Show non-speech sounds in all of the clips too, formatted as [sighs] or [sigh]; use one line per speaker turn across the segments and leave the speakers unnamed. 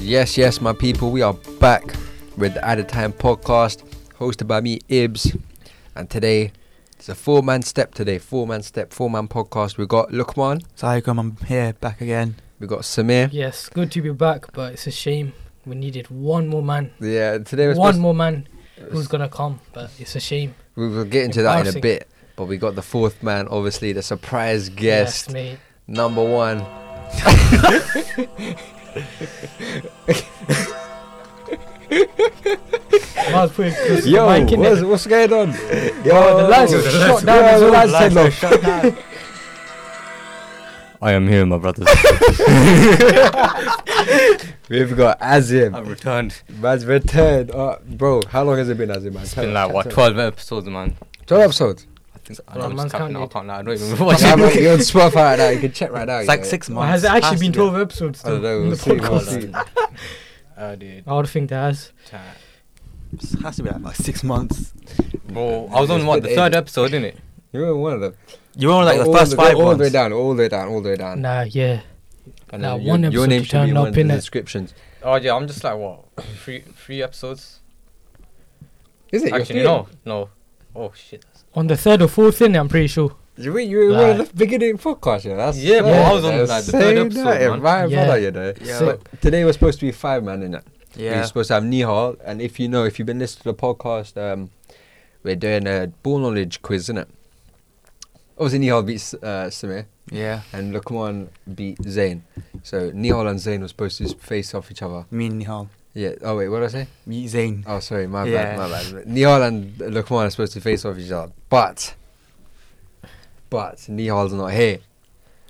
Yes, yes, my people, we are back with the Added Time podcast hosted by me, Ibs. And today, it's a four man step today, four man step, four man podcast. we got Lukman,
So how come I'm here back again?
we got Samir.
Yes, good to be back, but it's a shame we needed one more man,
Yeah, today was
one more man who's gonna come. But it's a shame.
we will get into that in a
Embarrassing.
bit. But we got the fourth man, obviously, the surprise guest,
mate.
number one.
I was putting Chris
Yo,
Mike in
what's,
there.
what's going on? Yo,
the lights are shut down
Yeah,
as
the
well.
lights turned off.
I am here, my brothers.
We've got Azim.
returned.
Man's returned. Uh, bro, how long has it been, Azim? Man?
It's
Tell
been
us,
[laughs] like what
tell us.
12 episodes, man.
12 episodes?
I think I
Well,
don't know
man's
what's happening. I
counted.
can't. I don't [laughs] even watch
Yeah,
it.
man, you're on Spotify right now. You can check right now.
It's
you
like
know.
[laughs]
six
Well,
months.
has it
Has
actually
to
been
be.
12 episodes?
I don't
though,
know.
in
We'll
the
see. We'll
podcast?
see.
Oh, dude.
I would think there has.
It has to be like, about six months.
Bro, I was on what? The third episode, didn't it?
You were one of them.
You were on like the
Go all
first
go
five
All
ones.
the way down, all the way down, all the way down.
Nah, yeah.
And
Nah,
then
one
your
episode
name
you
should be in
turned
one of
up,
the
innit?
descriptions.
Oh, yeah, I'm just like, what? Three three episodes?
Is it? You're
Actually,
three?
no. No. Oh, shit.
On the third or fourth in, I'm
[laughs]
pretty sure.
You were, you were one
Like-
of the beginning podcast, yeah. That's
Yeah,
bro, I
was on,
that's
like, the third
same
episode,
night,
man.
Right,
Yeah.
brother, you know.
Yeah.
But today we're supposed to be five man, innit? We're
Yeah.
supposed to have Nihal, and if you know, if you've been listening to the podcast, um, we're doing a ball knowledge quiz, innit? Obviously, Nihal beats uh, Samir,
Yeah.
and Lukman beat Zayn. So Nihal and Zayn were supposed to face off each other.
Me and Nihal.
Yeah. Oh wait, what did I say?
Me, Zane.
Oh, sorry, my
Yeah.
bad, my bad. Nihal and Lukman are supposed to face off each other, but but Nihal's not here.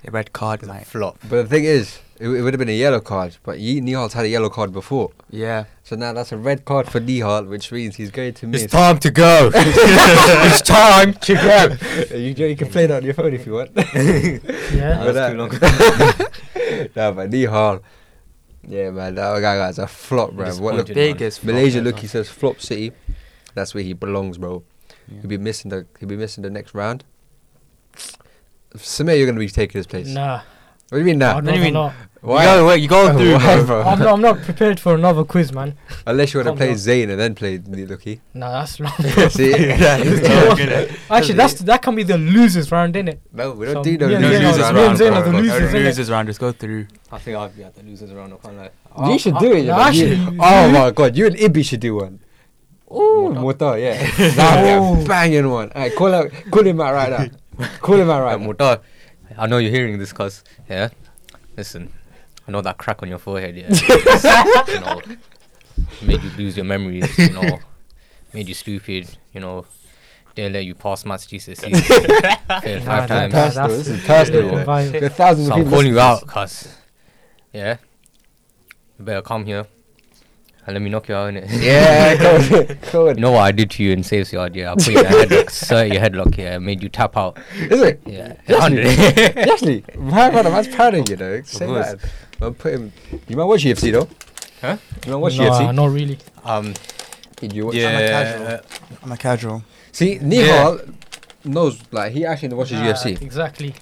The red card, mate.
Flop.
But the thing is, it, it would have been a yellow card, but Ye- Nihal's had a yellow card before.
Yeah.
So now that's a red card for Nihal, which means he's going to miss.
It's time
[laughs]
to go. it's time to go.
you, you can play that on your phone if you want.
Yeah.
But,
That was
uh,
too long.
no, but Nihal. Yeah, man, that guy guy's a flop, bro. What
Disappointed,
look,
man.
Biggest flop
Malaysia,
ever.
look, he says flop city. That's where he belongs, bro.
Yeah.
He'll be missing the he'll be missing the next round. Samir, you're gonna be taking his place.
Nah. Oh,
What do you mean now?
I'd rather
mean-
not.
Why?
You go, wait, you go through.
Why,
bro.
bro?
[laughs]
I'm, not, I'm not prepared for another quiz, man.
Unless you want to
I'm
play
not.
Zayn and then play Lucky.
Nah, that's long.
[laughs]
[laughs]
See? [laughs]
Actually, that's that can be the losers round, innit?
No, we don't
So,
do no
yeah,
losers
yeah, it's me and
round,
Zayn
bro.
are the
Fuck.
losers.
Losers,
innit?
losers round, just go through.
I think I'll be at the losers round. I can't lie.
you should do it. you
no,
know. You-
[laughs] actually,
oh
you-
my god, you and Ibby should do one. Ooh, Mota,
[laughs]
yeah. That'd be a
Oh.
banging one. Alright, call out, call him out right now. Call him out
Right,
right now.
Mutar, I know you're hearing this because, yeah, listen, I know that crack on your forehead, yeah.
[laughs]
you know, made you lose your memories, you know, made you stupid, you know, didn't let you pass maths
[laughs]
GCSE.
Ah,
failed
Nah, that-
five times.
Personal,
that's-
this is personal,
Yeah.
you know.
Vile.
There are thousands
So
of
I'm
people.
calling you out because, yeah, you better come here and let me knock you out,
[laughs] [laughs]
innit?
Yeah, go
[laughs]
on. Go
You
on.
know what I did to you in Saves Yard, yeah? I put you in a headlock, [laughs] sir, your headlock, yeah, made you tap out,
Is it?
yeah.
Actually, my brother, man's proud of you, though. Say
course.
that. I'll put him. You might watch UFC, though.
Huh?
You might watch
Nah,
UFC.
not really.
[laughs] um,
Did you watch
yeah,
I'm a casual.
See, Nihal knows, like, he actually watches
Nah,
UFC.
Uh, Exactly.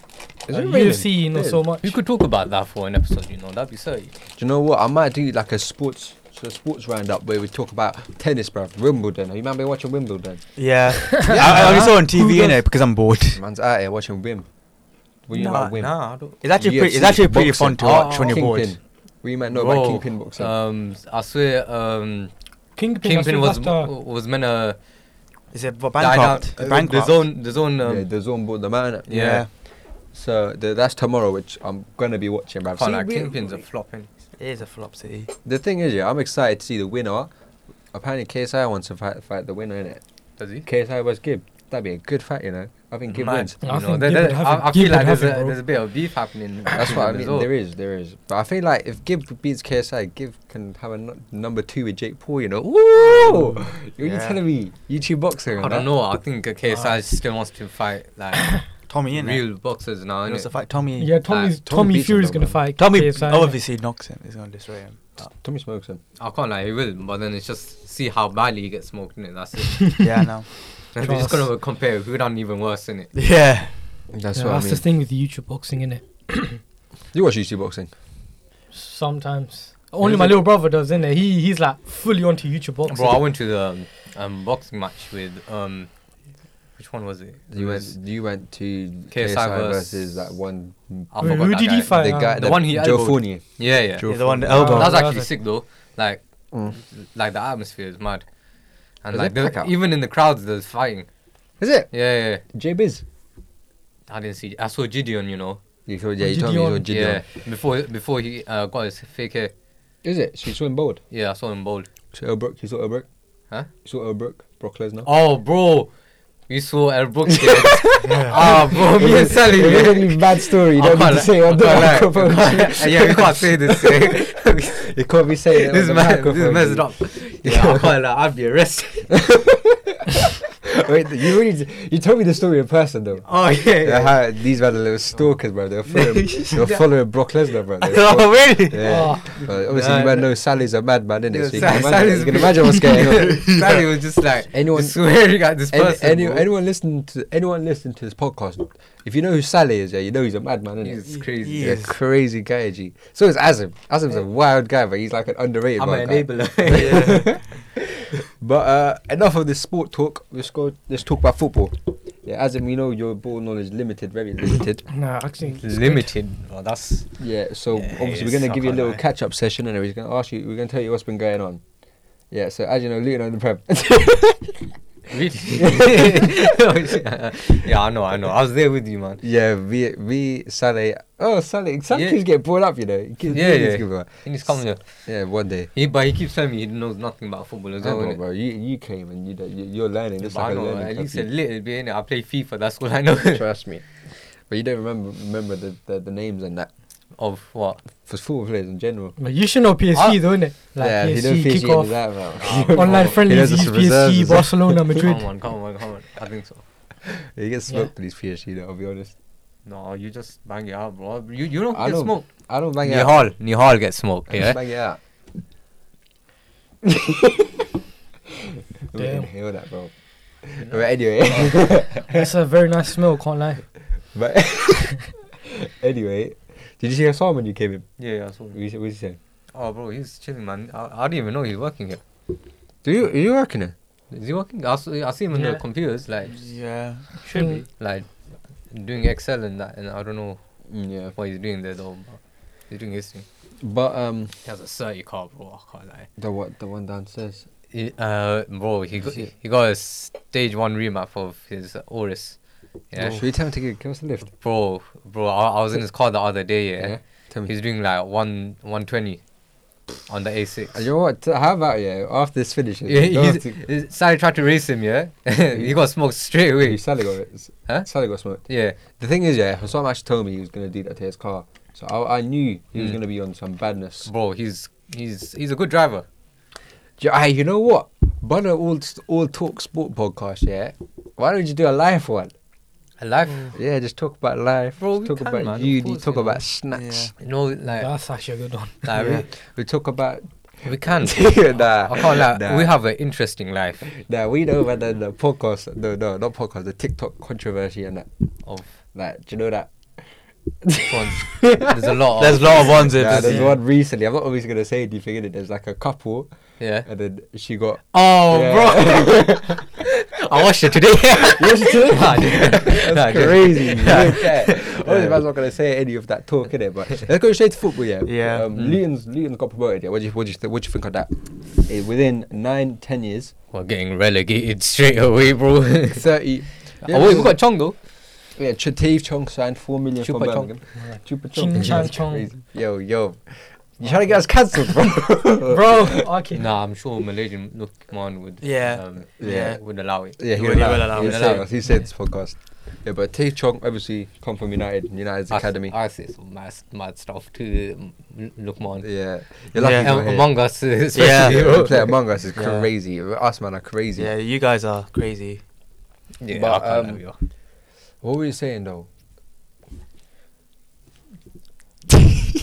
Is
Uh,
it really?
UFC, not
Dude.
so much.
We could talk about that for an episode, you know. That'd be so.
Do you know what? I might do like a sports so a sports roundup where we talk about tennis, bruv. Wimbledon. Have you man been watching Wimbledon?
[laughs] Yeah. I, I only saw it on TV in it because I'm bored.
Man's out here watching Wim. What do you know about Wim?
nah, I don't.
It's actually pretty. It's
UFC,
actually pretty
boxing.
fun to watch
Oh,
when you're bored.
Kingpin. We might know about kingpin boxing.
Um, I swear, um,
Kingpin, I
Kingpin
think
was
that's the-
was meant to
Is it
die down.
bankrupt?
The zone, the zone. Um,
yeah, the zone bought the man.
yeah.
Yeah.
So the, that's tomorrow, which I'm gonna be watching, bruv.
can't
See,
lie,
we-
Kingpin's a flopping.
It is a flop city.
the thing is, yeah, I'm excited to see the winner. Apparently, KSI wants to fight, fight the winner, innit?
Does he?
KSI was Gib. That'd be a good fight, you know. I think Gib
Mad,
wins.
you
I
know.
think
There-
Gibbon
there-
have it-
I, I feel
Gibbon
like there's
have it,
a
bro.
there's a bit of beef
[laughs]
happening.
That's [coughs] what I mean.
between them as
There
well.
is, there is. But I feel like if Gibb beats KSI, Gibb can have a n- number two with Jake Paul. You know, ooh, you're
Yeah.
telling me YouTube boxing.
I don't know. I think uh,
Ah.
KSI still wants to fight
[laughs]
like
Tommy in
real boxers now.
He wants to
innit?
fight Tommy.
Yeah,
Tommy
Tommy's,
beats
Tommy
him
Fury's
though,
gonna
man.
fight.
Tommy
KSI.
obviously knocks him. He's gonna destroy him.
Uh, Tommy smokes him.
I can't lie, he will. But then it's just see how badly he gets smoked in it.
[laughs]
That's
[laughs]
it. [laughs]
yeah, I know.
We're just gonna compare who done even worse in it.
[laughs] Yeah.
That's
Yeah,
what
that's
I
the
mean.
thing with YouTube boxing, innit?
You watch YouTube boxing?
Sometimes Only my little brother does, isn't it? He he's like fully onto YouTube boxing.
Bro, I went to the um, um, boxing match with um, which one was it? It
You
was-
went, you went to
KSI
KSI,
versus-
versus that one.
I
Wait,
forgot
who
that
did
guy.
he fight?
the
uh,
guy,
the
that-
one he
Joe
elbowed.
Fournier.
Yeah, yeah.
Joe
Yeah, the one, the
Wow.
elbow.
That was
that
actually
was
sick though. Like,
Mm.
like the atmosphere is mad, and
Is
like
it
the-
pack out?
even in the crowds there's fighting.
Is it
Yeah, yeah, yeah.
J Biz?
I didn't see. I saw Gideon, you know.
You told, yeah, you told me you
Gideon.
saw Oh, Gideon.
Yeah, before before he uh, got his fake hair.
Is it? She saw him bald.
Yeah, I saw him bold.
So Elbrook, you saw Elbrook?
Huh?
You saw Elbrook? Brock Lesnar?
Oh, bro, we saw El Brook.
[laughs]
Ah, bro, me and Sally.
It was
yeah.
really bad story. You
I
don't need to
can't
say it
lie,
on the
I can't lie, [laughs]
microphone.
I can't- yeah, we can't say
[laughs]
this. eh?
You can't be saying it on
[laughs] this
the
man,
microphone.
this is
[laughs]
messed up. Yeah, I can't lie, I'd be arrested.
Wait, you really you told me the story in person though.
Oh yeah.
Yeah, how- these were the little stalkers, bro. They were
[laughs]
following, they were following Brock Lesnar, bro. They were
oh really?
Yeah.
Oh.
But obviously, you
Nah,
might know Sally's a madman, innit?
Yeah,
so [laughs] you,
Sally-
can imagine,
Sally's
you can
been-
imagine
[laughs]
what's going on.
Sally was just like
Anyone-
just swearing at this
Any-
person.
any-
bro.
anyone listening to anyone listening to this podcast, if you know who Sally is, yeah, you know he's a madman, innit?
He's crazy.
He's
Yeah.
a crazy guy, G. So is Azim. Azim's a wild guy, but he's like an underrated
I'm
wild
an
guy.
[laughs]
enabler.
[laughs]
[laughs]
But uh, enough of this sport talk. Let's go. Let's talk about football. Yeah, Azim, we know your ball knowledge limited, very limited.
Nah, actually, it's good.
Limited.
Oh,
Well, that's
Yeah, so
Yeah,
obviously
it's
we're gonna give you a
not
little
like-
catch up session and we're gonna ask you we're gonna tell you what's been going on. Yeah, so as you know, Luton are in the Prem.
[laughs] really.
[laughs]
[laughs]
Oh,
yeah, I know, I know. I was there with you, man.
yeah, we we Salah oh Salah Salah
Yeah.
keeps getting brought up, you know. He keeps,
Yeah,
he keeps
yeah.
getting brought up.
He's coming here.
yeah, one day.
He, but he keeps telling me he knows nothing about football as
I
well.
don't know,
innit?
bro. You you came and you don't- you- you're learning. This
But I
like a
know,
learning
at
curve
least
for
a [laughs]
you.
little bit. Innit? I play FIFA. That's all I know.
[laughs] Trust me. But you don't remember remember the, the, the names and that
[laughs] of what?
for football players in general.
But you should know PSG
Ah.
though, innit? Like
yeah, if
PSG,
you know
kickoff,
that, bro.
[laughs] online friendlies,
[laughs] He knows
PSG,
it's reserves, is it?
Barcelona, Madrid.
Come on, come on, come on. I think so.
he gets
Yeah.
smoked in his PSG. though, I'll be honest.
No, you just bang it out, bro. You you don't
I
get
know.
smoked.
I don't bang it out.
Nihal, Nihal gets smoked.
I just
Yeah.
bang it
[laughs]
out. [laughs] We
Damn.
inhale that,
[laughs]
bro. But anyway,
That's a very nice smell,
[laughs]
can't lie.
but anyway, did you see Hassan when you came in?
Yeah, yeah. I saw
What
him.
did you say?
Oh, bro, he's chilling, man. I, I didn't even know he's working here.
Do you are you working it?
Is he working? I see, I see him on the
Yeah.
computers, like
Yeah.
Should be.
like doing Excel and that, and I don't know
Mm, yeah,
what he's doing there though. But he's doing his thing.
but um,
He has a thirty car, bro. I can't lie.
the what the one downstairs?
He, uh, bro, he [laughs] got,
see it?
he got a stage one remap of his uh, Oris. Yeah,
should we tell him to give, give us a lift?
bro, bro. I, I was in his car the other day. Yeah,
tell me.
he's doing like one one twenty on the A six.
Uh, you know what? t- How about yeah? After this finishes,
Yeah,
you don't
he's,
have to-
he's- Sally tried to race him. Yeah, [laughs] he got smoked straight
Wait,
away.
Sally got it.
Huh?
Sally got smoked.
Yeah,
The thing is, yeah, Hassan actually told me he was gonna do that to his car, so I, I knew he was
Mm.
gonna be on some badness.
bro, he's he's he's a good driver.
Do you, hey, you know what? But an all all talk sport podcast, yeah. Why don't you do a live one?
A life.
Yeah, just talk about life.
Bro, we
talk
can,
about
man, of
uni.
course,
Mm. talk
you know.
about snacks.
You know, like,
That's actually a good one.
like
Yeah. We talk about.
we, we can.
[laughs]
[laughs]
nah,
I can't lie.
nah,
We have an interesting life.
nah, we know about the, the podcast. No, no, not podcast. The TikTok controversy and that.
Of
Like, do you know that?
fun. [laughs] there's a lot. Of,
There's a lot of ones in
Nah,
this.
there's one recently. I'm not always gonna say anything. In it, there's like a couple,
Yeah.
and then she got.
Oh,
Yeah.
bro. I watched it today.
Yes, it
[laughs]
is.
Nah, I
[laughs]
didn't.
That's
Nah, I didn't.
crazy. You
Nah.
don't care. Obviously, man's not gonna say any of that talk in it. But let's go straight to football. Yeah.
Yeah.
Um,
Mm.
Luton's Luton's got promoted. Yeah. What do you what do you, th- what do you think of that? Eh, within nine ten years,
We're getting relegated straight away, [laughs] bro.
thirty.
oh wait, we got Chong though.
yeah. Chateef Chong signed four million
Chupa
from
Chong.
Birmingham. Chupa Chong.
Chin Chan
That's
Chong.
crazy. Yo yo. You trying to get us cancelled, bro? [laughs]
Bro, okay.
Nah, I'm sure Malaysian look man would.
Yeah.
Um,
Yeah.
Would allow it.
Yeah,
He
he
will-
would
he
allow
will
it.
allow
He
it.
said
Allow it.
us- He said this podcast. Yeah, but Tay Chong obviously come from United, and United's academy.
I, I say some mad, mad stuff to Lukman.
Yeah, you're lucky.
Yeah.
he's not
Um,
here.
among Us, [laughs] especially.
[laughs]
Yeah.
Yeah,
bro.
the play Among Us is
Yeah.
crazy. Us man are crazy.
Yeah, you guys are crazy.
Yeah,
But,
I can't
um,
lie, yo.
[laughs] What were you saying though? [laughs]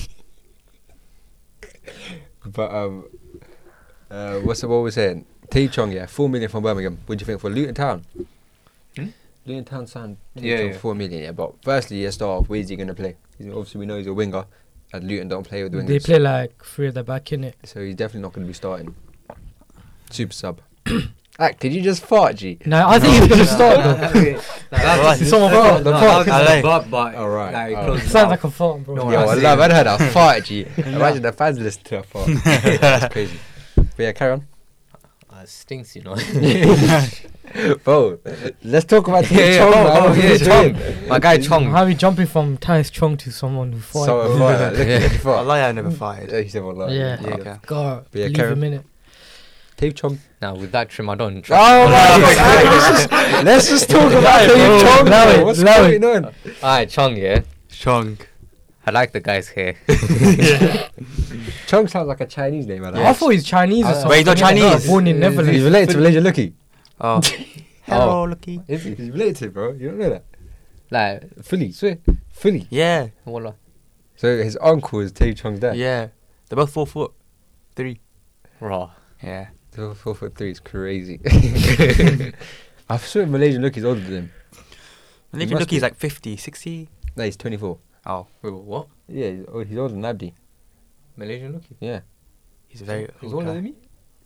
but um, uh, what's the, what were we saying? T Chong, yeah, four million from Birmingham. What do you think for Luton Town?
Hmm?
Luton Town signed Tay
Yeah,
Chong
yeah.
four million. Yeah, but firstly, yeah, start off. Where's he gonna play? He's, obviously, we know he's a winger. and Luton don't play with wingers.
They play like three at the back, innit?
So he's definitely not going to be starting. Super sub. [coughs] Act, did you just fart, G?
No, I think he's gonna start though.
[laughs]
[laughs]
Someone
fart, the fart.
I
But, but,
All right,
like,
all
close
Sounds
mouth.
like a farm, bro.
No,
Yo,
I
I
see.
love. I'd [laughs] heard a fart, G. Imagine the fans listen to a [laughs] fart. That's crazy. But yeah, carry [laughs] on.
Ah, it stinks, you know.
[laughs] Bro, let's talk [laughs] about
Yeah, yeah,
Chong,
oh,
man.
oh,
What are
yeah,
you
Chong.
doing?
My guy Chong.
How are we jumping from Tyus Chong to someone who fought?
So uh, a
bro?
fart, look at the fart.
lie, I never
Yeah,
fired.
he said wallah.
Yeah.
Yeah, okay.
God,
But yeah,
leave
carry
a
on.
minute.
Dave Chong.
now with that trim, I don't. Trust
[laughs] Oh my god! Let's just- [laughs] Let's just talk about Dave
bro.
Chong.
Love
bro.
it,
What's
love
going on?
Alright, Chong, yeah.
Chong.
I like the
[laughs]
guy's hair.
Chong sounds like a Chinese name, man.
I thought he's Chinese or
Uh,
something.
but he's not
innit?
Chinese.
Born in
He's
Netherlands.
related to Malaysia Lucky.
Oh.
Hello,
Lucky.
Is he? He's related to, bro. You don't know that.
Like,
Fully, swear. Fully.
Yeah,
voila.
So his uncle is Dave Chong's dad.
yeah. They're both four foot three.
Raw.
Yeah.
Four, four foot three is crazy. [laughs] I swear Malaysian Lucky's older than him.
And
He
if you
must
look,
be.
he's like 50, 60.
No, he's 24.
Oh,
Wait, what?
Yeah, he's, old, he's older than Abdi.
Malaysian looking?
Yeah.
he's very
He's
old
older
guy.
than me?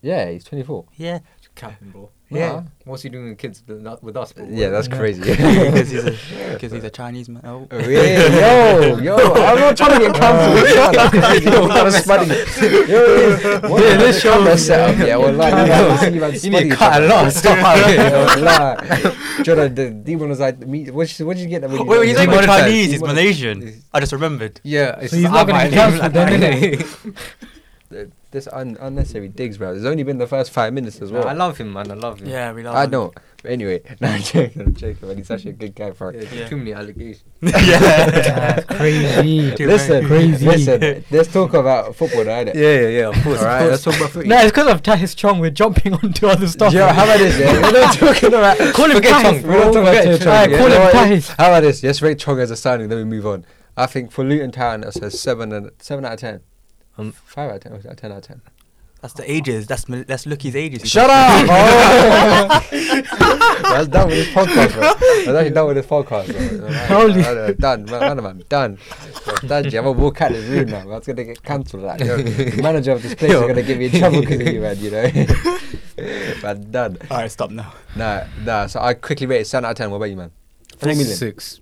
Yeah, he's 24.
Yeah. [laughs]
Capping, bro.
Yeah.
Nah.
What's he doing with kids th- not with us, bro?
Yeah, that's [laughs]
Yeah.
crazy.
Because he's, a- 'cause he's a Chinese man. Oh.
Oh, yeah, yo, yo, I'm not trying to get cancelled. Shut up. [laughs] Yo, what a smudding. Yo, what
Yeah,
a
this show-
camera setup. Yeah, well, [laughs] like,
You need
[laughs]
to cut a lot of stuff out [laughs] here.
Like, Jordan, the demon was like, me, what did you get? that when
Wait,
you-
wait, he's not
Demon-
even
Demonetized.
Chinese, he's
Demon-
Malaysian. I just remembered.
Yeah,
[laughs]
it's
he's
Ah,
not gonna be cancelled then,
innit?
Uh, This un- unnecessary digs, bro. There's only been the first five minutes as well.
I love him, man. I love him.
Yeah, we love
I
him. [laughs]
know. But anyway, [laughs] no, I'm joking. I'm joking. But he's actually a good guy, bro.
Yeah, there's
Yeah.
Too many allegations.
That's
[laughs]
crazy.
Dude,
Listen,
crazy.
listen. Let's talk about football, now, innit?
yeah, yeah. Of course.
All right, let's talk about football.
No, it's because of Tyus Chong. We're jumping [laughs] onto other stuff.
Yo, how about this? Yeah? We're not talking about.
Call him
Forget
Tahis,
Chong. We're
bro.
not talking about
Forget
Tahis.
Chong.
Yeah, you
Call
know what?
him Tahis.
How about this? Yes, rate Chong as a signing. Then we move on. I think for Luton Town, it's a seven and seven out of ten.
Um,
Five out of ten. or is it Ten out of ten.
That's the ages. That's Mal- that's Lucky's ages.
Shut up! [laughs] Oh. That's done with this podcast, bro. That's actually done with this podcast, bro. Right,
Holy-
right, right, done, man, man, man, done. Done. G. I'm gonna walk out this room now. That's gonna get cancelled. Like, yo, the manager of this place is
Yo.
gonna get me in trouble because of you, man. You [laughs] know, man, done.
All right, stop now.
Nah, nah. So I quickly rated seven out of ten. What about you, man? Four million.
Six.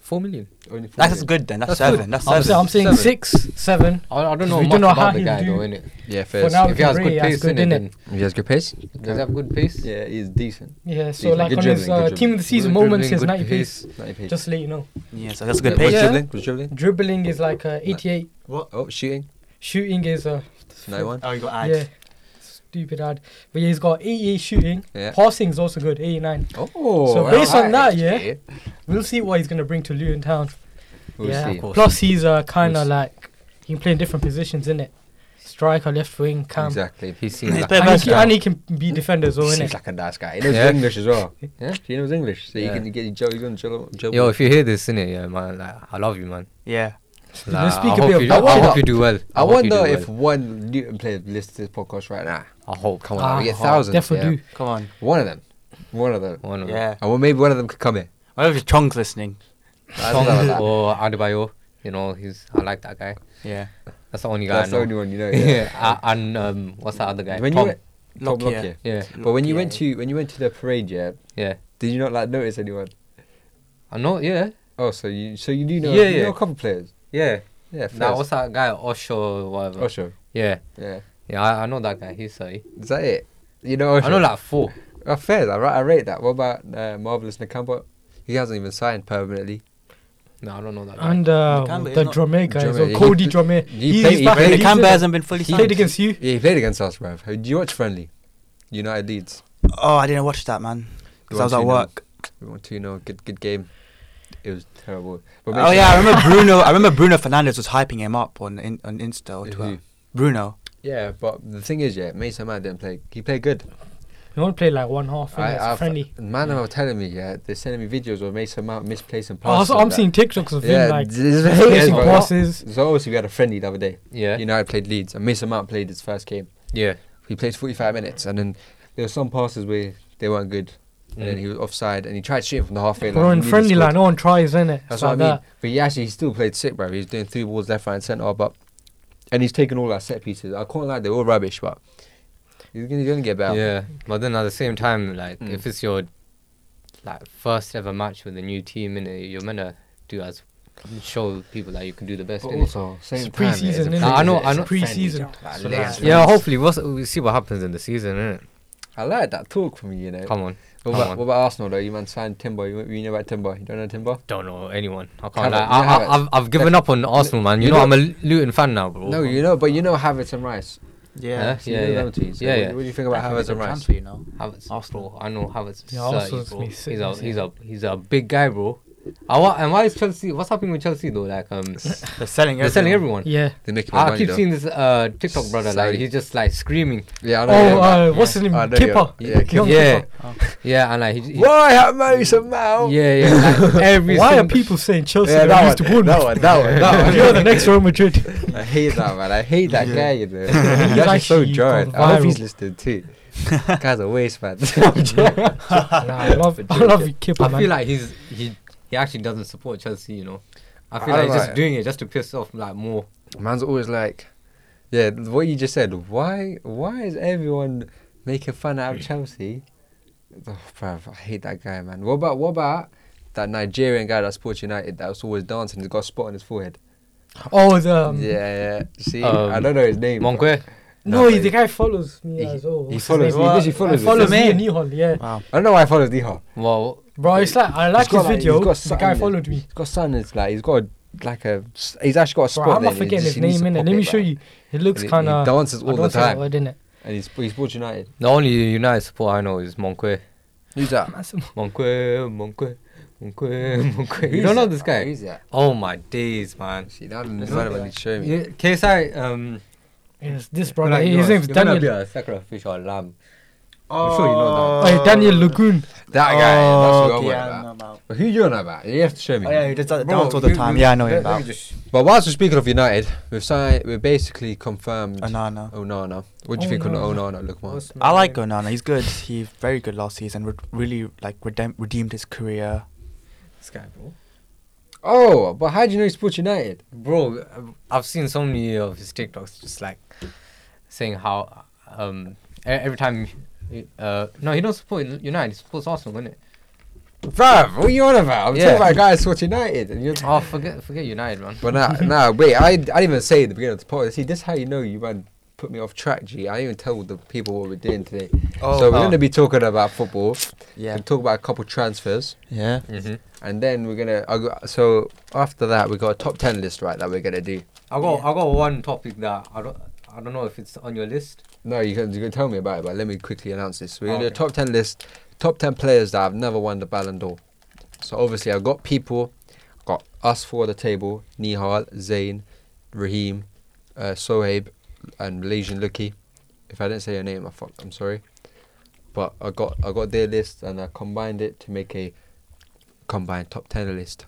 Four million.
Only four
That's
million.
good then. That's,
That's good.
seven. That's
I'm, say-
seven.
I'm saying
Seven.
six, seven.
I, I don't know
We
much
don't know how
about the
he'll
guy
do.
though, innit?
Yeah,
For
fair.
now,
If he has
Really,
good
that's
pace,
good,
innit?
innit?
Then
He has good pace.
does he have good pace?
Yeah, he's decent.
Yeah, so
Decent.
like
Good
on his
dribbling,
uh,
good
team of the season
Good
moments,
dribbling,
he has 90
good pace.
pace.
Ninety pace.
Just to let you know.
Yeah, so that's a good
Was
page.
Yeah.
dribbling? Was dribbling?
Dribbling is like uh, 88.
What? Oh, shooting.
Shooting is uh,
Ninety-one.
Oh, you got
yeah, stupid ad. But yeah, he's got 88 shooting.
Yeah.
Passing is also good, 89.
Oh.
So based on that, yeah.
yeah.
We'll see what he's gonna bring to Luton Town.
We'll
yeah.
see.
course.
Plus, he's uh, kind
We'll
of
see.
like he can play in different positions, innit? Striker, left wing, cam.
Exactly.
He seems like
play
And, he
versatile.
can, and he can be defender as well,
He
innit?
seems like a nice guy. He knows
Yeah.
English as
[laughs]
well.
Yeah.
He knows English, so you
Yeah.
can get Joe. He's on Joe. Joe
Yo, if you hear this, innit, yeah, man, like, I love you, man.
Yeah.
Like,
speak
I
a bit
hope you,
about-
I hope you do well.
I
hope you do
wonder
well.
if one Newton player listens to this podcast right now.
I hope.
Come on,
Ah,
we get thousands. yeah.
definitely
Come on.
One of them. One of them.
One of them.
Yeah.
And well, maybe one of them could come here.
What if Chong's listening?
I don't
Song
know about that.
or Adebayo, Oh, you know, he's I like that guy.
Yeah.
That's the only guy
That's
I
the
know.
only one you know.
[laughs]
Yeah.
yeah, a- and um, what's that other guy?
When you
Tom.
went, Tom
Lockyer.
Lockyer.
yeah,
But when you went
Yeah.
to when you went to the parade, yeah,
yeah.
did you not like notice anyone?
I know. Yeah,
Oh, so you so you do know
Yeah,
you know
yeah.
a couple players.
yeah.
Yeah, first.
Now what's that guy? Osho, whatever.
Osho.
Yeah,
Yeah,
yeah. I, I know that guy. He's uh, sorry.
is that it? You know, Osho.
I know like four.
Oh, fair. I, ra- I rate that. What about uh, Marvelous Nakambo? He hasn't even signed permanently.
No, I don't know that guy.
And uh,
Nakamba is
the
not-
Dromé guy, as
Dromé,
well,
he
Cody
pl-
Dromé.
he
He's
played- he
back
played-
in the
Really,
He's
season.
Kamba hasn't been fully
He played
signed.
against you.
Yeah, he played against us, bruv. Did you watch friendly? United Leeds.
Oh, I didn't watch that, man. Because I was
One, two,
at
nil.
work.
We won two 0 Good, good game. It was terrible. But
Oh yeah, I remember Bruno. I remember Bruno Fernandez was hyping him up on in, on Insta or
Who?
Twitter. Bruno.
Yeah, but the thing is, yeah, Mason Mount didn't play. He played good.
He only played like one half.
I-
innit? It's
I've-
friendly.
Man, they were telling me, yeah, they're sending me videos of Mason Mount misplacing
Oh,
passes.
so I'm seeing TikToks of
[laughs]
him like
yeah,
missing
bro.
passes.
So obviously we had a friendly the other day.
yeah,
United played Leeds, and Mason Mount played his first game.
yeah.
He played 45 minutes, and then there were some passes where they weren't good. and then
Mm.
he was offside, and he tried shooting from the halfway line.
Bro, in
he nearly
friendly
scored.
like no one tries, innit?
That's
It's
what I
like
mean.
that.
But he actually he still played sick, bro. He was doing three balls left, right, and centre, but and he's taking all our set pieces. I can't lie, they're all rubbish, but he's gonna, he's gonna get better.
Yeah, but then at the same time, like
Mm.
if it's your like first ever match with a new team, and you're meant to do as show people that you can do the best.
But
innit?
also, same
It's
time,
pre-season,
it's a
innit?
friendly,
Nah, I know-
it's
I
a
know-
friendly,
Pre-season.
John. Like,
So
let's-
nah.
yeah, hopefully we'll, s- we'll see what happens in the season. innit?
I like that talk from you, you know.
Come on,
What
come
about,
on.
what about Arsenal though? You man signed Timber. You, you know about Timber. You don't know Timber?
don't know anyone. I
Havertz,
can't. Like,
you know
I,
Havertz.
I, I've I've given up on Arsenal, man. You,
you
know,
know-
I'm a Lu- Luton fan now, bro.
No, you know, but you know Havertz and Rice.
Yeah.
Huh?
So you
Oh, Yeah,
know
yeah.
them two. So
Yeah,
what,
yeah.
what do you think about
Definitely
Havertz
good
and Rice?
transfer, you know.
Havertz,
Arsenal.
bro. I know Havertz.
Yeah,
Yeah,
Arsenal's
bro.
been
He's
sick
a
this
he's
year.
a he's a big guy, bro. I wa- and why is Chelsea? What's happening with Chelsea though? Like [laughs] um,
They're selling
they're selling everyone.
Yeah.
They make him
Ah, I keep seeing this uh TikTok brother like
Sorry.
he's just like screaming.
Yeah, I know.
Oh,
yeah,
uh, what's his name?
I know you
Kipper.
are. Yeah,
Young
Yeah,
Kipper.
yeah, and like he, he,
Why have Mason Mount?
yeah, yeah. [laughs] Like, every
Why are
single-
people saying Chelsea
Yeah,
yeah,
that
lose to
one,
Bournemouth?
that one, that one, that one.
You're [laughs] the next Real Madrid.
I hate that man. I hate that guy. You know, he's
He's
actually so
actually
jarred.
gone
I hope he's
viral.
listening too. Guy's a waste man. I'm joking.
nah, I love, I love you, Kipper,
I
man.
feel like he's he he actually doesn't support Chelsea. You know, I feel
I
like he's
like-
just doing it just to piss off like more.
Man's always like, yeah, what you just said. Why? Why is everyone making fun out of Chelsea? Oh, bruv, I hate that guy, man. What about what about that Nigerian guy that supports United that was always dancing? He's got a spot on his forehead.
oh, the. Um,
yeah, yeah. See, I
um,
don't know his name. but-
Monkwe,
No,
No, he-
he-
the guy follows me
he-
as well.
he
What's his
follows.
name?
He
Well,
literally
I
follows.
I
us.
follows
Follows
me
me.
and Nihon, yeah.
Wow.
I don't know why I follows Niha.
well,
Bro, it's like, I
He's
like
got,
his
like,
video.
he's got
The guy
something-
followed me.
He's got sun. It's like he's got like a. s- He's actually got a spot.
Bro, I'm
there,
not
he
forgetting
just-
his
he needs
name,
to
innit?
pop
Let me
it
show
back.
you. It looks
And he-
kind
He
of.
dances
I
all the
don't say that
time,
word, innit?
and he's he's sports United.
the only United support I know is Monkwe.
Who's that?
That's a-
Monkwe, Monkwe, Monkwe, Monkwe. You don't know this guy?
Who's that?
Oh my days, man.
See, that man
not
about to show me.
Yeah, KSI, um,
Yes, this brother. His name's
you're gonna be
Daniel.
a sacrificial lamb. I'm sure you know
Oh, Daniel Lagoon.
That guy. That's
Oh,
who
okay,
I'm
I
about.
know about.
But who you on about? You have to show me.
Oh yeah, he does that
Bro,
dance all the
you-
time.
you-
Yeah, I know
let-
him
let me
about.
just-
But whilst we're speaking of United, we've signed. We've basically confirmed
Onana.
Onana. What do you think on
Onana.
Onana? Look, man.
what's
I
my
like
name?
Onana. He's good. He's very good last season. Re- really like redeem- redeemed his career.
this guy, bro.
Oh, but how do you know he supports United?
Bro, um, I've seen so many of his TikToks just like saying how um e- every time. he- Uh, no, he don't support United. He supports Arsenal, isn't it?
Bruv, what are you on about? I'm
Yeah.
talking about a guy that supports United, and you're.
Oh, forget forget United, man.
But nah, nah, wait, I, I didn't even say at the beginning of the podcast. See, this is how you know you man put me off track, G. I didn't even tell the people what we're doing today. so we're
oh.
going to be talking about football.
Yeah.
We'll talk about a couple transfers.
Yeah.
Mm-hmm.
And then we're going to... So after that, we got a top 10 list, right, that we're going to do.
I got I got one topic that I don't I don't know if it's on your list.
No, you can, you can tell me about it, but let me quickly announce this. We're going to
Okay.
do a top 10 list, top 10 players that have never won the Ballon d'Or. So obviously, I've got people, I've got us four at the table, Nihal, Zayn, Raheem, uh, Sohaib, and Malaysian Lucky. If I didn't say your name, I fucked. I'm sorry. But I got I got their list and I combined it to make a combined top 10 list.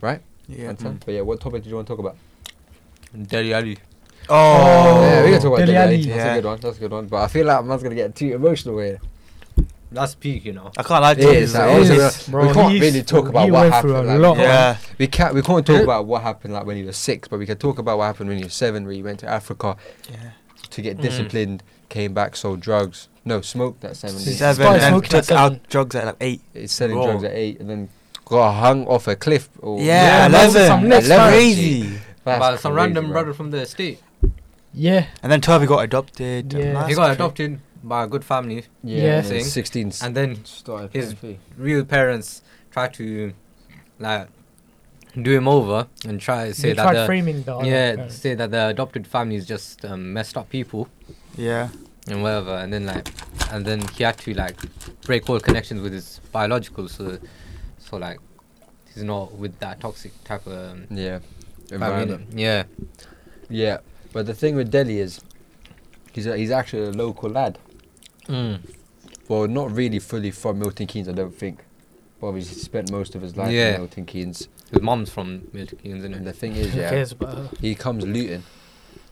Right?
Yeah. Mm-hmm.
Understand? But yeah, what topic did you want to talk about?
Deli Ali.
Oh.
yeah, we can talk about
Dele
Dele Alli.
Alli.
That's a
Yeah.
good one. That's a good one. But I feel like man's going to get too emotional here.
That's peak, you know.
I can't lie to
It
you.
is, like,
It's-
also,
is,
we-
bro.
we can't
He's-
really talk about
he
what
went
happened.
through a
like,
lot.
Yeah.
We can't we can't talk about what happened like when you were six, but we can talk about what happened when you were seven, where you went to Africa
Yeah.
to get
Mm.
disciplined, came back, sold drugs. No, smoked at seven.
Seven.
Seven.
Seven
Started
and
smoking at
took
seven.
out drugs at like eight.
It's selling
Bro.
drugs at eight and then got hung off a cliff. Oh, Or
Yeah,
Yeah, that was
eleven.
some next
time.
crazy.
That's
But some
crazy,
random
bro.
brother from the estate.
Yeah.
And then twelve, he got adopted.
Yeah.
That's
he got
cra-
adopted by a good family,
Yeah,
Yeah.
and then sixteen.
and then
started
his-
playing
real parents tried to like do him over and try to say
They
that
tried
the,
framing the other
yeah
parents.
say that the adopted family is just um, messed up people
Yeah.
and whatever, and then like and then he had to like break all connections with his biological, so so like he's not with that toxic type of um,
free. Yeah, environment.
family. Yeah.
Yeah, but the thing with Delhi is, he's a, he's actually a local lad.
Mm.
Well, not really fully from Milton Keynes, I don't think. But obviously, he spent most of his life
Yeah.
in Milton Keynes.
His mom's from Milton Keynes, isn't
And
it?
the thing is,
Who
yeah,
cares about her?
he comes Luton.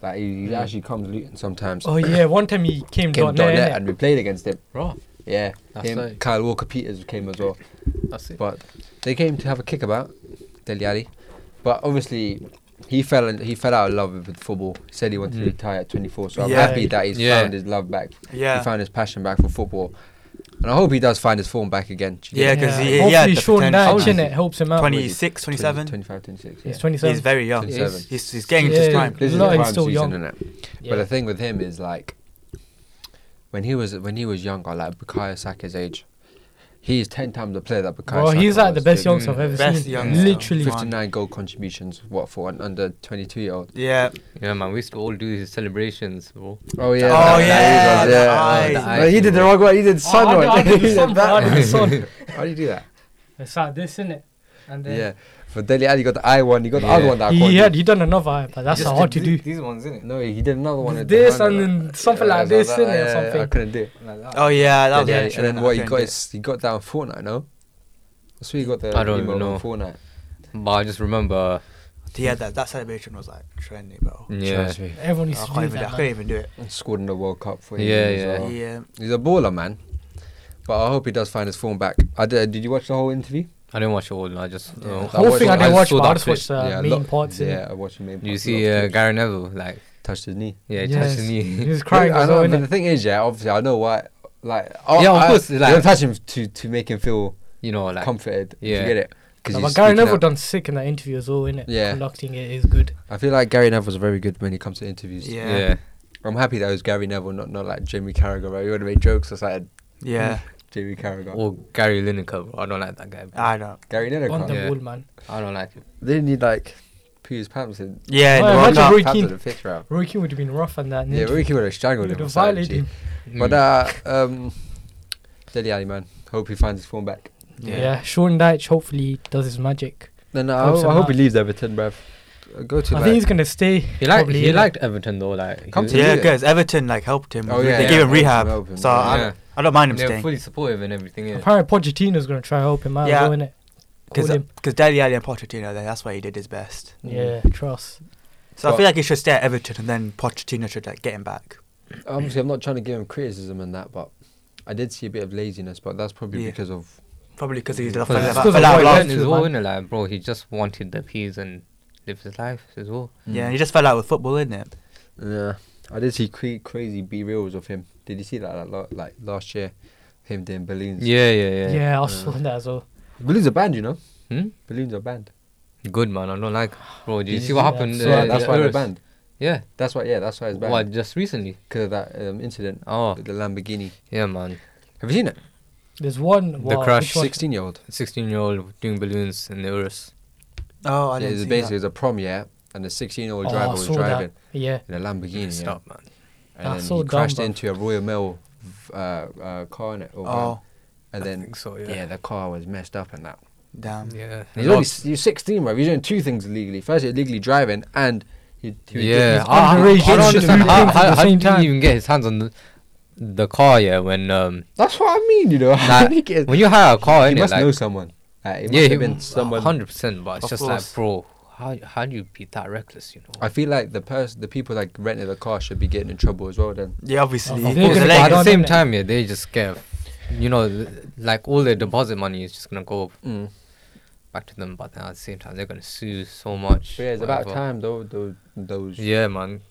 Like, he, he
Mm.
actually comes Luton sometimes.
Oh yeah, one time he came,
[coughs] Came
down
Donnet
there.
and we played against him.
Bro.
Yeah,
That's
him,
right.
Kyle Walker Peters came as well,
That's it.
but they came to have a kick about Deli Ali, but obviously he fell in, he fell out of love with football. He said he wanted to
Mm.
retire at 24, so I'm
Yeah.
happy that he's
Yeah.
found his love back. He
Yeah.
found his passion back for football, and I hope he does find his form back again. Do you
Yeah,
think
'cause he- he
hopefully
had the
Sean
potential.
Dyche in it helps him out.
26,
20,
27.
25, 26. Yeah.
He's 27.
He's very young.
He's- 27.
He's, he's getting into his
Yeah.
prime.
This is
No,
prime
he's still
season,
young.
isn't it?
yeah.
But the thing with him is like when he was when he was younger, like Bukayo Saka's age, he is ten times the player that Bukayo
Bro,
Saka
he's like the
was,
best
dude.
youngster I've ever
Best
seen.
youngster. Fifty-
Literally.
59 goal contributions, what for an under 22 year old?
Yeah.
Yeah, man, we used to all do these celebrations, bro.
Oh yeah,
Oh,
that-
yeah,
that he
the
does,
eyes.
yeah.
The
No,
eyes
he did the wrong one. He did sun
Oh, I
one.
did- I did
He [laughs]
sun
did
one, I did
that.
sun.
How do you do that?
It's like this, isn't it? And then
Yeah, for Deli Ali, got the eye one. He got the
Yeah.
other one that I
he,
called
he
you.
had he done another eye, but that's
Just
hard to
did
do.
thi- These ones, innit?
No, he did another one. at the
This
hand,
and
like-
then something like
so I was
this, innit, or
yeah, yeah, I
something.
couldn't do it.
Like that.
Oh yeah, that was
Dele
yeah,
Alli, and then what he got is he got down Fortnite, no? That's where he got the
I don't
emo
even
on
know.
Fortnite.
But I just remember,
yeah, that that celebration was like trending,
Hmm.
bro.
yeah,
Trust me.
Everyone
I
used to
can't
do
even, I
that.
couldn't
man.
even do it. um,
scored in the World Cup for
Yeah,
England
yeah.
as well.
Yeah,
He's a baller, man. But I hope he does find his form back. I did, did you watch the whole interview?
I didn't watch it all. I just
Yeah.
I
uh,
Whole
watched-
thing I
I
didn't watch,
saw
but I
that
just
clip.
watched the
a
main
lot-
parts. innit?
Yeah, I watched the main
You
parts, a
see,
lot of
uh,
clips.
Gary Neville, like,
touched his knee.
yeah, he
Yes.
touched his
He
knee.
was crying
I
as
know,
well,
but the
innit?
thing is, yeah, obviously I know why. Like,
Yeah, of
I-
course,
you
like-
don't touch him to to make him feel
you know, like,
comforted. Yeah,
yeah.
you get it.
Nah,
Because
But Gary Neville done sick in that interview as well, innit?
Yeah.
Conducting it is good.
I feel like Gary Neville's very good when it comes to interviews.
Yeah.
yeah.
I'm happy that it was Gary Neville, not not like Jamie Carragher. Right? You want to make jokes? It's like
yeah.
Jamie Carragher.
Or Gary Lineker, bro. I don't like that guy. Bro.
I know.
Gary
On
Neville.
the
can't-
Yeah.
ball, man.
I don't like it.
They need like Piers Pamson.
Yeah,
Oh,
the World
imagine
Cup.
Roy
Pamson
Keane.
in the fifth round.
Roy Keane would have been rough on that.
Yeah,
ninja.
Ricky would have strangled
He
him.
would
or
have
something,
violated
gee.
him.
But
Mm.
uh, um, Deli Ali, man. Hope he finds his form back.
Yeah.
Yeah.
Sean Dyche hopefully does his magic.
Then uh, I,
Hope
hope,
so
I hope he
not.
leaves Everton, bruv. Uh, Go to
I
like,
think he's gonna stay.
he liked,
probably,
he
innit?
liked Everton though, like,
Come
he,
to-
Yeah,
Yeah.
because Everton like helped him.
Oh, yeah,
they
yeah,
gave him
helped
rehab,
him, helped him,
so
yeah.
I,
Yeah.
I don't mind him
they were
staying
fully supportive and everything. Yeah.
Apparently Pochettino's gonna try and help him out.
Yeah.
Yeah. Well, innit?
because
Call him.
because Dele Alli and Pochettino, then that's why he did his best.
Yeah. Trust.
So I
But-
feel like he should stay at Everton, and then Pochettino should like get him back.
Obviously, I'm not trying to give him criticism and that, but I did see a bit of laziness, but that's probably
Yeah.
because of.
Probably because he
Yeah.
did a
But
fell
that's
out-
'cause
fell
of
out of
Roy Keane.
love.
Everton
love
as
to,
well,
man.
innit? Like, bro, he just wanted the peas and lived his life as well.
Yeah,
Hmm.
and he just fell out with football, didn't it?
Yeah. I did see cra- crazy B reels of him. Did you see that, like, lo- like last year? Him doing balloons.
Yeah, yeah,
Yeah.
yeah.
I saw
Uh.
that as well.
Balloons are banned, you know?
Hmm?
Balloons are banned.
Good man, I don't like. Bro, do you
Did
see
you
what
see that?
happened?
So
uh,
that's
the
why they're
Earth?
banned.
Yeah.
That's why, yeah, that's why it's
What?
banned.
Just recently?
Because of that um, incident.
Oh,
with The Lamborghini.
yeah, man.
Have you seen it?
There's one.
The
wow,
crash
which one-
16 year old.
Sixteen-year-old doing balloons in the earth.
Oh, I
Yeah,
didn't
it's
see
basically
that.
it's a prom, yeah, and the 16 year old
Oh, I
driver was
saw
driving
that. Yeah.
in a Lamborghini, yeah,
Stop, man.
and then
That's so
he
dumb,
crashed
bruv.
into a Royal Mail v- uh, uh, car in it, or van,
Oh,
and
I
then
think so,
yeah. the car was messed up and that.
damn.
Yeah.
He's only s- you're 16, right? You're doing two things illegally. First, you're illegally driving, and he, he was
yeah,
just-
I, I,
underage,
I
it
don't
shouldn't be
understand. How,
things at the
how, how
same
did
time.
he even get his hands on the, the car? Yeah, when um,
that's what [laughs] I mean, you know.
like,
he get-
when you hire a car,
he
innit,
must
like,
know someone. Like, it must
yeah,
have been someone.
hundred percent. But it's
Of
just
course.
like, bro, how how do you be that reckless? You know.
I feel like the person, the people that rented the car should be getting in trouble as well. Then
Yeah, obviously.
Of
it was
course.
a
but
like
at
leg.
the
gone,
same
innit?
time, yeah, they just get, you know, th- like all their deposit money is just gonna go
Mm.
back to them. But then at the same time, they're gonna sue so much.
But yeah, it's about
whatever.
time though. Those, those
Yeah, man.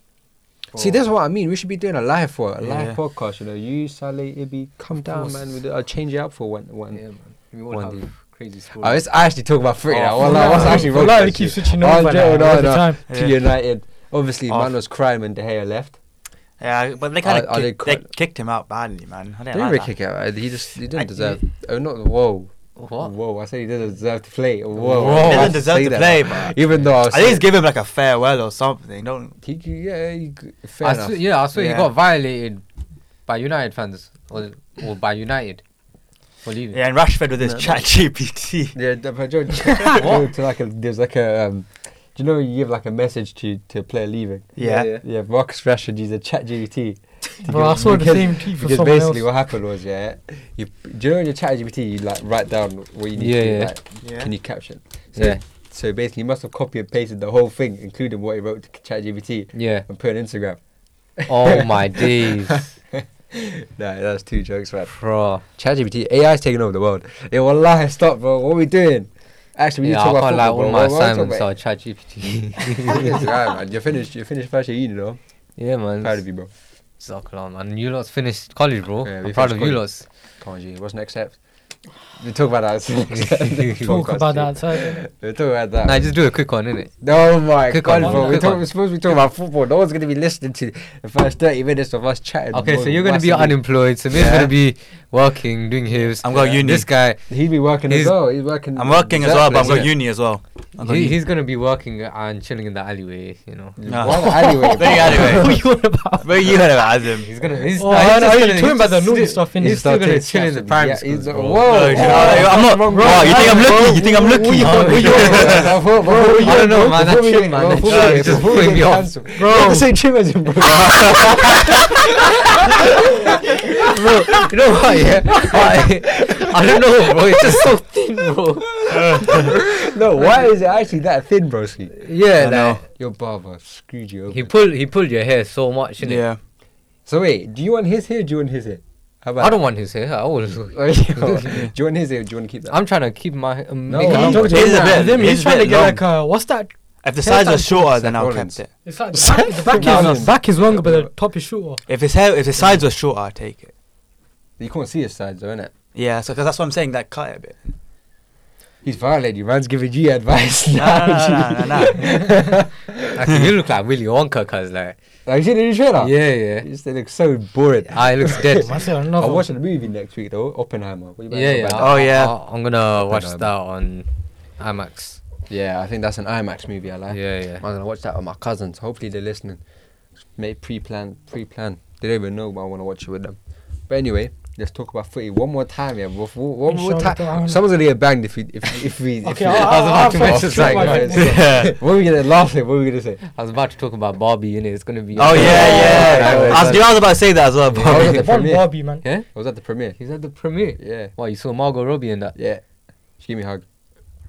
See, that's what I mean. We should be doing a live for a live
Yeah.
podcast. You know, you, Saleh, Ibi, come down, man. We do, I'll change it up for one. one.
Yeah, man. We all
One
have
day.
crazy stories.
Oh, it's actually talking about free now.
Oh,
Well, I was
Fulham-
actually wrong. Oh,
Fulham keep switching over now, all the time.
To
Yeah.
United, obviously,
Off.
man was crying when De Gea left.
Yeah, but they kind
Are- are
of
they
kick, they
cor-
kicked him out badly, man. I didn't
Didn't
like
really
that.
kick out. right? He just he didn't
I-
deserve. Oh, not whoa,
what?
whoa! I said he didn't deserve to play. Whoa,
He
I
doesn't
had
deserve
say
to
that.
play, man.
Even though I was
At least give him like a farewell or something. Don't.
he, he- yeah, he, fair
I
enough.
swear- yeah, I swear
Yeah.
he got violated by United fans or, or by United for leaving.
Yeah, and Rashford with his chat GPT.
Yeah, d- but Joe, [laughs] Joe to like a, there's like a, um, do you know you give like a message to to a player leaving?
Yeah.
Yeah,
Yeah, Marcus Rashford used a chat GPT.
Bro, I saw the same tweet for
Because
someone
basically
else.
what happened was, yeah, you, do you know in your chat GPT you like write down what you need
Yeah,
to do,
yeah.
like,
Yeah.
can you caption? So,
Yeah.
So basically you must have copied and pasted the whole thing, including what he wrote to chat GPT
Yeah.
and put on Instagram.
Oh my days.
[laughs] Nah, that's two jokes, man.
Bro.
ChatGPT, AI is taking over the world. Yeah, wallahi, stop, bro. What are we doing? Actually, we need
Yeah,
to
I
talk
can't
about football,
lie,
bro.
all my
What- what are we
assignments
talking [laughs]
are ChatGPT. [laughs]
about? Yes, right, man. You're finished. You're finished first year, you know.
yeah, man.
Proud of you, bro.
Zakla, man. You lot's finished college, bro.
Yeah, we
I'm proud of
finished
you
college.
lot's.
Come on, G. What's next step? We talk about
[laughs]
that. next
Talk
podcast,
about
G.
that outside.
We talk about that.
Nah, just do a quick one, innit?
Oh my
Quick
god,
one,
bro.
one,
We're,
quick
talk-
one.
we're supposed to be talking about football. No one's going to be listening to the first 30 minutes of us chatting.
Okay, so
bro.
you're gonna be
What's the-
unemployed. Samir's
Yeah.
gonna be working, doing his.
I'm going uni.
This guy,
He'd be working as
He's-
well. He's working.
I'm working as well, but I'm
Exactly,
going uni as well. I'm going
he,
uni.
he's gonna be working and chilling in the alleyway. You know.
yeah.
No.
Well,
[laughs]
anyway, [laughs]
Very anyway.
what [laughs] you on about?
Where you heard about
He's gonna. He's,
Oh,
nah,
I
he's
know,
just
you're
gonna-
talking about the
he's
naughty
still-
stuff, innit?
He's still
Start
gonna
taking
chill in the
snaps
primary
of- yeah, he's-
schools, bro.
whoa.
No,
Oh,
you know, I'm not.
wrong,
Wow, you think I'm
bro.
lucky? You think I'm lucky? [laughs]
Before you- [laughs] before- before you-
I don't know, man. That
before we-
shit, man. That
before
shit
we-
is just
before we
putting me
get
off.
cancelled. You're not the same gym as him, bro.
Bro, you know what? Yeah, I, I don't know, bro. It's just so thin, bro.
No, why is it actually that thin, broski?
Yeah,
I
like,
know.
Your barber screwed you
he
over.
pulled he pulled your hair so much. innit?
Yeah.
So wait, do you want his hair? Or do you want his hair? How about?
I don't want his hair. I always.
Oh, [laughs] do you want his hair? Or do you want to keep that?
I'm trying to keep my. Um,
No,
make it
I'm
longer.
talking to you
He's a
now.
bit-
Them, he's
he's
trying to
bit
get
long.
like a what's that?
If the sides are
Hairstyle-
shorter, then
Seth
I'll
Rollins.
kept it.
It's like the
[laughs]
back, the back
No,
is
no,
the
no.
back is longer, but the top is shorter.
If his hair, if his sides were shorter, I'd take it.
You can't see his sides, though, innit?
Yeah, so 'cause that's what I'm saying. That cut it a bit.
He's violating you. Man's giving you advice [laughs]
Nah,
now.
nah, nah, nah, nah, nah.
Actually, you look like Willy Wonka, cause like.
[laughs] Have you seen the new trailer?
Yeah, yeah.
It just- it looks so boring.
Ah, it looks [laughs] dead.
I said
I'm
another. one.
watching a movie next week, though. Oppenheimer. What you about
yeah, yeah.
Oppenheimer?
Oh, yeah.
I, am gonna watch
Oppenheimer.
that on IMAX.
Yeah, I think that's an IMAX movie. I like.
Yeah,
I'm
yeah.
gonna watch that with my cousins. Hopefully they're listening. Make pre-plan, pre-plan. They don't even know, but I want to watch it with them. But anyway, let's talk about footy one more time. Yeah, bef- one more
Inshallah
time.
ta'ala.
Someone's gonna get banged if we if, if we.
Okay,
if we
I'll-
I was about
I'll-
to
I'll-
mention
I'll-
something,
I'll-
[laughs]
guys.
what are we gonna laugh at? What are we gonna
[laughs]
say?
I was about to talk about Barbie, innit? It's gonna be.
Oh yeah,
yeah,
yeah.
yeah.
I was, you know, I was about to say that as well.
I was
Bobby.
at the
One
premiere.
Barbie, man.
Yeah?
I was at the premiere.
He's at the premiere.
Yeah,
Wow, you saw Margot Robbie in that.
yeah. She gave me a hug.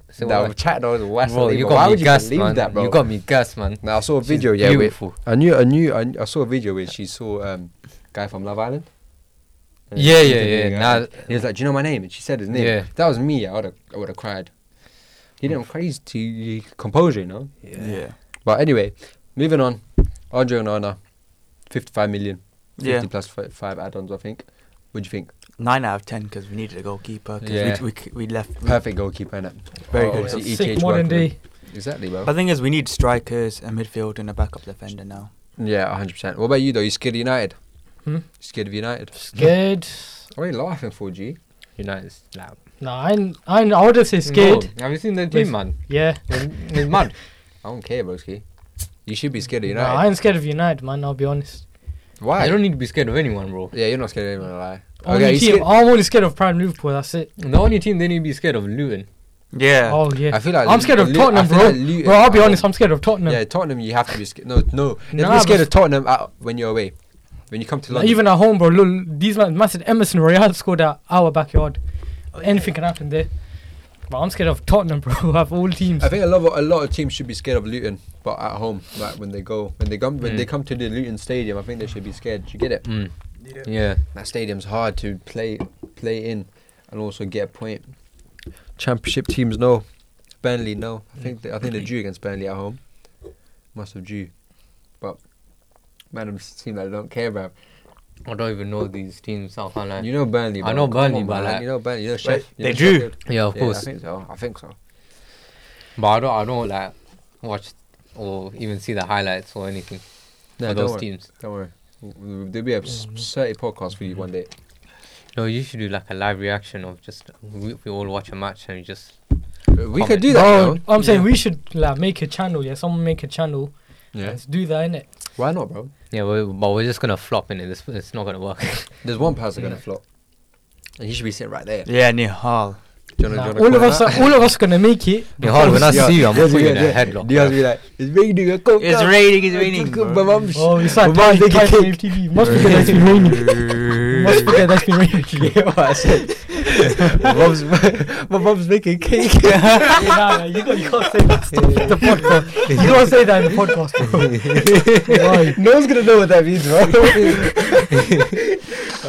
So
that
what-
was chat. That was west.
bro, you got
Why
me
would you
gassed,
believe
man.
that, bro?
You got me gassed, man.
Now I saw a
She's
video. Yeah, wait.
beautiful.
I knew, I knew, I, knew, I saw a video where she saw um guy from Love Island. And
Yeah,
she
yeah,
did
yeah,
the, uh,
nah.
he was like, "Do you know my name?" And she said his name.
Yeah.
That was me. I would have, I would have cried. He didn't cry. He's too composure, you know.
Yeah.
But anyway, moving on. Andre Onana, fifty-five million.
Yeah.
50 plus fi- five add-ons, I think. What do you think?
Nine out of ten because we needed a goalkeeper. 'cause
Yeah.
we, we, we left. we-
Perfect goalkeeper, innit?
Oh,
E
Very good.
obviously
Sick
ETH
modern
work with him.
day.
Exactly, bro.
But the thing is, we need strikers, a midfield, and a backup defender now.
Yeah, hundred percent. What about you though? You scared of United?
Hmm?
You scared of United? [laughs]
Scared.
What are you laughing for, G?
United's loud.
Nah, I, ain't- I, ain't- I wouldn't say scared.
No, have you seen the team, man?
Yeah.
It's mad.
[laughs] I don't care, broski. You should be scared of
Nah, I
United.
ain't scared of United, man. I'll be honest.
Why?
You don't need to be scared of anyone, bro.
yeah, you're not scared of anyone. Lie.
Only
Okay, you
team,
scared-
I'm only scared of Prime Liverpool. That's it.
The only team they need to be scared of Luton.
Yeah.
Oh yeah.
I feel like
I'm scared of
Lu- I
Tottenham,
feel
bro.
like Luton-
bro, I'll be
I
honest.
don't-
I'm scared of Tottenham.
Yeah, Tottenham. You have to be scared. No, no. You have
Nah,
to be scared
but-
of Tottenham out when you're away. When you come to
Like,
London.
even at home, bro. Look, these man, massive Emerson Royale scored at our backyard.
Oh,
Anything can happen there. But I'm scared of Tottenham, bro. [laughs] Of all teams.
I think a lot of a lot of teams should be scared of Luton, but at home, like when they go, when they come, when
Mm.
they
Hmm.
come to the Luton Stadium, I think they should be scared. Do you get it?
Mm. Yeah.
That stadium's hard to play play in, and also get a point. Championship teams no, Burnley no. I think they, I think they're due against Burnley at home. Must have due, but man, them seem like they don't care about.
I don't even know these teams. I can't lie.
You know Burnley.
I
bro.
know
Come on,
Burnley, but
man.
like-
you know Burnley. You know Sheff- you
they
know
drew.
Sheffield.
yeah, of
Yeah, I
course.
think so. I think so.
But I don't, I don't like watch or even see the highlights or anything
No,
for
don't
those
worry.
teams.
Don't worry. W- w- There'll be a s- thirty podcast for you one day.
No, you should do like a live reaction of just we, we all watch a match and you just
We could
Comment.
do that.
bro,
though.
I'm saying we should like make a channel. Yeah, someone make a channel. Let's do that, innit?
Why not, bro?
yeah, we but we're just gonna flop in it. This it's not gonna [laughs] work.
There's one person gonna flop, and he should be sitting right there.
Yeah, Nihal.
Do you wanna-
Nah,
do you wanna
all of
call
us,
that?
are, all of us, gonna make it.
yeah, hold on, when I
Yeah,
see you, I'm
yeah,
gonna put you
yeah,
in a
yeah.
headlock.
Diaz
bro.
be like, it's raining, I can't
It's
come."
raining, it's
I
raining,
can't-
bro.
Oh, my [laughs] mum's-
Oh, it's
my
like
mum's
Thai,
taking
Thai
cake.
Wave TV. Must forget that's been raining. Must forget that's been raining.
Yeah, what I said. [laughs] my, mum's, my mum's making cake.
[laughs] Yeah, nah, man, you, got, you can't say that stuff in the podcast. [laughs] You can't say that in the podcast, bro. [laughs] Why?
[laughs] no one's gonna know what that means, bro.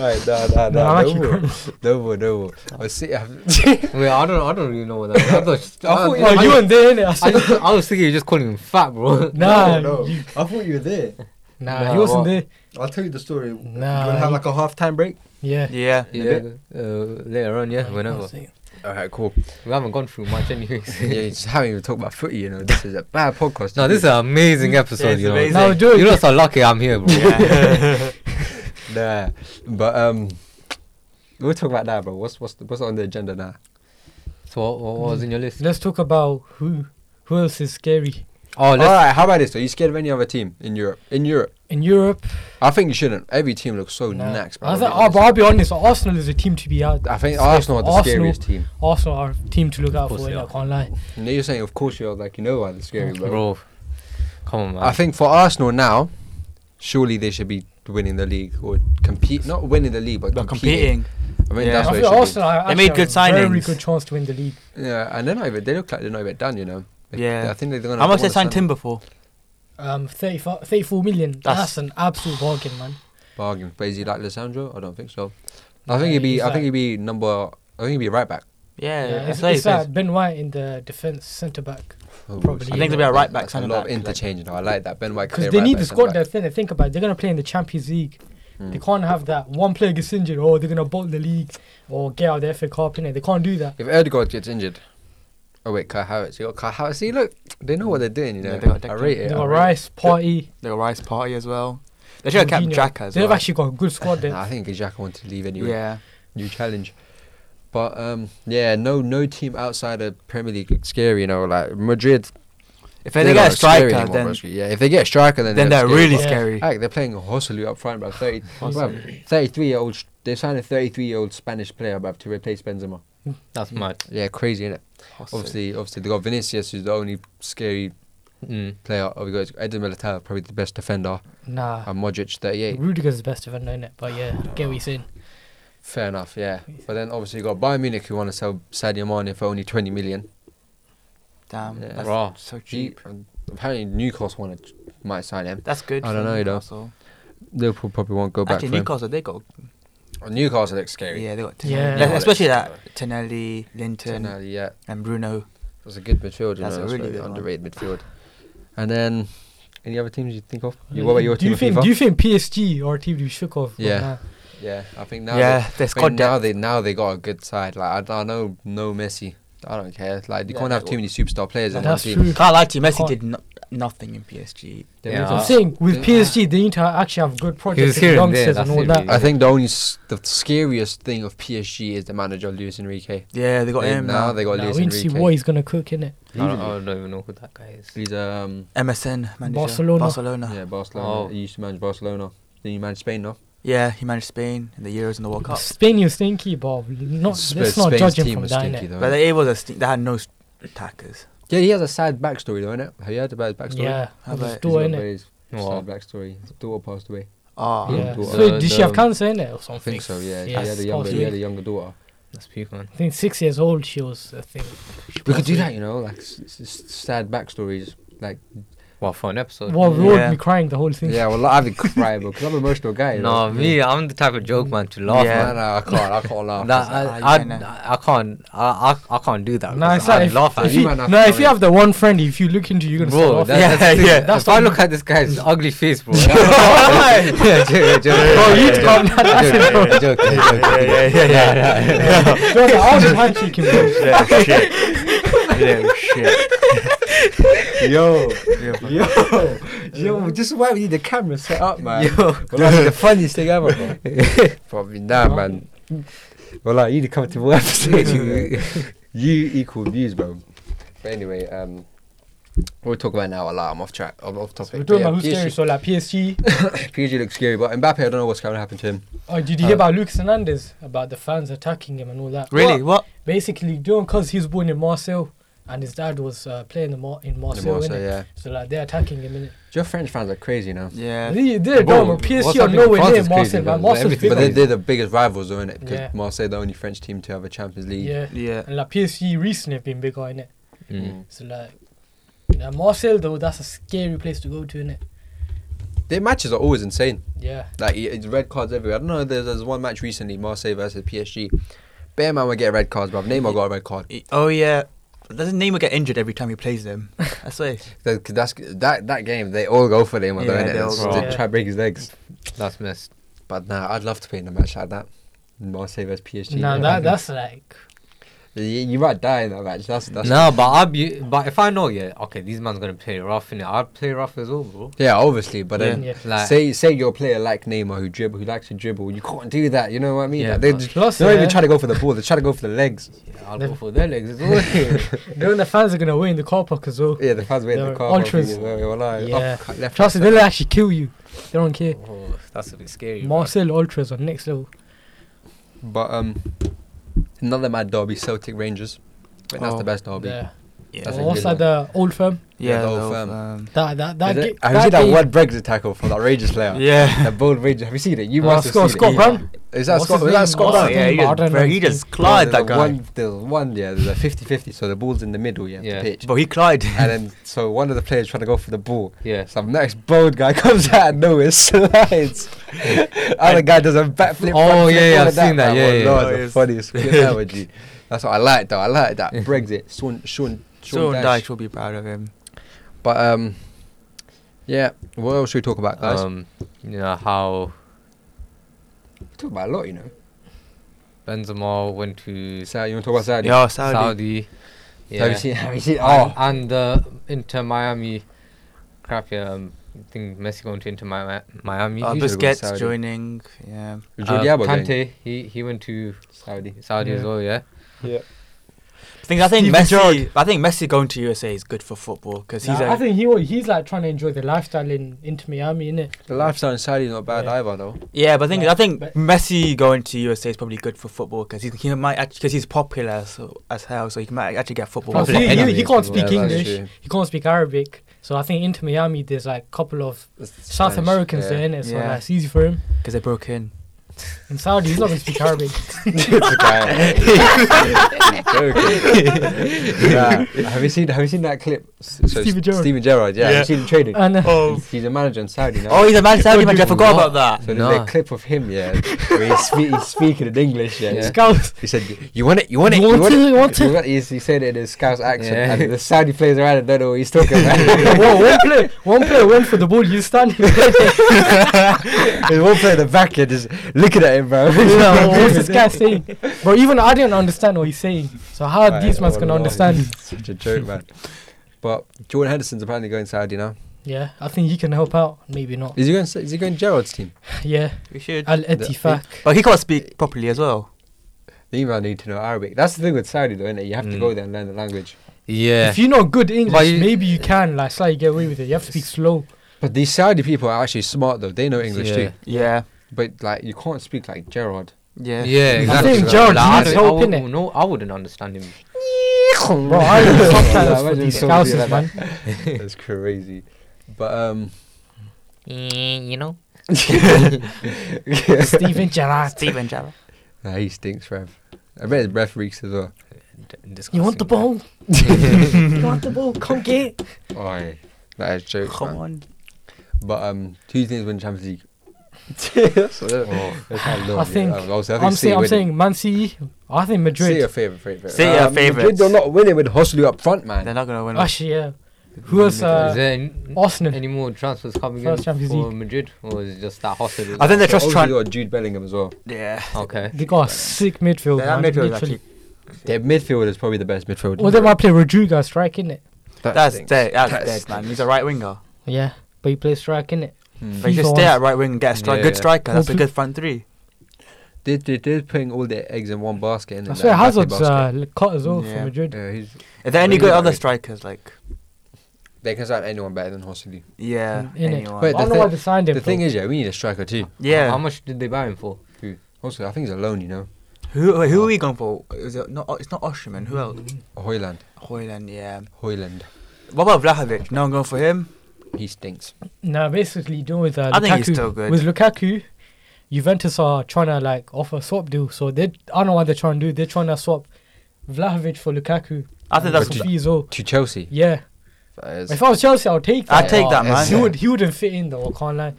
Alright, nah, nah,
No,
nah.
I'm
No,
actually
more.
crying.
no more, no more. I see. [laughs] I've,
Wait, I don't, I don't really know what that. Is. I, thought, I,
thought
[laughs]
thought,
you-
I,
Oh, you
was-
and they, innit? I
I,
said,
just, I was thinking you're just calling him fat, bro.
no,
nah,
no.
you-
I thought you were there.
nah,
Nah,
he wasn't
what?
there.
I'll tell you the story. Nah. You
Nah,
wanna have
you-
like a half time break?
Yeah.
Yeah.
Yeah, uh, later on,
Oh,
yeah, whenever.
Alright, cool.
We haven't gone through much,
[laughs]
anyways.
yeah, you just haven't even talked about footy, you know. This is a bad podcast.
No, this is
a
an amazing episode,
it's
you know.
amazing.
Now do
You
it.
know, so lucky I'm here, bro.
nah. But um we'll talk about that, bro. What's what's what's on the agenda now?
[laughs] So what, what was in your list?
Let's talk about who who else is scary
Oh, let's,
Alright, how about this? Are you scared of any other team in Europe? In Europe.
in Europe.
I think you shouldn't. Every team looks so
Nah.
next, bro.
I
I'll
was
be
like, oh,
honest.
but I'll be honest. Arsenal is a team to be out.
I think
scared.
Arsenal are the
Arsenal-
scariest team.
Arsenal are a team to look out
course
for.
they
innit?
are.
I can't lie.
And you're saying, of course, you're like, you know why they're scary, bro.
bro. Come on, man.
I think for Arsenal now, surely they should be winning the league or compete, not winning the league, but
They're
competing.
competing.
I mean,
Yeah.
that's
I
what it should
think
be.
Arsenal are
They
actually
made good
have a Very
signings.
good chance to win the league.
Yeah, and they're not even. They look like they're not even done. You know. They-
Yeah.
I think they're gonna.
How much
wanna
they signed
sign
Timber for?
Um, 34, 34 million. That's,
That's-
an absolute bargain, man.
Bargain. But is he like Lissandro? I don't think so. I
Nah,
think he'd be.
he's
I think
like-
he'd be number. I think he'd be right back.
Yeah,
Yeah,
that's
it's,
what he
it's
says.
like Ben White in the defense centre back.
Oh,
Probably.
so
I
that's-
think they'll be a
right back,
that's A
centre
lot of
back, like-
interchange. now. I like that. Ben White. can
Because
play
they
right
need
back,
the
centre
squad
back.
depth. Then think about it. They're gonna play in the Champions League.
Mm.
They can't have that one player gets injured or they're gonna bolt the league or get out of the FA Cup. Innit? They can't do that.
If Erdegaard gets injured. Oh wait, Kai Havertz. You got Kai Havertz. See, look, they know what they're doing. You
Yeah,
know,
they got
I
Declan.
rate it.
they
I
got
rate it.
Rice, Party.
They got Rice Party as well. They should have kept
Jorginho.
Jack as
They've
well.
actually got a good squad
Nah, I
depth.
think Xhaka wanted to leave anyway.
Yeah.
New challenge. But um, yeah, no, no team outside of Premier League looks scary. You know, like Madrid.
If they,
they're
get
not
a
scary
striker,
anymore,
then
basically. yeah, if they get a striker, then
then
they're
they're
scary.
really
Yeah.
scary.
Like they're playing Hosselu up front, bro. [laughs] 30,
Hosselu.
33 year old. They signed a 33 year old Spanish player, bruv, to replace Benzema.
that's mad.
Yeah, crazy, innit?
Oh,
Obviously, obviously they got Vinicius, who's the only scary
Mm.
player. Oh, we got Edin Militao, probably the best defender,
Nah.
and Modric, 38.
Rudiger's the best defender in it, but yeah, get what you're saying.
Fair enough, yeah. But then obviously you got Bayern Munich, who want to sell Sadio Mane for only 20 million.
Damn,
Yeah.
that's
Raw.
so
Cheap.
cheap.
Apparently Newcastle wanted might sign him.
That's good.
I
for
don't know, though.
Newcastle.
Liverpool probably won't go back
Actually,
for him.
Newcastle they got
Oh, Newcastle looks scary.
yeah they got Tinelli.
Yeah.
Like, especially that Tinelli, Linton,
Tonali, yeah,
and Bruno.
that's a good midfield. You
That's
know,
a
that's
really
very
good one.
underrated midfield. And then any other teams you think of? You, what about your
do
team?
you
of
think
FIFA?
do you think PSG or a team to be shook off?
Yeah.
Nah.
yeah, I think now. they,
yeah, their
I think
squad
now
depth.
they now they got a good side. Like I, I know no Messi. I don't care. Like you
Yeah,
can't
they
have too
will.
many superstar players in one
That's
team.
true.
Can't lie to you, Messi
Can't-
did no- nothing in PSG.
They
Yeah.
need to-
I'm saying with
Yeah.
PSG, they need to actually have good projects
here
and
and
youngsters
there,
and
that's
all
it,
that.
really.
I think the only s- the scariest thing of PSG is the manager Luis Enrique.
Yeah, they got
They-
him uh,
now
now.
they got
Nah,
Luis
we need to see
Enrique.
what he's gonna cook in it.
I don't, I don't even know who that guy is.
He's um
MSN manager.
Barcelona.
Barcelona. Yeah.
Yeah, Barcelona.
Oh.
He used to manage Barcelona. Then you manage Spain, no?
he managed Spain in the Euros and the World Cup.
Spain is stinky, but not
Sp-
let's not
Spain's
judge him
team
from
was
that.
stinky,
innit?
though.
But it was a st- they had no s- attackers.
yeah, he has a sad backstory, though, innit? Have you heard about his backstory?
Yeah,
How
with
about-
his
He's
daughter
got
in
a
it.
very
Wow.
Sad backstory. His daughter passed away.
Oh,
Yeah.
Yeah.
daughter.
So did she have
The-
cancer in it or something?
I think so. Yeah,
Yeah,
he had a younger,
possibly.
he had a younger daughter.
That's peak, man.
I think six years old she was. I think.
We could do that, you know, like s- s- s- sad backstories. Like,
Wow, for an episode.
Well, we would
Yeah.
be crying the whole thing.
yeah, well, I'd be crying because I'm an emotional guy. you
no,
know?
me, I'm the type of joke man to laugh,
No,
Yeah.
no, I can't. I can't laugh.
man. That, I,
Ah, you
I,
can,
I, I can't, I, I, I can't do that.
Nah, it's
'cause I'd
like if,
laugh at
if
you
you,
might not
no,
have
if
to
you have the one friend, if you look into, you, you're gonna
Bro,
start
that's,
laughing.
Yeah,
that's the
yeah.
thing.
That's
if I
not-
look at this [laughs] guy's ugly face, bro. yeah, joke, joke,
Bro, you
joke,
got mad at him, bro.
[laughs] joke, joke, joke.
yeah, yeah, yeah,
[laughs]
yeah.
Bro, like, I was handshaking, bro.
yeah, shit. Yeah, shit.
yo,
Yeah,
yo, [laughs] yo, this is why we need the camera set up, man.
Yo.
Well, that's [laughs] the funniest thing ever, bro. [laughs] Probably nah, man. Well, like, you need to come to my [laughs] episode. you, you equal views, bro. But anyway, um, we'll talk about now a lot. I'm off track. I'm off topic.
We're talking
But
about who's scary,
PSG,
so like PSG.
PSG looks scary, but Mbappe, I don't know what's going to happen to him.
Oh, did you
Uh,
hear about Lucas Hernandez? About the fans attacking him and all that.
Really? What?
Basically, doing because he was born in Marseille and his dad was uh, playing in, Mar- in Marseille,
Marseille,
innit?
yeah.
So like they're attacking him, innit?
Your French fans are crazy, you know.
Yeah.
They, they're
Bro,
dumb.
what's
PSG are
happening in
nowhere
France
near
is
Marseille,
crazy,
man.
man.
Marseille's
Everything-
big.
But
Really?
they, they're the biggest rivals, though, innit? Because
Yeah.
Marseille, the only French team to have a Champions League.
Yeah.
Yeah.
And like PSG recently have been bigger, innit?
Mm.
Mm-hmm. So like, now Marseille though, that's a scary place to go to, innit?
Their matches are always insane.
Yeah.
Like it- it's red cards everywhere. I don't know. There's, there's one match recently, Marseille versus PSG. Bear man would get red cards, bruv. Neymar got a red card.
E- Oh yeah, doesn't Neymar get injured every time he plays them? I swear.
That, 'cause that's that that game. They all go for Neymar,
Yeah,
yeah,
they all
don't
go.
they?
Yeah.
To try to break his legs.
That's messed.
But nah, I'd love to play in a match like that. Marseille versus PSG.
Nah,
Yeah,
that
man.
that's like
you, you might die in that match. That's that's.
No, but I'll be. But if I know, yeah, okay, these man's gonna play rough in it. I'd play rough as well, bro.
Yeah, obviously, but then
Yeah.
Like,
say say your player like Neymar who dribble who likes to dribble, you can't do that. You know what I mean?
Yeah,
Like, they
but-
just,
Plus,
they don't even
yeah.
try to go for the ball. They try to go for the legs.
yeah, I'll
They've-
go for their legs as [laughs] well.
knowing the fans are gonna win the car park as well.
Yeah, the fans waiting in
They're
the car. for
ultras.
me, well, well, I-
Yeah.
oh, cut left,
Trust me,
right,
they'll actually kill you. They don't care.
oh, that's a bit scary. bro.
Marcel Ultras on next level.
But um, another mad derby, Celtic Rangers. I think that's
Oh,
the best derby.
Yeah.
Yeah,
That's
That's
a
also
good one.
the old firm.
Yeah,
yeah,
the whole
though,
firm.
um,
That that that.
Is
ga-
it? Have you seen that
game-
one Brexit tackle from that Rangers player?
yeah.
That bold Ranger. Have you seen it? You
Uh,
must have
Scott,
seen
Scott
it.
Brown.
Is that
What's
[laughs]
Scott?
his
Is that
name?
Scott
What's
Brown?
his name?
yeah, he
I don't
just, bro,
know.
he just
Well,
clobbered
there's
that
a
guy.
One, there's one, yeah, there's a 50-50, so the ball's in the middle, yeah, of the
Yeah.
pitch.
But he cried.
And then, so one of the players trying to go for the ball.
Yeah.
Some next bold guy [laughs] comes out of nowhere, slides. Other guy does a backflip.
Oh,
frontflip,
yeah, yeah,
all
I've
of that,
seen that,
man.
yeah,
Oh,
yeah,
Lord,
yeah.
the
Nice.
funniest clip ever, G. That's what I like, though. I like that. Brexit, Sean, Sean,
Sean
Sean, Dyche.
Dyche will be proud of him.
But, um, yeah, what else should we talk about, guys?
Um, you know how
we talk about a lot, you know.
Benzema went to
Sa- you want to talk about Saudi?
Yeah,
Saudi.
Saudi.
Yeah.
Have you seen? Have you seen?
Oh,
Oh,
and uh, Inter Miami. Crap, yeah. Um, I think Messi going to Inter Mi- Miami.
Uh,
He should've gone Saudi.
Busquets joining. Yeah.
Jordi
Uh,
Alba going.
Kante, he he went to
Saudi.
Saudi as
Yeah.
well. Yeah.
I think I think
Steven
Messi. I think Messi going to USA is good for football because he's
Nah, I
a
think he wa- he's like trying to enjoy the lifestyle in into Miami, innit?
The lifestyle in Saudi is not bad
Yeah.
either, though.
yeah. But I think
Nah,
I think
but-
Messi going to USA is probably good for football because he he might because he's popular so, as hell, so he might actually get football.
Plus,
Popular
he, he,
anyway,
he can't speak
that's
English.
true.
He can't speak Arabic. So I think into Miami there's like a couple of South
Spanish,
Americans
yeah.
there, innit? So
Yeah.
like, it's easy for him.
because they broke in.
In Saudi, he's not gonna speak
[laughs]
Arabic.
[laughs] It's a [laughs] guy. [laughs] Nah, have you seen? Have you seen that clip? S- So
Steven Gerrard.
Steven Gerrard, yeah. Have you seen him trading?
And uh,
Oh,
He's a manager in Saudi now.
oh, he's a Man Saudi manager. I forgot
What?
about that.
so there's
Nah.
a clip of him, yeah, where he's, spe- he's speaking in English, yeah.
Yeah.
scouts.
He said, "You want it? [laughs] You want it?
You want it? You want it?"
He, he said it in his Scouse accent,
Yeah.
and the Saudi players around and don't know what he's talking
[laughs]
about. [laughs]
Whoa, [laughs] one player, one player went for the ball. You stand. [laughs]
There's one player in the back here just looking at him, bro. [laughs]
Yeah, well, what's this guy saying? Bro, even I didn't understand what he's saying. So how are
Right,
these mans
oh
gonna
Lord.
understand?
[laughs] Such a joke, man. But Jordan Henderson's apparently going Saudi now.
Yeah, I think he can help out. Maybe not.
Is he going? Is he going Gerald's team?
Yeah,
We should.
Al Etifak.
But Oh, he can't speak properly as well.
The email need to know Arabic. That's the thing with Saudi, though, isn't it? You have to
Mm.
go there and learn the language.
Yeah.
If you know good English,
you-
maybe you can like slightly get away with it. You have to speak slow.
But these Saudi people are actually smart, though. They know English
Yeah.
too.
Yeah.
But like, you can't speak like Gerard.
Yeah.
[laughs]
yeah, exactly.
think
bro.
Gerald
Like, I
needs
don't- I
help,
wou-
innit?
No, I wouldn't understand him.
Bro, I need subtitles for
Imagine
these
someone being
scousers,
like
man.
that. That's crazy. But um,
Eh,
You know.
Steven Gerrard.
Steven Gerrard.
[laughs] nah, he stinks, Rev. I bet his breath reeks as well.
You want the ball? you want the ball? Come get it.
Oi, that is a joke. man.
Come on.
But um, two teams win Champions
[laughs]
League. That's what-
Oh.
that's how low
I
it is.
think-
Um, I was- I think
I'm,
City
saying, I'm
winning.
saying Man City. I think
City are
Madrid.
favourite, favourite. Um,
City are
Madrid,
favourites.
they're not winning with Hosley up front,
They're
man.
not gonna win.
Actually, yeah. Who else?
Is
Uh,
there n-
Arsenal.
any more transfers coming
First
in
Champions
for
League.
Madrid, or is it just that hostel?
I think they're just
Oh,
Obviously
trying.
got Jude Bellingham as well.
Yeah.
okay.
They got a sick midfield.
That
man,
midfield is
literally.
actually.
Their midfield is probably the best midfield.
Well, they might play Rodrigo strike, innit?
That's
stinks.
dead.
That
That's dead,
stinks.
man. He's a right winger.
Yeah, but he plays strike, innit?
Hmm.
But you
FIFA
should stay
wants-
at right wing and get a stri-
Yeah,
good
yeah.
striker. That's a
Well,
good front three.
They, they, they're putting all their eggs in one basket. innit?
I swear
That Mbappe
Hazard's uh,
basket.
l- cut as well for
Yeah.
Madrid.
Yeah, he's,
If there are any
Really
good other
worried.
strikers, like
they can sign anyone better than Hosley.
yeah,
Mm, innit?
anyone.
But the
I don't know
thing-
why they signed him.
The thing
though.
is, yeah, we need a striker too.
yeah.
How much did they buy him for?
Also, I think he's alone, you know.
who who are we going for? Is it not? It's not Osherman. Who else?
Hoyland.
Hoyland. Yeah.
Hoyland.
What about Vlahovic? No one going for him.
He stinks.
Nah, basically doing with uh,
I
Lukaku.
think he's still good.
With Lukaku, Juventus are trying to like offer a swap deal. So they, I don't know what they're trying to do. They're trying to swap Vlahovic for Lukaku.
I think
And
that's
for fees all.
To Chelsea.
Yeah,
That is-
If I was Chelsea, I would take that.
I'd take that,
Yeah.
man.
He would. He wouldn't fit in though. I can't lie.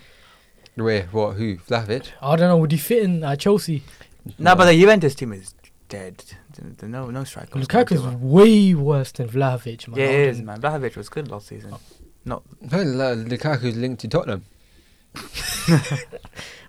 Wait, what? Who? Vlahovic?
I don't know. Would he fit in at Chelsea?
No, but the Juventus team is dead. Th- th- No, no strikers.
Lukaku's way worse than Vlahovic, man.
Yeah,
I
it is,
don't-
man. Blahovic was good last season.
No, La- Lukaku's linked to Tottenham.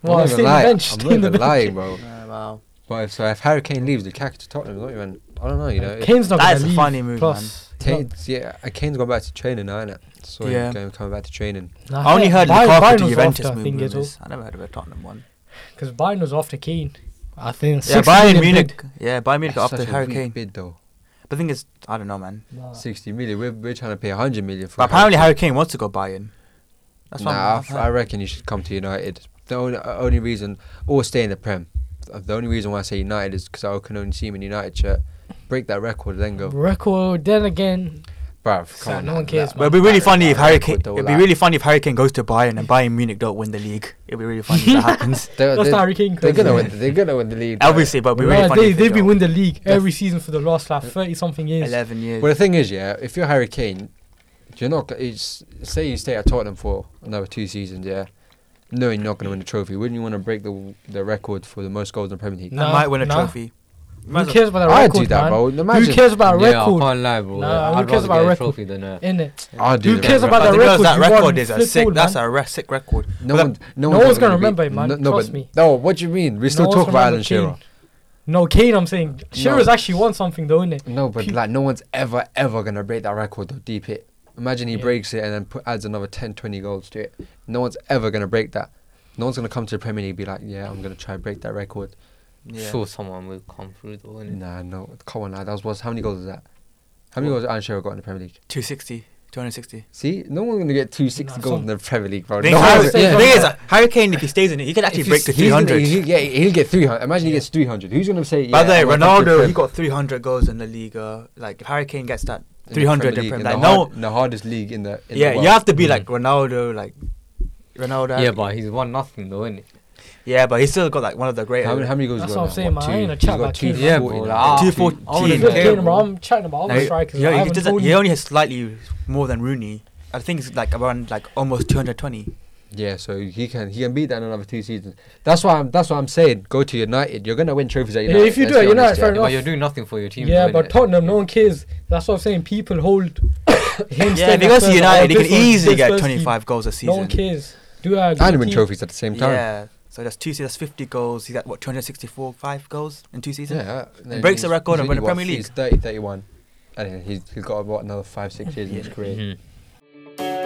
Well,
I'm not even
stay on the
lying.
bench,
I'm
stay on
not even
[laughs]
the bench.
lying, bro.
wow.
But if, so if Harry Kane leaves, Lukaku to Tottenham, not even. I don't know, you know.
Kane's not
That
gonna
is a
leave.
funny move,
Plus, he's not-
Kane's, yeah, uh, Kane's gone back to training now, innit? So
Yeah.
he's going, coming back to training.
Nah,
I only heard
Bayern-
Lukaku
Bayern
to
was
Juventus
after, I
move
think, as well.
rumours. I never heard of a Tottenham one.
Because Bayern was after Kane. I think.
Yeah,
60
Bayern
million
Munich. Yeah, Bayern Munich got
That's
up to
such a
Harry
weak
Kane.
bid, though.
But the thing is, I don't know, man.
bid. Nah.
60 million. We're, we're trying to pay 100 million for
But apparently Harry Kane wants to go Bayern. That's what
nah, I
I'm-
f- I reckon you should come to United. The only, uh, only reason, or stay in the Prem. Uh, The only reason why I say United is because I can only see him in United shirt. Break that record, then go.
Record. Then again,
Bruv,
So
come on.
no
now,
one cares,
that-
But it'd be really funny if
that
Harry
record,
Kane.
though,
It'd be
like-
really funny if Harry Kane goes to Bayern and Bayern Munich don't win the league. It'd be really funny
[laughs]
if that happens.
They're,
that's
they're-
Harry Kane.
they're
crazy.
gonna win. They're gonna win the league. but-
Obviously, but it'd be
Nah,
really funny.
they
if they
they've been
don't.
winning the league every season for the last like thirty something years.
eleven years.
Well, the thing is, yeah, if you're Harry Kane, you're not. go- It's, say you stay at Tottenham for another two seasons, yeah, knowing you're not going to win the trophy, wouldn't you want to break the the record for the most goals in the Premier League?
No,
I might win a
no.
trophy.
Who cares about that
I'd
record,
do that,
man?
bro. Imagine,
Who cares about a
yeah, I
record?
can't lie, bro.
Nah, who
I'd
cares
rather
about
get a
record?
trophy than a.
In it,
I'd do
Who
that,
cares
bro.
about
But
that
the girls,
record
that
you won
record is a
flip
sick.
all,
that's
man.
a re- sick record.
No
Well,
one, no,
no one's gonna
gonna be-
remember it, man.
No, no,
Trust
but,
me.
no, what do you mean? We still
No one's
talk about
remember
Alan Shearer.
Kane. No, Kane. I'm saying Shearer's
No.
actually won something though, innit?
No, but
Pe-
like, no one's ever, ever gonna break that record. Though, deep hit. Imagine he
Yeah.
breaks it and then put, adds another 10, 20 goals to it. No one's ever gonna break that. No one's gonna come to the Premier League and be like, yeah, I'm gonna try and break that record.
Yeah.
Sure, someone will come through though. innit?
Nah, no. Come on, lad. That was, was how many goals is that? How many
What?
goals Alan Shearer got in the Premier League?
260, 260.
See, no one's gonna get two sixty
Nah,
goals
some-
in the Premier League, bro.
The thing
No
Harry-
one's-
is,
yeah.
the thing is, uh, Harry Kane, if he stays in it, he can actually
If
break
he's-
the
he's gonna-
300.
he- yeah, he'll get three hundred. Imagine he gets three hundred. Who's gonna say? Yeah,
By the way,
I want that to
Ronaldo,
Prem-
he got 300 goals in the league. Uh, like, if Harry Kane gets that
in the
300 in
League,
Premier
the
League, like, no,
hard- the hardest league in the. In
yeah,
the
you
world.
have to be like Ronaldo, like Ronaldo.
Yeah, but he's won nothing though, innit?
yeah, but he's still got like one of the great.
How many, how many goals?
That's
he got
what
now?
I'm saying, man. I
Two.
ain't a
He's
chat
got
about Kane.
240
Yeah, bro,
now.
like,
Two
Two
fourteen.
I
He's
wouldn't
not
care,
Kane, bro.
bro.
I'm chatting about
No,
other
he-
strikers.
he,
I
he
haven't
doesn't-
told
he
you.
only has slightly more than Rooney. I think it's like around like almost 220.
Yeah, so he can he can beat that in another two seasons. That's why I'm that's what I'm saying. Go to United. You're gonna win trophies at
Yeah,
United.
if you
let's
do it,
be
you're not
honest, yeah.
fair
Yeah,
enough.
but you're doing nothing for your team.
Yeah,
though,
but
innit?
Tottenham, no one cares. That's what I'm saying. People hold him.
Yeah, if he goes to United, he can easily get 25 goals a
No
season.
one cares. Do I?
And win trophies at the same time.
Yeah. So that's two seasons, that's 50 goals. He's got what 264 five goals in two seasons.
Yeah, and
He breaks the
he's-
record
he's
and win
only,
the Premier
what,
League.
He's 30, 31. And he's, he's got what another five, six years in his career.
Mhm.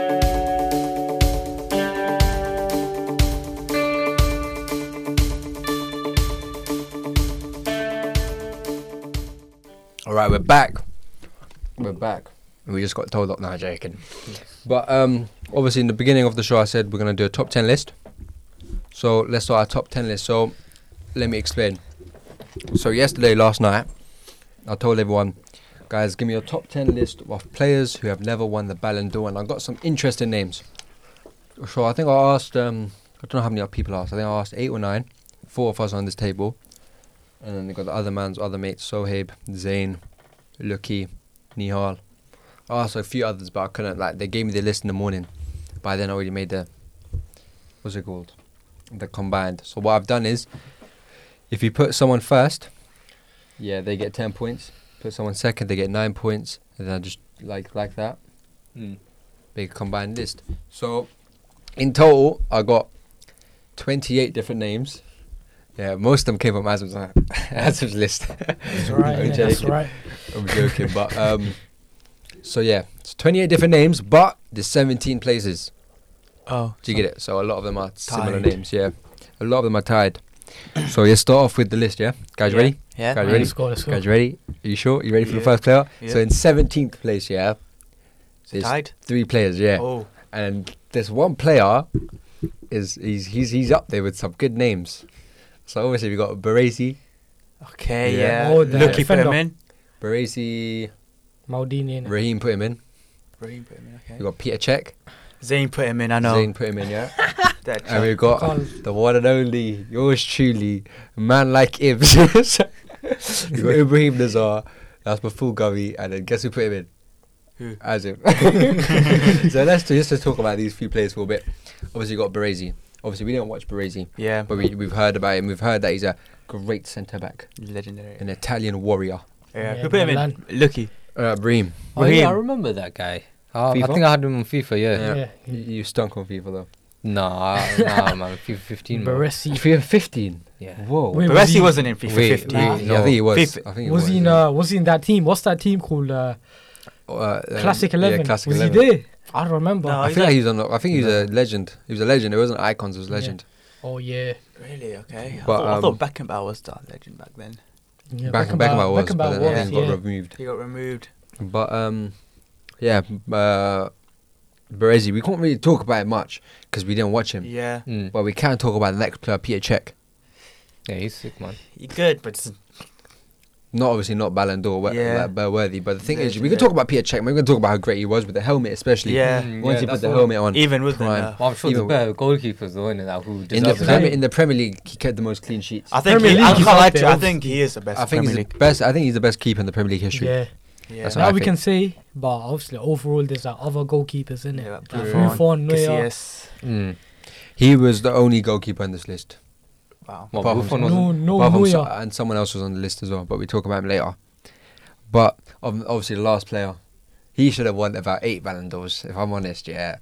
All right, we're back. We're back. We just got told up now, Jacob. But um, obviously, in the beginning of the show, I said we're gonna do a top ten list. So let's start our top ten list. So let me explain. So yesterday, last night, I told everyone, guys, give me your top ten list of players who have never won the Ballon d'Or, and I got some interesting names. So I think I asked. Um, I don't know how many other people I asked. I think I asked eight or nine. Four of us on this table, and then they got the other man's other mates: Sohaib, Zain, Lucky, Nihal. I asked a few others, but I couldn't. Like they gave me the list in the morning. By then, I already made the what's it called? The combined. So what I've done is, if you put someone first, yeah, they get ten points. Put someone second, they get nine points. And then I just like like that
Mm.
big combined list. So in total, I got 28 different names. Yeah, most of them came from Azim's, uh, [laughs] Azim's list.
That's right.
I'm
innit? That's
joking.
right.
I'm joking, but um, so yeah, it's 28 different names, but there's 17 places.
Oh,
Do you get it? So a lot of them are similar
Tied.
names. Yeah, a lot of them are tied. So you start off with the list. Yeah, guys,
Yeah.
ready?
Yeah.
Guys,
Yeah,
ready?
let's go, let's go.
Guys, ready? Are you sure? You ready for the
Yeah.
first player? So
Yeah.
in 17th place, yeah,
Is it tied.
three players. Yeah.
Oh,
and this one player is he's he's he's up there with some good names. So obviously we got Baresi,
okay.
Yeah.
Yeah.
Oh, the
Lucky put him
defender.
in.
Baresi,
Maldini. innit?
Raheem put him in.
Raheem put him in.
We
Okay.
got Peter Cech,
Zane put him in. I know.
Zane put him in, yeah.
That
and
chap.
we got
Carl.
the one and only yours truly, man like [laughs] Ibs. we got Ibrahim Nazar. That's before Gummy, and then guess who put him in?
Who?
As
[laughs]
in. so let's just, just talk about these few players for a bit. Obviously, you got Baresi. Obviously, we didn't watch Baresi,
Yeah,
but we, we've heard about him. We've heard that he's a great centre back,
legendary.
an Italian warrior.
Yeah,
Yeah,
who put him
Milan.
in? Lucky.
Uh, Bream.
Oh yeah, I
Raheem.
remember that guy. Uh, I
FIFA?
think I had him on FIFA. Yeah.
Yeah.
Yeah.
You, you stunk on FIFA though.
Nah, nah, [laughs] man. FIFA 15. man.
Baresi.
FIFA 15.
Yeah.
Whoa.
Wait,
But
was
Messi
he-
wasn't in FIFA
Wait,
15.
wait,
Yeah,
no.
I think he was.
FIFA
I think he
Was he in?
yeah.
Uh, was he in that team? What's that team called? Uh,
Uh, um,
Classic
yeah,
Eleven.
Classic
was
11.
he there? I don't remember.
No,
I
Oh, He's
feel like
like-
he's on. the- I think he was a legend. He was a legend. It wasn't icons. It was
Yeah.
legend.
Oh yeah.
Really? Okay. I,
But,
thought, I thought
um,
Beckenbauer was that legend back then.
yeah
Beckham, Beckham was, but then I think
was,
he got removed.
He got removed.
But um, yeah, uh, Baresi. We can't really talk about it much because we didn't watch him.
Yeah.
Mm.
But we can talk about the next player, Peter Cech.
Yeah, he's sick, man.
He good, but it's-
Not obviously not Ballon d'Or wor-
Yeah.
like, but worthy, but the thing
Yeah,
is, we can
yeah.
talk about Peter Cech. but We can talk about how great he was with the helmet, especially.
Yeah.
Mm,
Once
yeah,
he put
that's
the
all.
helmet on,
even Uh, with them.
Prime.
yeah.
Well, I'm sure
Even-
the better goalkeepers, the one that who
in the
deserves
Premier,
it.
in the Premier League, he kept the most clean sheets.
I think.
Premier
He,
League
I
is
can't
up
lie
there,
to you, I
obviously.
think he is the best.
I think he's
Premier
the best. I think he's the best keeper in the Premier League history.
Yeah.
League.
that's
yeah.
what
Now
I
we
think.
can say, but obviously overall there's like other goalkeepers in it.
Yeah,
Like
Buffon,
Buffon, Neuer.
Casillas.
Mm.
He was the only goalkeeper on this list.
Wow.
Well,
Apart from
Buffon wasn't.
No, no
Apart from so-
Neuer.
and someone else was on the list as well, but we talk about him later. But ob- obviously, the last player, he should have won about eight Ballon d'Ors, if I'm honest. Yeah,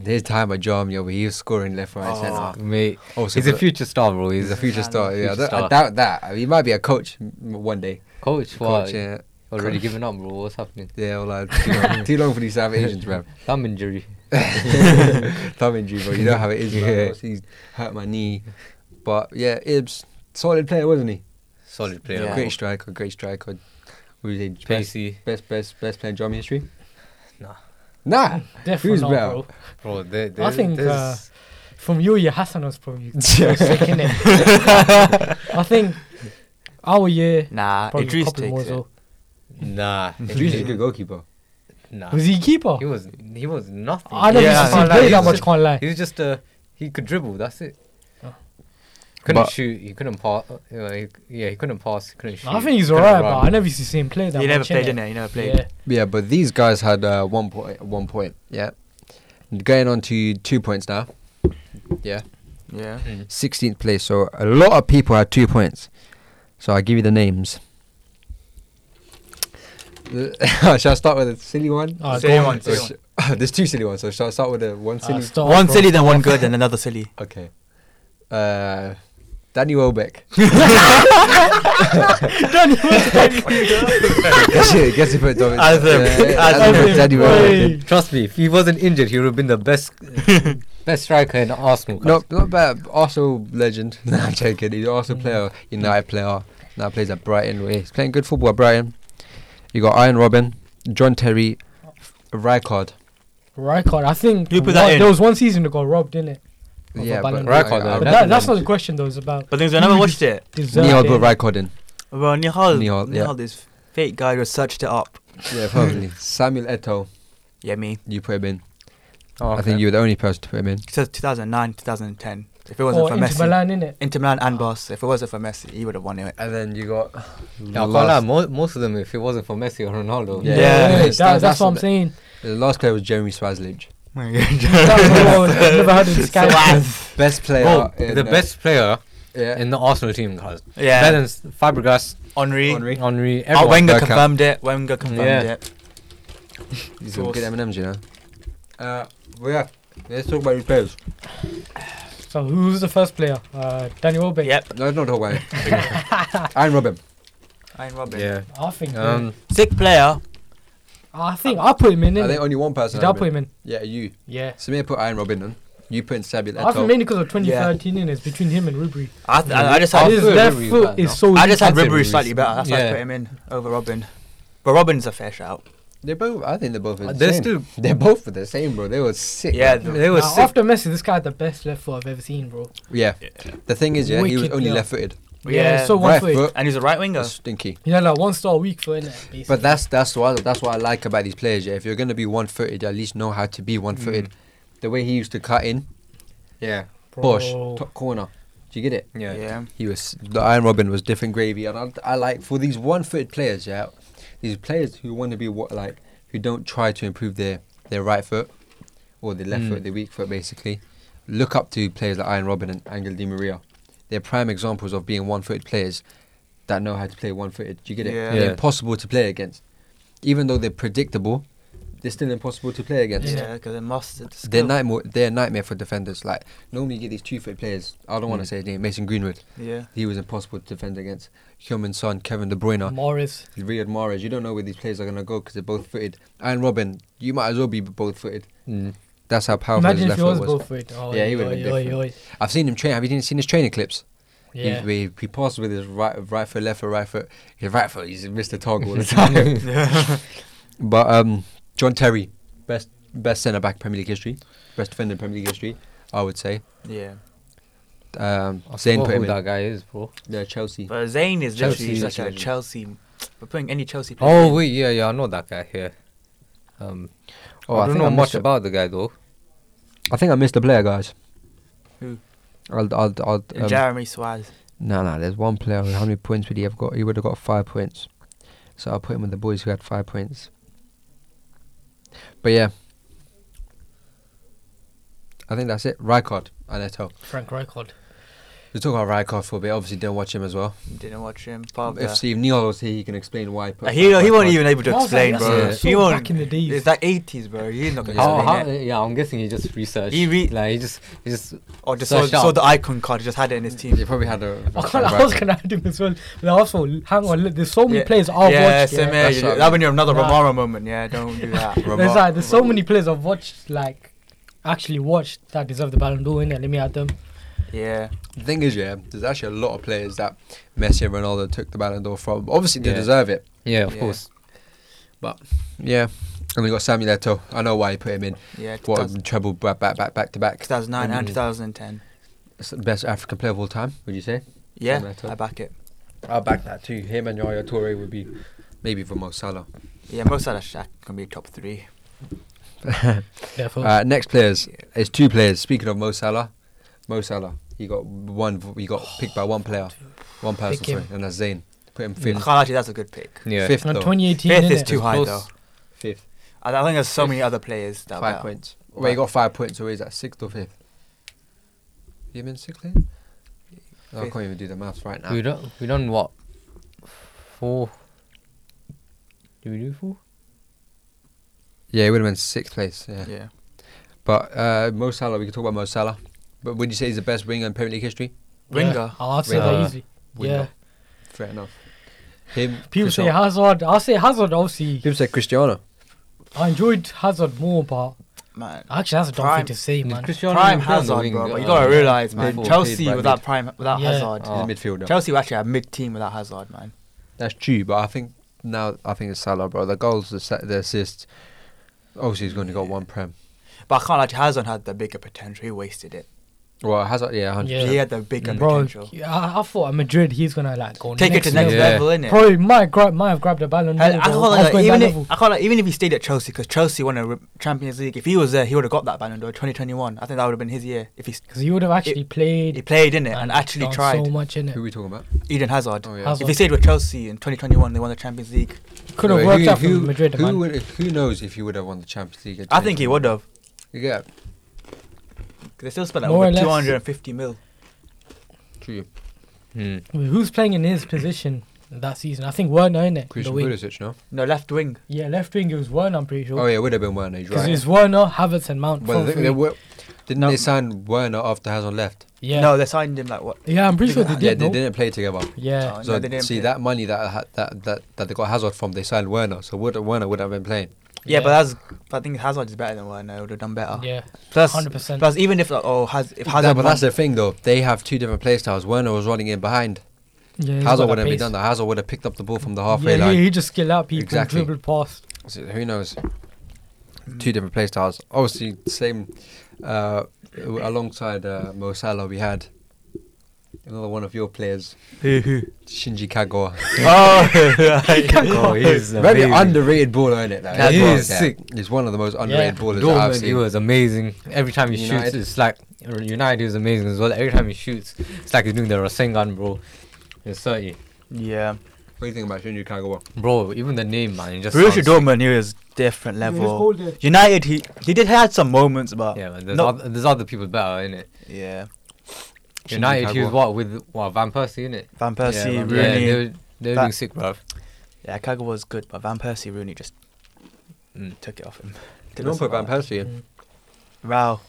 his time at Germany, where he was scoring left, right,
Oh.
centre.
Mate,
Also,
he's a
but-
future star, bro.
He's a Ah. future
Man.
star. Yeah, I
Future
don't- I,
star.
doubt that. I mean, he might be a coach m- one day.
coach. What?
Coach, yeah,
Already given up, bro. What's happening?
yeah. Well, like, too, long, too long for these South Asians, bro.
Thumb injury.
[laughs] Thumb injury, bro. You know how it is.
Yeah.
Yeah. He's hurt my knee, but yeah, Ibs, solid player, wasn't he?
Solid player.
Yeah.
Yeah.
Great striker, great striker. We say best,
Pacey.
best, best, best player in German history.
Nah.
[laughs] Nah.
Definitely
Who's
not,
better?
bro.
Bro, there, there,
I think,
there's-
uh, From your year, Hassan
[laughs]
was probably second. innit? I think our year
Nah,
probably a
Idris
couple more
takes it.
as well.
[laughs] nah.
Idris is a good goalkeeper.
Nah.
Was he a keeper?
He was. He was nothing.
I never
Yeah,
used to
I
see
know,
him play
he's
that
a-
much. Can't lie.
He was just a. He could dribble. That's it.
Oh.
Couldn't
But-
shoot. He couldn't pass. Uh, he, yeah, he couldn't pass. He couldn't shoot.
I think he's
couldn't
alright,
run.
but I never used to see him play that
He never
much.
played
innit?
in it. He never
Yeah.
played.
Yeah, but these guys had uh, one point. One point. Yeah. Going on to two points now. Yeah.
Yeah.
Hmm. Mm-hmm. 16th place. So a lot of people had two points. So I'll give you the names. [laughs] Shall I start with a silly one?
Alright,
Silly
Ah, go
one,
on.
silly
Or sh- [laughs] There's two silly ones. So shall I start with the one silly?
Oh, Uh, start
One
from- [laughs]
silly, [laughs] then one good, and
[laughs]
another silly.
okay. Uh, Danny Welbeck.
Danny was
guess who? Guess who put Dominic?
Adam. Adam.
Adam. Danny Welbeck.
Wait.
Trust me, if he wasn't injured, he would have been the best, [laughs] best striker in Arsenal.
No, not bad. Arsenal legend. [laughs] Nah, I'm joking. He's an Arsenal player, United player. Now plays at Brighton. where He's playing good football at Brighton. You got Iron Robin, John Terry, Rijkaard.
Rijkaard, I think
Who put that
one-
in? Oh,
There was one season that got robbed, didn't it? Of a
Yeah, but
Ballon
d'Or. Rijkaard,
Rijkaard.
though.
Rijkaard.
But
That
that,
was
that's
one.
not the question though. It's about
But things I never watched it.
Nihal
deserving.
put Rijkaard in.
Well, Nihal,
Nihal,
Nihal,
yeah.
this fake guy who searched it up.
Yeah, [laughs] probably. Samuel Eto'o,
Yeah, me.
you put him in.
Oh,
I think you were the only person to put him in.
It says 2009, 2010. If it wasn't
Or
for
Inter
Messi,
Milan, innit?
Inter Milan and Boss. If it wasn't for Messi, he would have won it.
[laughs]
And then you got.
Yeah, I can't lie, mo- most of them, if it wasn't for Messi or Ronaldo,
Yeah. Yeah,
Yeah, that,
that's-
that's,
that's
what
a
I'm
bit-
saying.
The last player was Jeremy Swazlidge.
That was what I was- I've never heard of this guy.
Best player.
Bro,
in,
Oh, the
uh,
best player
Yeah.
in the Arsenal team, guys.
[laughs]
Better
yeah,
than S- Fabregas,
Henri.
Henri.
Henri,
Oh,
everyone.
Wenger
Beckham.
confirmed it. Wenger confirmed
Yeah.
it.
He's some good
Sauce.
M&Ms, you know. Uh, well, yeah. Let's talk about these players.
[laughs] So who's the first player? Uh, Danny Welbeck.
Yep.
No, not talk about it. Iron Robin.
Ian Robin.
Yeah.
I think. uh,
Um,
Sick player.
I think I put him in.
I think
innit?
only one person.
Did I
had
put him in?
Yeah, you.
Yeah.
Samir put Iron Robin in. You put in Samuel
I think
Eto'o.
mainly because of 2013 innit? It's between him and Rubri.
I, th- I, I just had.
His
put
left
Ribéry
foot
back now.
is so.
I just had
I'd say
Ribery
Ribéry's-
slightly better. That's why I
yeah.
put him in over Robin. But Robin's a fair shout.
They both. I think they're both. The
they're
same.
still-
They're both the same, bro. They were sick.
Yeah,
bro.
they were
Nah,
sick.
after Messi, this guy had the best left foot I've ever seen, bro.
yeah. The thing is, yeah, he was
Wicked
only
player.
left-footed.
Yeah,
Yeah,
so one
right
foot.
foot.
And he's a right winger.
was Stinky.
You know, like one star weak foot, innit? Basically.
But that's that's what that's what I like about these players. Yeah, if you're gonna be one-footed, at least know how to be one-footed.
Mm.
The way he used to cut in,
yeah.
Bosh,
Bro.
top corner. Do you get it?
Yeah.
yeah.
He was the Iron Robin was different gravy, and I, I like for these one-footed players. Yeah, these players who want to be what like who don't try to improve their, their right foot or their left
Mm.
foot, their weak foot, basically, look up to players like Ian Robin and Angel Di Maria. They're prime examples of being one footed players that know how to play one footed. Do you get it?
Yeah.
They're
Yeah.
impossible to play against. Even though they're predictable, they're still impossible to play against.
Yeah, because they mastered the skill.
They're nightmare. They're a nightmare for defenders. Like normally, you get these two-foot players. I don't want to
Mm.
say his name. Mason Greenwood.
[laughs]
Yeah. [laughs]
He was impossible to defend against. Heung-min Son, Kevin De Bruyne,
Morris.
Riyad Mahrez. You don't know where these players are gonna go because they're both-footed. And Robin, you might as well be both-footed.
Mm.
That's how powerful
Imagine
Oh,
if
his
he
left
was
foot was.
both foot. Oh,
Yeah, he would've been different. I've seen him train. Have you seen his training clips?
Yeah.
He, he, he passes with his right, right foot, left foot, right foot. His right foot. He's Mr. Tog all the time. But um, John Terry, best best centre back Premier League history, best defender in Premier League history, I would say.
yeah.
Um,
I
Zane
forgot
put him
who
in.
that guy is, bro.
Yeah, Chelsea.
But Zayn is literally
Chelsea,
such a
Chelsea.
Chelsea. We're putting any Chelsea player.
Oh wait, yeah, yeah, I know that guy. Yeah. Um, I don't
Oh, think
know
missed
much
a-
about the guy though.
I think I missed a player, guys.
Who?
I'll, I'll, I'll,
in.
um,
Jeremy Suarez.
no, no. There's one player. How many points would he have got? He would have got five points. So I'll put him with the boys who had five points. But yeah, I think that's it. Rijkaard, Aneto.
Frank Rijkaard.
We talk about Rijkaard for a bit. Obviously, don't watch him as well.
Didn't watch him. Part of
If
the-
Steve Neal was here, he can explain why.
Uh, he, he won't even able to
Well,
explain,
that's-
bro.
that's
He
so
won't.
back in the days.
It's like 80s, bro. He's not gonna
Yeah. Oh,
How,
explain
how,
it.
yeah, I'm guessing he just researched.
He re-
like he just, he just.
oh,
Or just saw,
Search up.
saw the icon card. Just had it in his team.
He probably had a.
I, can't, I was gonna add him as well. But also, hang on, look, there's so many
Yeah.
players I've
yeah,
watched.
same
Yeah.
here.
That's
You-
what I
that when you're another
Nah.
Romara moment. Yeah, don't do
[laughs]
that.
There's like there's so many players I've watched like actually watched that deserve the Ballon d'Or and let me add them.
Yeah,
The thing is, yeah, there's actually a lot of players that Messi and Ronaldo took the Ballon d'Or from. Obviously, they
Yeah.
deserve it.
Yeah, of
Yeah.
course.
Yeah. And we got Samuel Eto'o. I know why he put him in.
yeah.
What
2000
a treble back, back, back, back to back.
2009 and
Mhm.
2010.
It's the best African player of all time, would you say?
Yeah,
Roberto.
I back it.
I'll back that too. Him and Yaya Toure would be maybe for Mo Salah.
Yeah, most of that can be top three.
Therefore,
Uh, next players is two players. Speaking of Mo Salah, Mo Salah, he got one. He got picked by one player, one person,
Pick him.
sorry, and that's Zayn. Put him
I
fifth.
can't actually, that's a good pick.
Yeah.
Fifth
and
though.
2018
Fifth is
innit?
too high
Close.
though.
Fifth.
I I think there's so many other players that
Five
were-
points. Well, he got five points, so he's at sixth or fifth. You mean sixth? Ian? No, I
Fifth.
can't even do the maths right now.
We done, we done what? Four. Did we do four?
Yeah, he would have been sixth place. Yeah.
Yeah,
But uh, Mo Salah, we can talk about Mo Salah. But would you say he's the best winger in Premier League history?
Winger.
Yeah, I'll say
Winger.
that easily.
Winger.
Yeah.
Fair enough. Him.
[laughs] People say
Cristiano-
Hazard. I'll say Hazard. Obviously,
People say Cristiano.
I enjoyed Hazard more, but
man.
actually that's a dumb
Prime-
thing to say, man.
Cristiano
Prime
Ronaldo on the
Hazard,
wing,
bro. But you
uh,
gotta realize,
played-
man,
played
Chelsea
by
without
mid.
Prime without
Yeah.
Hazard.
Oh.
He's a midfielder.
Chelsea were actually had mid team without Hazard, man.
That's true, but I think now I think it's Salah, bro. The goals, the, sa- the assists. Obviously, he's going to got one prem.
But I can't actually Hazard had the bigger potential. He wasted it.
Well, Hazard, yeah, 100
Yeah. Mm.
He had the bigger
Bro,
potential.
I, I thought at Madrid he's gonna like go
Take it
next
to the next
Yeah.
level, innit?
Probably might grab might have grabbed a Ballon d'Or.
I, I
bro.
can't
I was
like,
going
even
that
if,
level.
I can't like, even if he stayed at Chelsea because Chelsea won a re- Champions League. If he was there, he would have got that Ballon d'Or 2021. I think that would have been his year if he s-
Because he would have actually played
he played in it and, actually
done
tried.
so much in it.
Who are we talking about?
Eden Hazard.
Oh, yeah.
Hazard.
If he stayed with Chelsea in 2021, they won the Champions League.
Could have
Wait,
worked
who,
out for
who-
Madrid,
who,
man.
would- who knows if he would have won the Champions League? at
I think he
2021?
would have.
Yeah,
They still spent like
More or
over
less.
250 mil.
true.
Hmm.
Who's playing in his position that season? I think Werner in it. The
Christian
wing.
Pulisic, no?
No, left wing.
Yeah, left wing it was Werner. I'm pretty
Oh
sure.
yeah, it would have been Werner. he's
Because
Right.
it's Werner, Havertz, and Mount.
Well,
front
the thing, they
three.
were, didn't
No.
they sign Werner after Hazard left?
yeah.
No, they signed him like what?
Yeah, I'm pretty sure they
Yeah,
did.
they
no?
didn't play together.
Yeah.
Oh, no,
So
they didn't
see
play.
that money that, ha- that that that they got Hazard from, they signed Werner. So would, Werner would have been playing.
Yeah,
Yeah.
but that's. I think Hazard is better than Werner. Would have done better.
Yeah.
Plus,
100%.
plus, even if like, oh, Haz, if Hazard,
No, but that's
won-
the thing though. They have two different play styles. Werner was running in behind.
Yeah, he's
Hazard
got
wouldn't have
pace.
done that. Hazard would have picked up the ball from the
yeah,
halfway
he-
line.
He, just skill up. He
Exactly.
can dribble past.
So who knows? Two different play styles. Obviously, same. Uh, alongside uh, Mo Salah, we had another one of your players,
Who,
[laughs]
who?
Shinji Kagawa.
oh,
Oh, he's
Very
amazing.
underrated baller, isn't it?
Kagawa. He is sick.
He's one of the most underrated
Yeah.
ballers that I've
Dortmund,
seen.
he was amazing. Every time he shoots,
United.
it's like United is amazing as well. Every time he shoots, it's like he's doing the Rasengan, bro. It's 30.
yeah.
What do you think about Shinju Kagawa?
Bro, even the name, man. It just
Borussia
sounds-
Dortmund here is different
Yeah, it's
level.
older.
United, he he did had some moments, but
Yeah, man. There's,
No.
other, there's other people better, innit?
yeah,
Shinji
United, he was
Kagawa.
what? With what, Van Persie, innit?
Van Persie,
yeah, man.
Rooney.
Yeah,
Yeah,
they were, they were
That-
doing sick, bruv.
Kagawa was good, but Van Persie, Rooney just
Mm.
took it off him.
They don't put Van Persie in.
Wow.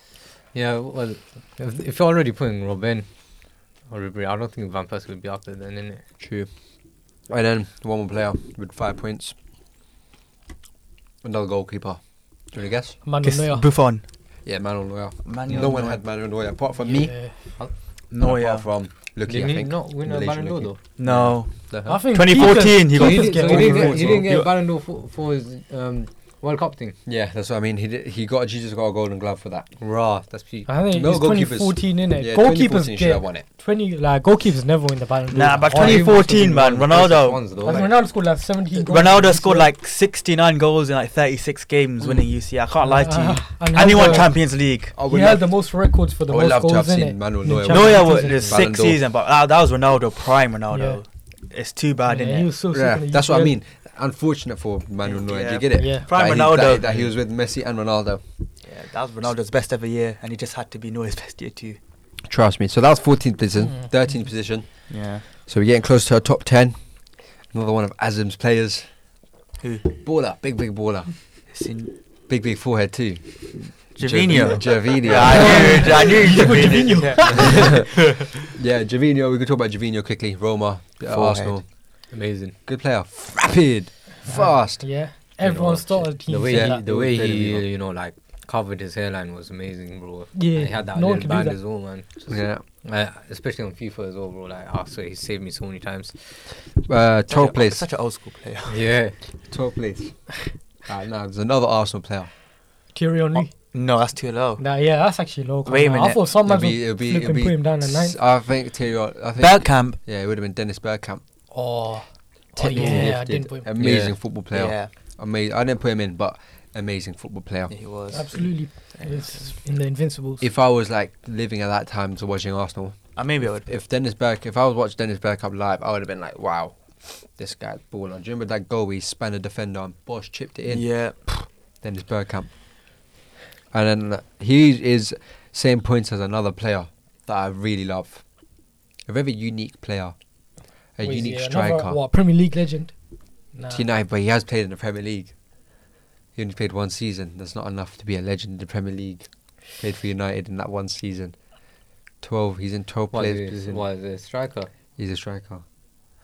Yeah, well, if, if you're already putting Robin or Ribery, I don't think Van Persie would be up there then, innit?
True. And then one more player with five points. Another goalkeeper. Do you want to guess?
Manuel Neuer.
Buffon.
Yeah, Manuel Neuer.
Manuel
no one
Neuer.
had Manuel Neuer apart from me.
Yeah.
No,
Neuer.
apart from Lucky,
Did
I
he
think.
not win a
Malaysian
Ballon d'Or
Lucky.
though?
No.
The
I
hell?
think
2014, he
keepers-
got-
So he,
keepers
did, so
get
he didn't
goals
get,
as
he
well.
didn't get Ballon d'Or for, for his um, World Cup thing.
Yeah, that's what I mean. He did, he got Jesus got a golden glove for that.
Raw, that's peak.
I think
No
it's
goalkeepers.
2014, innit?
Yeah, 2014
goalkeepers
should have
get
won it.
20, like, goalkeepers never win the Ballon d'Or.
Nah, but
Why?
20 2014, man, Ronaldo-
Like, Ronaldo scored like 17 goals.
Ronaldo scored like 69 goals in like 36 games, winning UCL. I can't lie to you.
Uh, and
And he won
had the-
Champions League.
I
He
would
had
love,
the most records for the
I would
most
love to have
goals in
seen
it.
Manuel
In the
Neuer.
Champions
Neuer was
League.
the
Ballon
sixth
d'Or.
season, but ah, that, that was Ronaldo prime Ronaldo. It's too bad,
Yeah,
innit?
he was so sick
yeah,
in the
that's what I
UCL.
mean. Unfortunate for Manuel Neuer. Do
Yeah.
you get it?
Yeah.
Prime
that He,
Ronaldo.
that, that he was with Messi and Ronaldo.
Yeah, that was Ronaldo's best ever year, and he just had to be Neuer's best year too.
Trust me. So that was 14th position,
Mm.
13th position.
Yeah.
So we're getting close to our top 10. Another one of Azim's players.
Who?
Baller. Big, big baller.
Sin-
Big, big forehead too.
Gervinho.
Gervinho.
[laughs] Yeah, I knew, I knew
Yeah, but
Gervinho. Yeah.
Yeah, Gervinho. We could talk about Gervinho quickly. Roma, uh,
Forehead.
Arsenal.
Amazing.
Good player. Rapid. Fast.
Yeah.
You know,
Everyone started.
The way
Yeah.
he, the way
Incredible.
he, you know, like covered his hairline was amazing, bro.
Yeah,
And he had that
no one can
little
do
band
that.
as well, man. Just-
Yeah.
Uh, especially on FIFA as well, bro. Like, oh, so he saved me so many times.
Uh, 12th
Such a-
place.
Such an old school player.
[laughs] Yeah.
12th place. [sighs] Ah, no, there's another Arsenal player.
Thierry Henry.
No, that's too low.
Nah, yeah, that's actually low.
Wait a
Nah, I
minute.
thought some
Oh. It'll
might
be, it'll
flip
be, it'll
and
be,
put him down at nine.
s- I think Terry. I think.
Bergkamp.
yeah, it would have been Dennis Bergkamp.
Oh, oh
Technically
yeah, I
gifted,
didn't put him.
Amazing
Yeah.
football player.
Yeah.
Amazing. I didn't put him in, but amazing football player.
yeah, he was.
Absolutely, it's in the Invincibles.
If I was like living at that time to watching Arsenal,
Uh, maybe I would.
if Dennis Berg, if I was watching Dennis Bergkamp live, I would have been like, wow, this guy's balling. Do you remember that goal where he spanned a defender and Bosch chipped it in?
Yeah.
Dennis Bergkamp. And then uh, he is same points as another player that I really love. A very unique player, a
Wait, is
unique
he another, uh,
striker.
What Premier League legend? Nah.
Do you know, but he has played in the Premier League. He only played one season. That's not enough to be a legend in the Premier League. Played for United in that one season. Twelve. He's in twelve
What
players.
is,
position.
what is it? Striker?
He's a striker.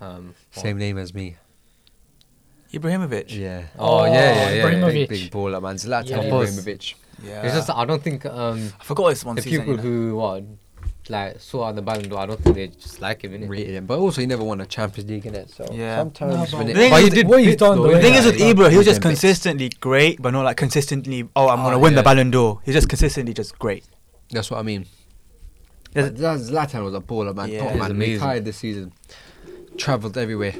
Um, what-
Same name as me.
Ibrahimovic.
Yeah.
Oh,
Oh,
yeah, yeah, yeah. yeah.
Big,
Ibrahimovic.
big baller, man. Zlatan
Yeah.
Ibrahimovic.
Yeah.
It's just, I don't think um,
I forgot this one
the
season.
people
you know.
who, what, like, saw the Ballon d'Or, I don't think they just like him, innit?
Rated him, but also he never won a Champions League in it. So
Yeah.
sometimes
Nah,
when
but-
it-
The thing
But
is-
he did
what he's
bits,
done,
though,
the
The
innit?
way
thing is with
Like,
Ibra, he
Yeah,
was just
bits.
consistently great, but not like consistently. Oh, I'm gonna
Oh,
win the
yeah.
Ballon d'Or. He's just consistently just great.
That's what I mean.
Yes.
But Zla- Zlatan was a baller, man.
Yeah.
Top
He's
man,
amazing.
retired this season. Travelled everywhere.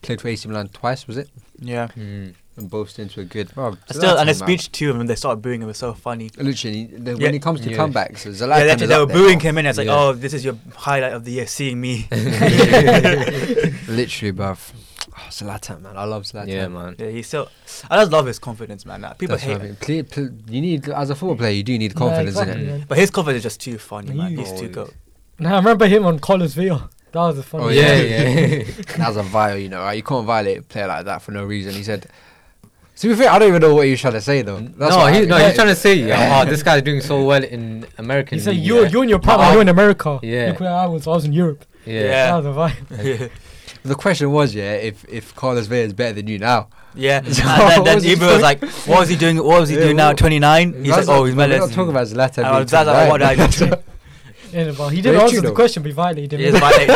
Played for AC Milan twice, was it?
Yeah.
Mm.
And both stints were good.
I still, and
a
his speech to him, when they started booing him, it was so funny.
Literally, the,
Yeah.
when it comes to
Yeah.
comebacks, Zlatan
yeah, they,
is
actually, they
up
were
there.
booing him [laughs] in. It's like,
Yeah.
oh, this is your highlight of the year, seeing me.
[laughs] Literally, bruv. Oh, Zlatan, man, I love Zlatan.
Yeah, man.
yeah, he's still. I just love his confidence, man. Like, people
That's
hate
what I
him,
mean. Clear, pl- you need as a football player, you do need confidence
nah,
in it.
exactly, man.
but his confidence is just too funny, man.
You-
He's too
Always.
good.
Nah, I remember him on Collins video. That was a funny.
Oh,
Oh,
one.
yeah,
yeah.
[laughs] yeah.
[laughs] That's a vile, you know. Right? You can't violate a player like that for no reason. He said. To be fair, I don't even know what he was trying to say though. That's
no,
what
he,
I
no,
mean.
he's trying to say, [laughs] yeah, oh, this guy's doing so well in American.
He said,
league,
"You,
yeah.
you and your prime,
Nah,
you're in America.
Yeah.
Look where I was. I was in Europe.
Yeah.
That was a vibe. [laughs]
[laughs]
The question was, yeah, if if Carlos Vela is better than you now. [laughs]
yeah. And
So
then,
what
then
was he
Ibra was
doing?
like, what was he doing? What was he
Yeah,
doing now?
what-
29. He's like,
That's
oh,
not-
he's
we're
better.
not talking about Zlatan.
And
being
I was- that's
top
like, what I
right.
did.
[laughs]
Yeah, but he didn't
Very
answer
true,
the
though.
question, but he violated
He
him.
was
[laughs]
violated.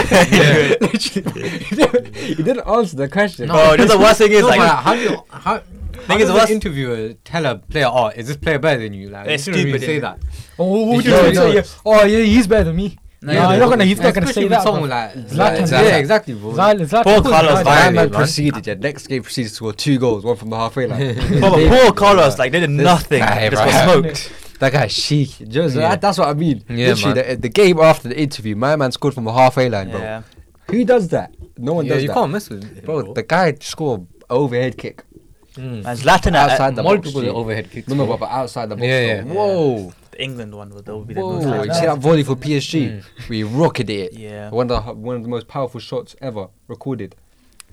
[laughs]
He didn't answer the question.
No, you know Oh, the worst thing is
No,
like
but how do you, how, how
Thing is,
does
what's-
an interviewer tell a player, oh, is this player better than you? Like,
It's
you shouldn't really
stupid,
say
innit?
that.
Oh, what would you
No,
say?
no.
Yeah, Oh, yeah, he's better than me.
No,
No,
yeah,
you're not gonna. He's not gonna
Especially
say
with
that.
Someone
bro.
like
Zlatan.
Zlatan. Yeah, exactly, bro.
Zlatan- Zlatan
Paul Carlos
was violated.
Violet,
That man
man.
proceeded. Yeah, next game proceeded to score two goals, one from the halfway line. [laughs]
But poor Carlos, like they did nothing.
guy,
just
bro.
got smoked.
that guy's chic. You know, so
Yeah.
that- that's what I mean.
Yeah,
Literally,
man.
the, the game after the interview, my man scored from the halfway line, bro.
Yeah.
Who does that? No one
yeah,
does
you
that.
can't mess with him,
bro, the guy scored overhead kick
Mm.
And Zlatan at,
outside the box.
multiple
G.
overhead kicks.
No, no,
bro.
but, but outside the box.
Yeah,
though.
yeah.
Whoa,
the England one would that would be the most.
whoa! You
Yeah.
see that volley for PSG? We rocketed it.
Yeah.
One of the one of the most powerful shots ever recorded.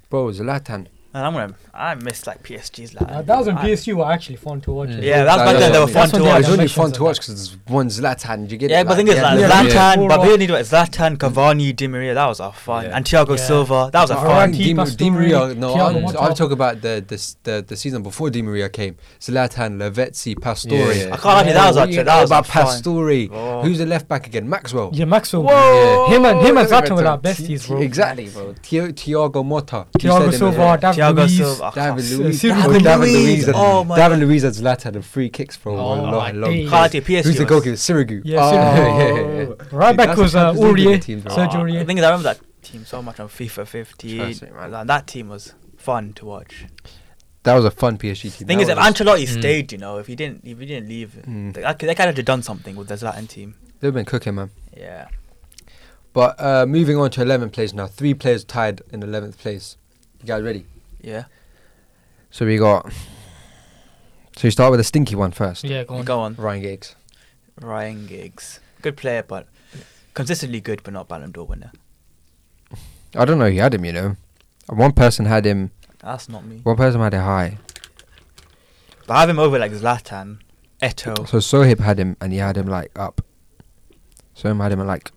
Bro, Zlatan.
And I'm gonna. I miss like PSG's
Uh,
Zlatan.
that was when
I-
PSG were actually fun to watch. as
Yeah,
well.
that was
Nah,
back then. They were
that's
fun
what
to
they-
watch.
it's only
dimensions
fun
of
to watch
that.
because it's one Zlatan. You get
Yeah,
it.
but the thing is, like
yeah,
yeah.
Zlatan,
Yeah.
but we didn't do it. Zlatan, Cavani, Di Maria, that was our fun,
Yeah.
and Thiago
Yeah.
Silva, that was our
Varane,
fun.
Varane,
Di,
Pastore,
Di Maria. No,
Thiago
I'm,
Motta.
I'm talking about the, the s- the the season before Di Maria came. Zlatan, Lavezzi, Pastore.
Yeah, yeah.
I can't lie to you, that was
what
our
do
shit,
you
that
know
was our
about
fun.
Pastore.
Oh.
Who's the left back again? Maxwell.
Yeah, Maxwell.
Whoa!
Him and
Oh,
him and
Look at
Zlatan were
that.
our besties, bro.
Exactly, bro. Thi- Thiago Motta. You said him
Thiago
as
Silva,
well.
David
Thiago
Luiz.
Silva, I can't-
David Luiz.
Silva.
Oh,
David
David
Luiz.
Luiz. and-
Oh my
David Luiz and Zlatan had free kicks for a
Oh
long,
my
long, long
days.
time.
Can't lie to you, PSG.
Who's the
was-
goalkeeper? Sirigu.
[laughs] Yeah,
oh,
Sirigu.
yeah, yeah, yeah.
Right back
That's
was
the
uh,
Champions League
Aurier,
team, bro.
Sergio
Oh, The
Aurier.
thing is, I remember that team so much on FIFA 15.
Trust me, man.
Like, that team was fun to watch.
That was a fun PSG team.
thing
That
is, if
was-
Ancelotti
Mm.
stayed, you know, if he didn't, if he didn't leave,
Mm.
they, they kind of had done something with the Zlatan team.
they've been cooking, man.
Yeah.
But uh, moving on to 11th place now. Three players tied in 11th place. You guys ready?
Yeah.
So we got. So you start with a stinky one first.
Yeah, go on.
Go on.
Ryan Giggs.
Ryan Giggs. Good player, but consistently good, but not Ballon d'Or winner.
I don't know who had him, you know. One person had him.
That's not me.
One person had it high.
But I have him over like Zlatan, Eto.
So Sohib had him, and he had him like up. Sohib had him at like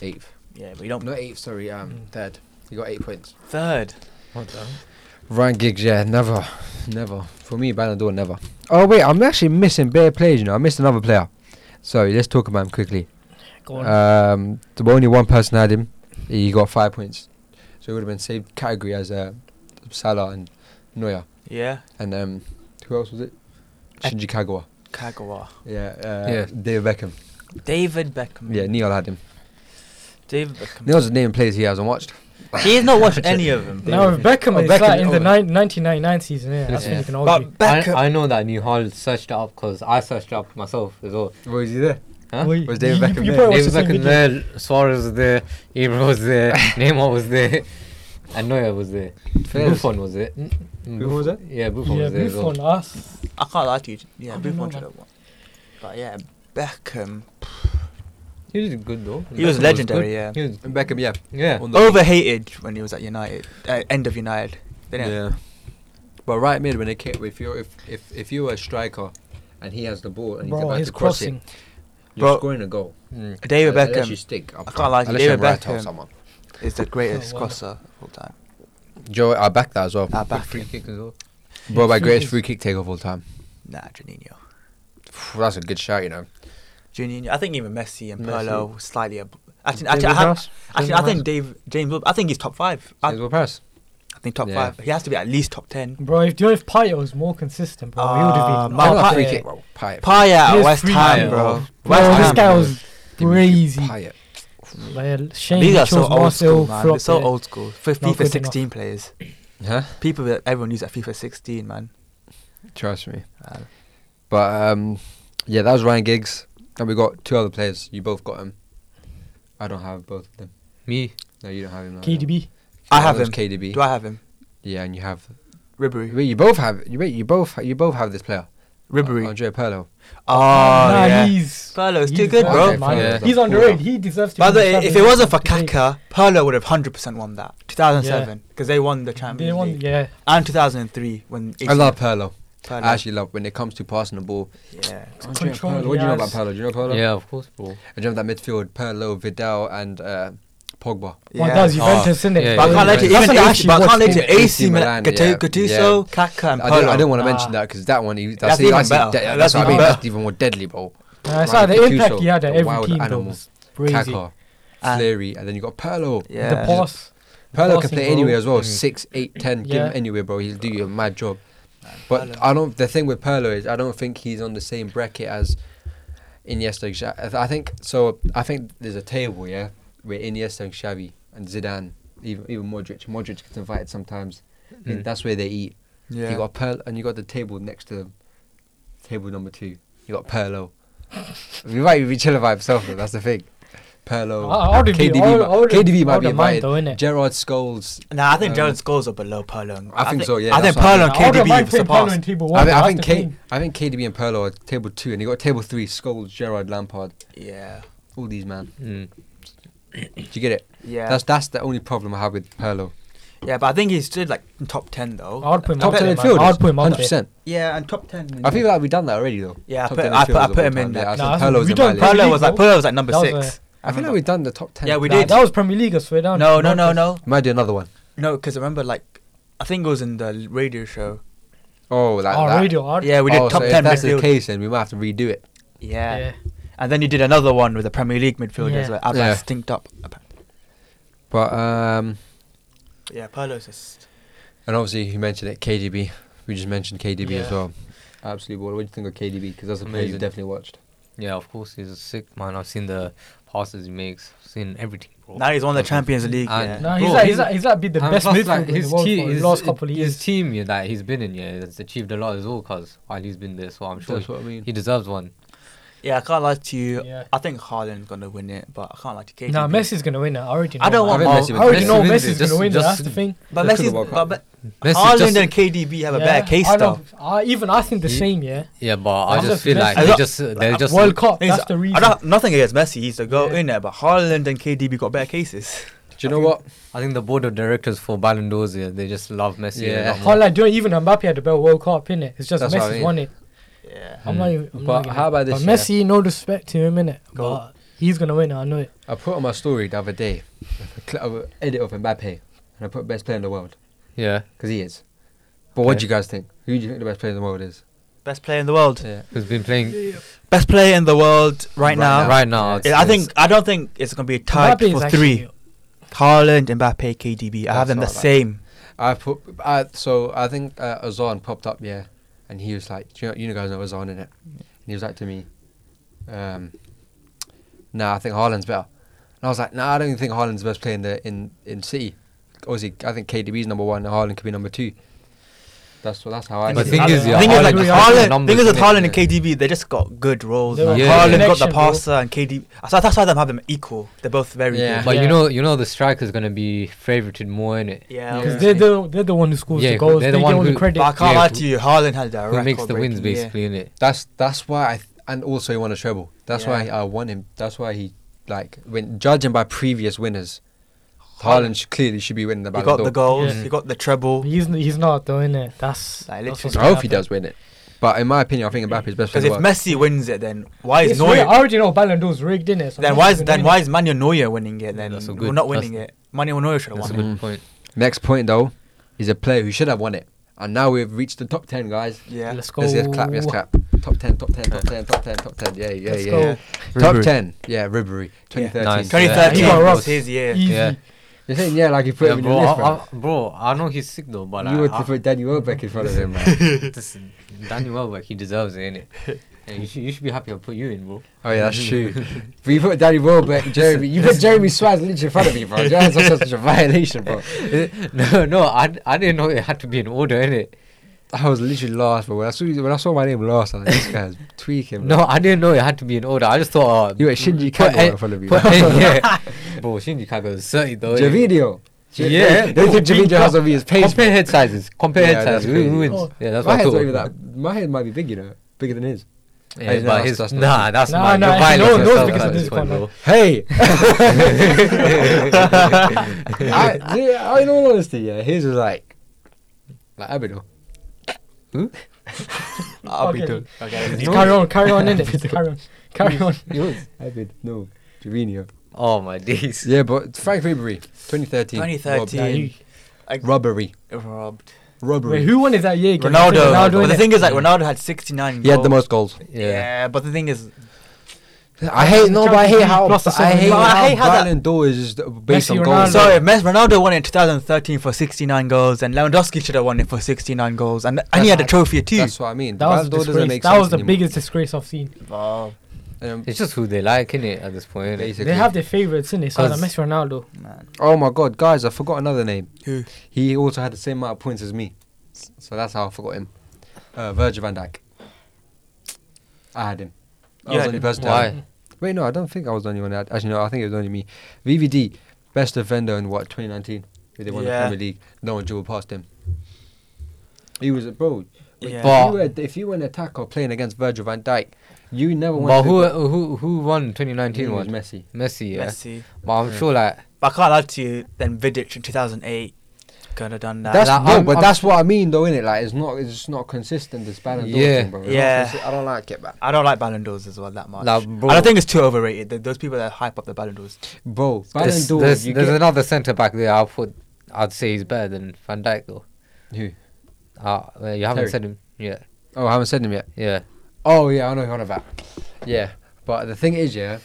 eighth.
Yeah, but you don't.
Not eighth, sorry, um, third. He got eight points.
Third.
What the-
Ryan Giggs, yeah, never, never. For me, Ballon d'Or, never. Oh wait, I'm actually missing bare players. You know, I missed another player. So let's talk about him quickly.
Go on.
Um, the only one person had him. He got five points, so he would have been same category as uh, Salah and Neuer.
Yeah.
And um, who else was it?
Eh.
Shinji Kagawa.
Kagawa.
Yeah, uh,
Yeah.
David Beckham.
David Beckham.
Yeah, Neil had him.
David Beckham.
Neil's the name of players he hasn't watched.
He's not watched any of them.
Now if Beckham
Oh,
is like
Beckham,
in the
oh.
nine- 1999 season, yeah, that's when
Yeah.
you can
But
argue.
Beckham.
I, I know that Nihal searched up because I searched up myself as well.
Was he there?
Huh?
Well,
Was David
you-
Beckham
you
there?
probably watched the
David
same
Beckham
video.
there, Suarez was there, Ibra was [laughs] there, Neymar was there, and Neuer was there.
Fairs.
Buffon was there. Mm, mm,
Buffon was there?
Yeah, Buffon
Yeah,
was there. as well.
Buffon, us.
I can't lie to you. Yeah,
I don't
Buffon
know,
should
man.
have won. But yeah, Beckham.
He was good though.
He was
Beckham
legendary,
good.
yeah.
He was,
Beckham, yeah.
yeah.
On the-
Overhated when he was at United. Uh, end of United. Didn't yeah.
Yeah. But right mid when it came, if you're if if if you're a striker, and he has the ball and he's
Bro,
about
his
to cross
crossing.
it, you're
Bro.
scoring a goal.
Mm.
David
Unless you
Beckham
stink.
I can't lie to you,
Unless
David
you're Morata or
Beckham.
someone.
is the greatest
[laughs] Oh, wow.
crosser of all time.
Joe, I back that as well.
I back
Free
him.
kick as well.
Bro, my
Free
greatest
kick.
free kick take of all time.
Nah, Janino.
Phew, That's a good shout, you know.
Janino. I think even Messi and
Messi.
Perlo slightly. Ab- actually,
David
actually, I, have,
House?
actually
David
I think
House?
Dave James. Will- I think he's top five. I,
James Will Paris.
I think top
Yeah.
five. He has to be at least top ten.
Bro, if you know if Payet was more consistent, bro, he would
Ah,
have been.
Mal-
up
Another free
there.
kick, bro. Payet.
Paya at
His
West
free-
Ham,
Payet,
bro.
oh.
West
Bro, this
Ham,
guy
bro.
was
Dimitri
crazy.
Payet.
Like, Shane
These are so
Mitchell's
old school,
Marcel
man. They're
flopped
so
it.
old school. F-
Not
FIFA
good
16 players.
Huh?
People that everyone used at FIFA 16, man.
Trust me.
Uh,
But um, yeah, that was Ryan Giggs, and we got two other players. You both got him. I don't have both of them.
Me.
No, you don't have him. no, Oh, no.
KDB.
I
That
have
was
him.
KDB.
Do I have him?
Yeah, and you have.
Ribery.
Wait, you both have. You wait, you both. You both have this player. Uh,
Ribery.
Andre Perlo.
Oh,
nah,
yeah.
he's
Perlo's too
he's
good, bro.
underrated, man.
Yeah.
He's underrated. He deserves to.
By
be
the
in
way,
top
if
eight,
it wasn't for
top eight.
Kaka, Perlo would have 100% won that. 2007, because they won the Champions
they won.
League.
Yeah,
And 2003, when
I
AC
love Perlo.
Pirlo.
I actually love when it comes to passing the ball.
Yeah.
Andre
Control
Pirlo.
the
What do you know about
ass.
Perlo? Do you know Perlo?
Yeah, of course, bro.
I jump that midfield: Perlo, Vidal, and uh, Pogba.
well,
Yeah.
that
Oh,
was Juventus, isn't it?
yeah,
But I can't let you,
That's
even
what I
AC,
actually
but I can't
watched
let you
him.
AC Milan,
AC Milan, yeah.
Gattuso, Kaka, and
I didn't, I
Pirlo.
didn't want to mention
Ah.
that because that one, he, that's,
That's
he-
even
that's, he-
better.
that-
That's
that's what I
even
mean.
better.
That's even more deadly, bro.
Uh, it's like
Ryan
the impact he
Gattuso,
had at
the
every
wild
team though
animal.
was crazy.
Kaká,
And-
Fleury, and then you got Perlo.
Yeah.
The pass.
Perlo can
passing
play
ball.
anywhere as well.
Mm.
Six, eight, ten. Give
Yeah.
him anywhere, bro. He'll do you a mad job.
Pirlo.
But I don't. The thing with Perlo is I don't think he's on the same bracket as Iniesta. and Xha- I th- I think so. I think there's a table, yeah, where Iniesta and Xavi and Zidane, even even Modric. Modric gets invited sometimes. I think
Mm.
That's where they eat.
Yeah.
You got Perlo, and you got the table next to them.
[laughs]
Table number two. You got Perlo. we might be chilling by himself. Though, that's the thing. Perlo,
I- I would've been-
KDB,
I
mi-
would've-
KDB
I
might be
would've mind
invited.
though, innit?
Gerard Scholes.
Nah, I think
Um,
Jalen Scholes up below Perlong.
I think so, yeah,
I think
that's what I
Perlong
I wouldn't
KDB
mind putting Paulo
surpassed.
in table
I, thi-
one. though,
I
that's
think
the
K-
thing.
I think KDB and Perlo are table two, and you got table three: Scholes, Gerard, Lampard,
Yeah,
all these man.
Mm.
Do you get it?
yeah,
That's that's the only problem I have with Perlo.
yeah. But I think he's still like in top ten though.
I would put him
Top
up
ten
there, man.
midfielders,
I would put him up
hundred
there.
percent.
Yeah, and top ten.
I feel like we've done that already though.
Yeah, I
Top
put,
10
I put, I
midfielders of
put
all
him in
time.
there.
Yeah, I
Nah,
think
that's-
Perlo's
we
in
don't
my
put-
list.
Perlo was like
That was
Perlo was like number
a-
six.
I feel like
remember.
we've done the top ten.
Yeah, we
Nah,
did.
that was Premier League, I swear down.
No, no, no,
Nonsense.
no,
Might do another one.
no. Because I remember like I think it was in the radio show.
Oh, like
Oh,
that.
radio, I'd-
Yeah, we did
oh,
top
so If
ten
that's the
midfield.
case, then we might have to redo it.
Yeah.
yeah.
and then you did another one with the Premier League midfielders.
Yeah.
Like, I've
Yeah.
like stinked up.
But um,
Yeah, Perlo's just.
and obviously you mentioned it, KDB. We just mentioned KDB as
Yeah.
well. Absolutely. What, what do you think of KDB? Because that's a player you
Amazing.
definitely watched.
Yeah, of course he's a sick man. I've seen the passes he makes, seen everything, bro.
Now he's won the Champions League.
And-
yeah.
No, he's
Bro,
like,
he-
he's like, he's like been the
And
best
plus,
midfielder
like,
in the world
team-
for the
his-
last couple of
his
years.
team yeah, that he's been in, yeah, has achieved a lot as well, cause while he's been there. So I'm sure
That's
he,
what I mean.
he deserves one.
Yeah, I can't lie to you.
Yeah.
I think Haaland's gonna win it, but I can't lie to KDB.
Nah, Messi's gonna win it. I already know.
I don't
that.
want
I
Mo-
think
I
Messi Oh, would-
already
Messi
know
wins
Messi's
it,
gonna
just-
win it. That's
just-
the thing.
But
Let's go to
Messi's,
World
but,
Cup.
but
Messi
Haaland
just-
and KDB have a
Yeah,
better case
I
though.
know. I, even I think the
He-
same. Yeah.
Yeah, but I
I'm
just
just
feel like
messing-
they
I-
just they just
World Cup.
He's-
That's the
I
reason.
don't nothing against Messi. He's the goat
Yeah.
in there, but Haaland and KDB got better cases.
Do you know what?
I think the board of directors for Ballon d'Ors, yeah, they just love Messi.
Yeah.
Yeah,
Haaland, don't even Mbappe had the better World Cup, innit? It's just
That's what I
Messi's
mean.
won it.
Yeah.
I'm not even. I'm
But
not gonna-
how about this,
But Messi, no disrespect to him, innit? But he's gonna win it. I know it.
I put on my story the other day a cl- of an edit of Mbappe, and I put best player in the world
yeah.
because he is. But what
Okay.
do you guys think? Who do you think the best player in the world is?
Best player in the world.
Yeah.
Who's been playing
Best player in the world right,
Right
now.
Yeah.
right now?
Yeah, I think I don't think it's gonna be a tie
Mbappe is
for
actually-
three. Haaland, Mbappe, KDB. I
That's
have them the
not bad.
same.
I put. I, so I think uh, Ozan popped up, yeah, and he was like, "Do you, know, you know guys know Ozan in it?" And he was like to me, um, "Nah, I think Haaland's better." And I was like, "Nah, I don't even think Haaland's the best player in the in in City. Obviously, I think KDB's number one, and Haaland could be number two. That's what. That's how I.
But
see
thing
it.
is, yeah,
thing is like
Haaland- Haaland
Haaland.
numbers,
Thing is with
isn't it?
Haaland and KDB, they just got good roles.
They
man.
were-
Haaland got the
Connection, bro.
passer and KDB. So that's why them have them equal. They're both very
Yeah.
good.
But
Yeah.
you know, you know, the striker's gonna be favoured more in it.
Yeah,
Yeah.
Because
obviously.
they're, the, they're the one who scores
Yeah,
the goals. They're
they're the
the
one
one the
who-
credit.
But I can't
Yeah,
lie
who-
to you, Haaland had that
Who makes the wins
record-breaking year.
basically in it?
That's that's why I th- and also he won a treble. That's why
Yeah.
I want him. That's why he like when judging by previous winners, Haaland sh- clearly should be winning the
He
Ballon
got
d'Or.
the goals.
Yeah.
He got the treble.
He's he's not though, innit? That's.
Like,
that's
literally.
what's
I hope he
gonna
does win it, but in my opinion, I think Mbappe's best
Because
player.
if
in the world.
Messi wins it, then why
happen.
is
It's rigged. I
Neuer?
already know Ballon d'Or's rigged, innit? So
Then
Messi's
why is
gonna
then
win
why
it.
is Manuel Neuer winning it? Then
That's a
we're
good-
not
that's-
winning it. Manuel Neuer should have
That's a
won.
good
Mm.
point.
Next point though, is a player who should have won it, and now we've reached the top ten, guys.
it. Yeah.
Let's go.
Yes, yes, clap, yes, clap. Top ten, top ten, top ten, top ten, top ten. Yeah, yeah,
Let's
yeah.
go.
yeah. Top ten. Yeah, Ribery, 2013.
Nice.
Yeah, he
2013
got
was
robbed.
his year.
Easy.
Yeah.
You're saying yeah, like you put
Yeah,
him in
bro,
the list,
I,
bro.
I, bro, I know he's sick though, but
you
like,
would
I,
to put Danny Welbeck in front of him,
[laughs]
man.
this, Daniel Welbeck, he deserves it, innit?
[laughs]
Yeah, you, should, you should be happy I put you in, bro. [laughs]
Oh yeah, that's true. but you put Danny Welbeck, Jeremy, you put Jeremy Swaz literally in front of me, bro. You know, That's
[laughs]
such- such a violation, bro.
no, no, I, I didn't know it had to be in order, innit?
I was literally last, bro. When I saw you- when I saw my name last, I was like, this guy's tweaking. Bro.
No, I didn't know it had to be in order. I just thought, uh,
you at Shinji
put
Kagawa
a-
in front of me.
put
bro. [laughs]
a- yeah. bro, Shinji Kago is 30 though. innit?
Javidio. J-
Yeah.
they think Javidio has on me his pace.
Compare head sizes. Compare
Yeah,
head
that's
sizes. Who, who
crazy.
wins?
Oh.
Yeah, that's
my
what I
head's
thought.
not even that. My head might be big, you know, bigger than his.
Yeah,
Hey,
but
that's-
his,
that's not
nah, that's
Nah,
mine.
nah,
You're
he
violent
knows-
yourself
knows because
at
of
this
this
point,
corner.
bro.
Hey, [laughs] I, yeah, I- in all honesty, yeah, his was like, like Abidal.
I'll be
Okay.
done. Okay.
Just Carry on,
[laughs]
carry on, innit? Carry on, carry on.
Yours, Abid, no, Javinio. [laughs]
Oh my days.
Yeah, but Frank Ribery, 2013.
2013.
Nah, you-
Robbery.
Robbed.
Robbery.
Wait, who won is that year? again?
Ronaldo.
Ronaldo,
But the
innit?
thing is, like Ronaldo had 69.
He had the
goals.
most goals.
Yeah. but the thing is,
I hate no, but I hate how
Plus the
I hate
seven.
how,
No,
I hate how that-
Ballon d'Or is just based
Messi,
on goals.
Ronaldo.
so if Messi Ronaldo won it in 2013 for 69 goals, and Lewandowski should have won it for 69 goals, and and he had a
That's-
trophy too.
That's what I mean.
That was,
Ballon
a
d'Or doesn't
disgrace.
make
that
sense
was the
anymore.
biggest disgrace I've seen.
Wow.
Um,
It's just who they like, innit, at this point. innit?
Basically.
They have their favourites, innit? So like
Cause-
Messi, Ronaldo.
Man.
oh my god, guys, I forgot another name.
Who?
He also had the same amount of points as me, S- so that's how I forgot him. Uh, Virgil van Dijk. I had him. I
You
was
had
the only
him.
person to have
Why?
him. Wait, no, I don't think I was the only one. that- Actually, no, I think it was only me. VVD, best defender in what 2019? They won the
Yeah.
Premier League. No one dribbled past him. He was a bro.
Yeah.
If,
But-
you were, if you were an attacker playing against Virgil van Dijk, you never
But
wanted.
who
to
who who won 2019
was
one?
Messi.
Messi, yeah.
Messi.
But I'm sure like
But I can't lie to you. Then Vidic in 2008 could have done that.
That's
Like,
no,
I'm-
but
I'm-
that's what I mean, though, innit? Like, it's not, it's just not consistent. This Ballon d'Or
Yeah.
thing, bro. It's not
Yeah.
consi- I don't like it, man.
I don't like Ballon d'Ors as well that much.
Nah,
and
bro.
I think it's too overrated. Th- Those people that hype up the Ballon d'Ors.
Bro, Ballon
there's,
d'Or.
there's,
you
there's
get-
another centre back there. I'll put. I'd say he's better than Van Dijk though.
Who?
Uh, well, you haven't
Terry.
said him. Yeah,
Oh, I haven't said him yet.
yeah.
Oh yeah, I know who you're on about. Yeah, but the thing is, yeah,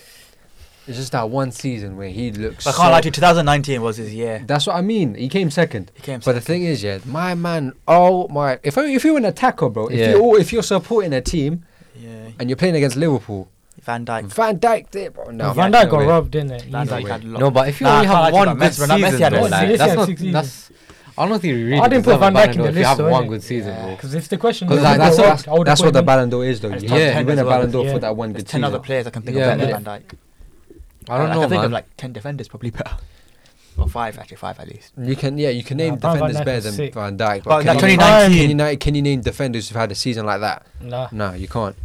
it's just that one season where he looks.
But I can't lie to
so-
you. 2019 was his year.
That's what I mean. He came second.
He came
But the thing is, yeah, my man. Oh my! If if you're an attacker, bro, if
Yeah.
you if you're supporting a team
Yeah.
and you're playing against Liverpool,
Van Dijk.
Van Dijk, there, bro. No,
Van
yeah,
Dijk
no
got
way.
robbed, didn't
Van
he?
Dijk
way.
had a lot.
No, but if you
Nah,
only
I
have
can't lie to
one
you,
good
but Messi- Messi
season,
had
though,
one
like,
season.
that's
Messi had
not.
six seasons.
That's. I don't think you really
I didn't
deserve
put
a
Van
Ballon
Dijk in
d'Or
the
if you
list,
have
though,
one
innit?
good season, bro.
Because if the question
Cause
was
like,
who
that's
got
that's,
robbed, I would
that's what
have put
the
him in.
Ballon d'Or is, though.
It's
You,
top
yeah,
ten
you win a
as well.
Ballon d'Or
Yeah.
for that one
There's
good
10 other
season.
players I can think
Yeah.
of better
Yeah.
than Van Dijk.
I don't
I
know,
can think
man.
of like 10 defenders probably better. Or five, actually, five at least.
You can, yeah, you can name
Nah, Van Dijk
defenders
was
better than
sick.
Van Dijk.
But
can
like
you-
2019.
can you, na- can you name defenders who've had a season like that?
Nah.
No, you can't.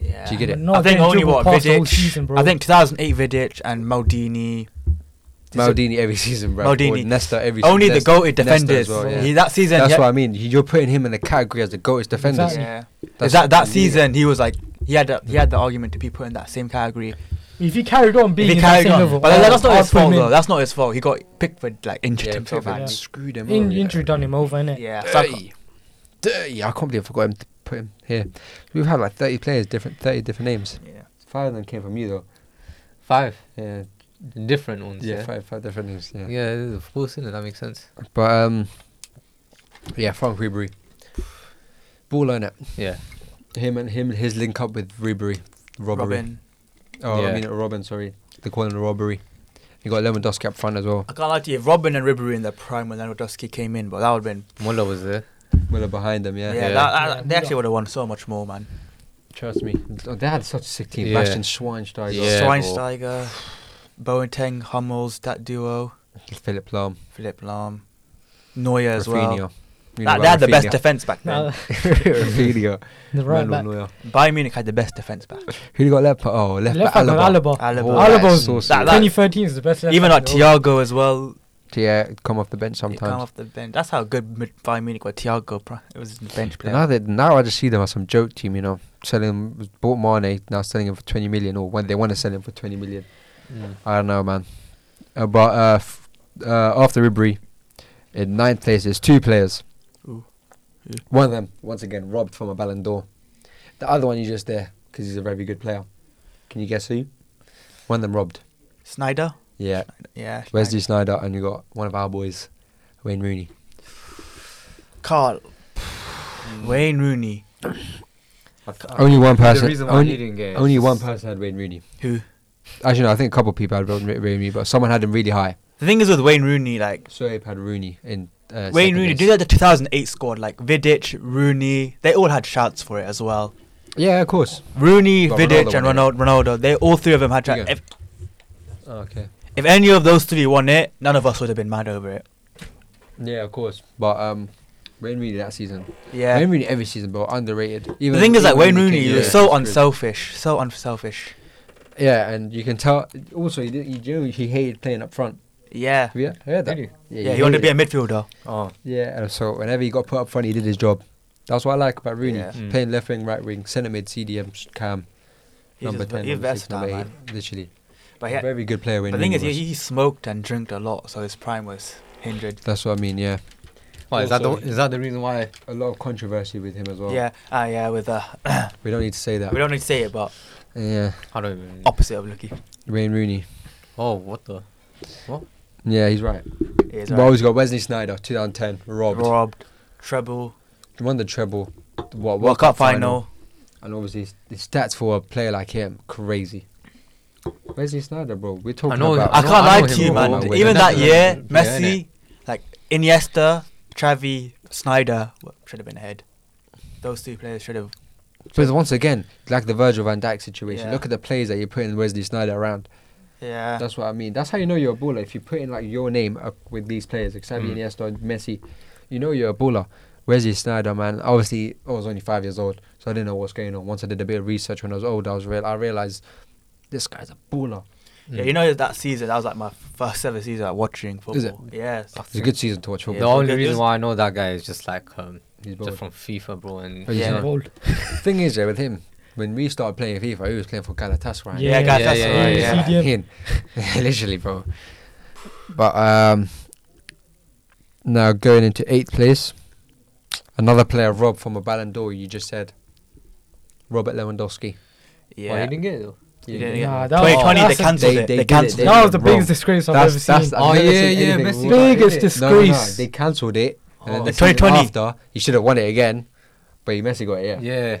Yeah.
Do you get it?
No,
I think
they
only
dribbled
what
past the whole
Vidic.
season, bro.
I think 2008 Vidic and Maldini. Is it-
Maldini every season, bro.
Maldini.
Or Nesta every season.
Only the
Nesta-
goated
Nesta as
defenders.
well, yeah.
He that season.
That's
yeah,
what I mean. You- You're putting him in the category as the goatest defenders.
Exactly.
Yeah.
That's-
that that
yeah.
season he was like he had a, he had the argument to be put in that same category.
if he carried on
If
being
he
in that
carried
same
on,
level,
but
I'll-
that's not
I'll
his
put him
fault
in.
though. That's not his fault. He got Pickford like injured
Yeah,
himself.
Pickford
man.
yeah.
screwed him
In,
over, yeah.
injury done him over, innit?
Yeah. so I can't-
Dirty. Dirty. I can't believe I forgot him to put him here. We've had like 30 players, different 30 different names.
yeah.
Five of them came from you, though.
Five
Yeah,
different ones.
yeah,
Yeah,
Five, five different names, yeah.
yeah. this is Of course, isn't it? That makes sense.
But, um, yeah, Frank Ribery. Ball on it.
Yeah,
Him and him, his link up with Ribery. Robbery.
Robin.
Oh, I
Yeah.
mean, Robin, sorry. They call him the robbery. You got Lewandowski up front as well.
I can't lie to you. Robin and Ribery in the prime when Lewandowski came in, but that would have been
Muller was there.
Miller behind them,
yeah.
yeah.
Yeah.
That, that,
Yeah,
they actually
Müller.
would have won so much more, man.
Trust me. Oh, They had such a sick team.
Yeah.
Bastian Schweinsteiger.
Yeah, bro.
Schweinsteiger, Boateng, Hummels, that duo,
Philip Lahm.
Philip Lahm, Neuer as well.
Rafinha. You know
That,
about
they had the best
Rafinha.
defense back then.
Nah,
[laughs] Rafinha.
the right
Manuel
back.
Neuer.
[laughs] Bayern Munich had the best defense back.
Who you got left? back? Oh, left,
Left
back
back was
Alaba.
Alaba.
Alaba.
Oh,
Alaba
that is
was-
saucy.
That- that-
2013 is the best left
Even
back
like
in the world.
Thiago as well.
yeah, come off the bench
He Come
sometimes.
off the bench. That's how good mid- Bayern Munich were. Thiago, bro. it was his bench
And
player.
Now, they, now I just see them as some joke team, you know. Selling him, bought Mane, now selling him for 20 million, or when they want to sell him for 20 million. I don't know, man. Uh, but uh, f- uh, after Ribery, in ninth place is two players.
Ooh. Yeah.
One of them, once again, robbed from a Ballon d'Or. The other one, you just there because he's a very good player. Can you guess who? One of them robbed.
Snyder.
Yeah,
Yeah. Snyder.
Wesley Snyder, and you got one of our boys, Wayne Rooney.
Carl. [sighs] Wayne Rooney.
Only one person.
Oh, The reason why
only,
he didn't get it
only
is
one
just-
person had Wayne Rooney.
Who?
Actually, no, I think a couple of people had Wayne Wayne Rooney, but someone had him really high.
The thing is with Wayne Rooney, like
Sohaib had Rooney in. Uh,
Wayne
second
Rooney,
place.
do you have the 2008 squad like Vidic, Rooney? They all had shouts for it as well.
Yeah, of course.
Rooney,
But
Vidic,
Ronaldo
and
won
Ronaldo, Ronaldo. They all three of them had
Yeah.
shouts. If,
Oh, Okay.
if any of those three won it, none of us would have been mad over it.
Yeah, of course. But um, Wayne Rooney that season.
Yeah.
Wayne Rooney every season, but underrated. Even
the thing is, like
even
Wayne
when he
Rooney,
came
he
here,
was
he
so
good.
unselfish, so unselfish.
Yeah, and you can tell. Also, he did, he, you know, he hated playing up front.
Yeah,
Have you heard that?
Did
yeah. He wanted to be a
hated
midfielder.
Oh,
it. Yeah, and so whenever he got put up front, he did his job. That's what I like about Rooney.
Yeah.
Mm.
Playing left wing, right wing, centre mid, CDM, s- cam,
He's
number
just-
ten,
he's
number six,
versatile,
number eight.
man.
Literally,
But he,
very good player. Wayne
the thing is,
Rooney
he,
was.
he smoked and drank a lot, so his prime was hindered.
That's what I mean. Yeah,
why is that? The,
Also-
is that the reason why?
a lot of controversy with him as well.
Yeah, ah, yeah, with uh,
we don't need to say that.
we don't need to say it, but
Yeah,
I don't even.
opposite of Lucky.
Wayne Rooney.
Oh, what the?
Yeah, he's right.
He is
Well,
right.
he's got Wesley Snyder, 2010, robbed.
robbed, treble,
He won the treble, the what
World, Cup final.
and obviously his- his stats for a player like him crazy. Wesley Snyder, bro, we're talking
I know him.
about.
I
know-
can't
I know
lie
him
to you,
from
man.
World Cup.
Even
Yeah,
that
yeah,
year,
yeah,
Messi, like Iniesta, Xavi, Snyder w- should have been ahead. Those two players should have
Because once again, like the Virgil van Dijk situation,
Yeah.
look at the plays that you're putting Wesley Snyder around.
Yeah.
That's what I mean. That's how you know you're a baller. If you put in like your name uh, with these players, like Xavi,
Mm.
Iniesta, Messi, you know you're a baller. Wesley Snyder, man. Obviously, I was only five years old, so I didn't know what's going on. Once I did a bit of research when I was old, I was real. I realized this guy's a baller.
Yeah, you know that season that was like my first ever season like, watching football.
Is it?
Yes.
It's a good season to watch
The
Yeah,
football.
only
because
reason
this-
why I know that guy is just like um,
He's
just
bold.
from FIFA, bro. And
Oh, he's
you
Yeah.
know,
not. Thing is, yeah, with him, when we started playing FIFA, he was playing for Galatasaray.
Yeah, guys, that's
yeah,
right,
yeah,
yeah.
CDM.
Him. [laughs] Literally, bro. But um, now going into eighth place, another player, Rob from a Ballon d'Or. You just said Robert Lewandowski.
Yeah.
Why he didn't get it though?
You didn't
Didn't get
get
Nah,
it.
that was-
2020
that's
Oh, they
a-
cancelled
They-
it.
they
They,
did it,
cancelled
they
it.
did
That was the
Bro,
biggest disgrace I've
that's-
ever seen.
that's- I've
Oh,
never
yeah,
seen
yeah,
anything
Messi
more like it.
Biggest
No, no, no,
disgrace.
They cancelled it, and then
Oh.
the
In
season
2020.
after he should have won it again, but he Messi got it. Yeah.
Yeah. Ah,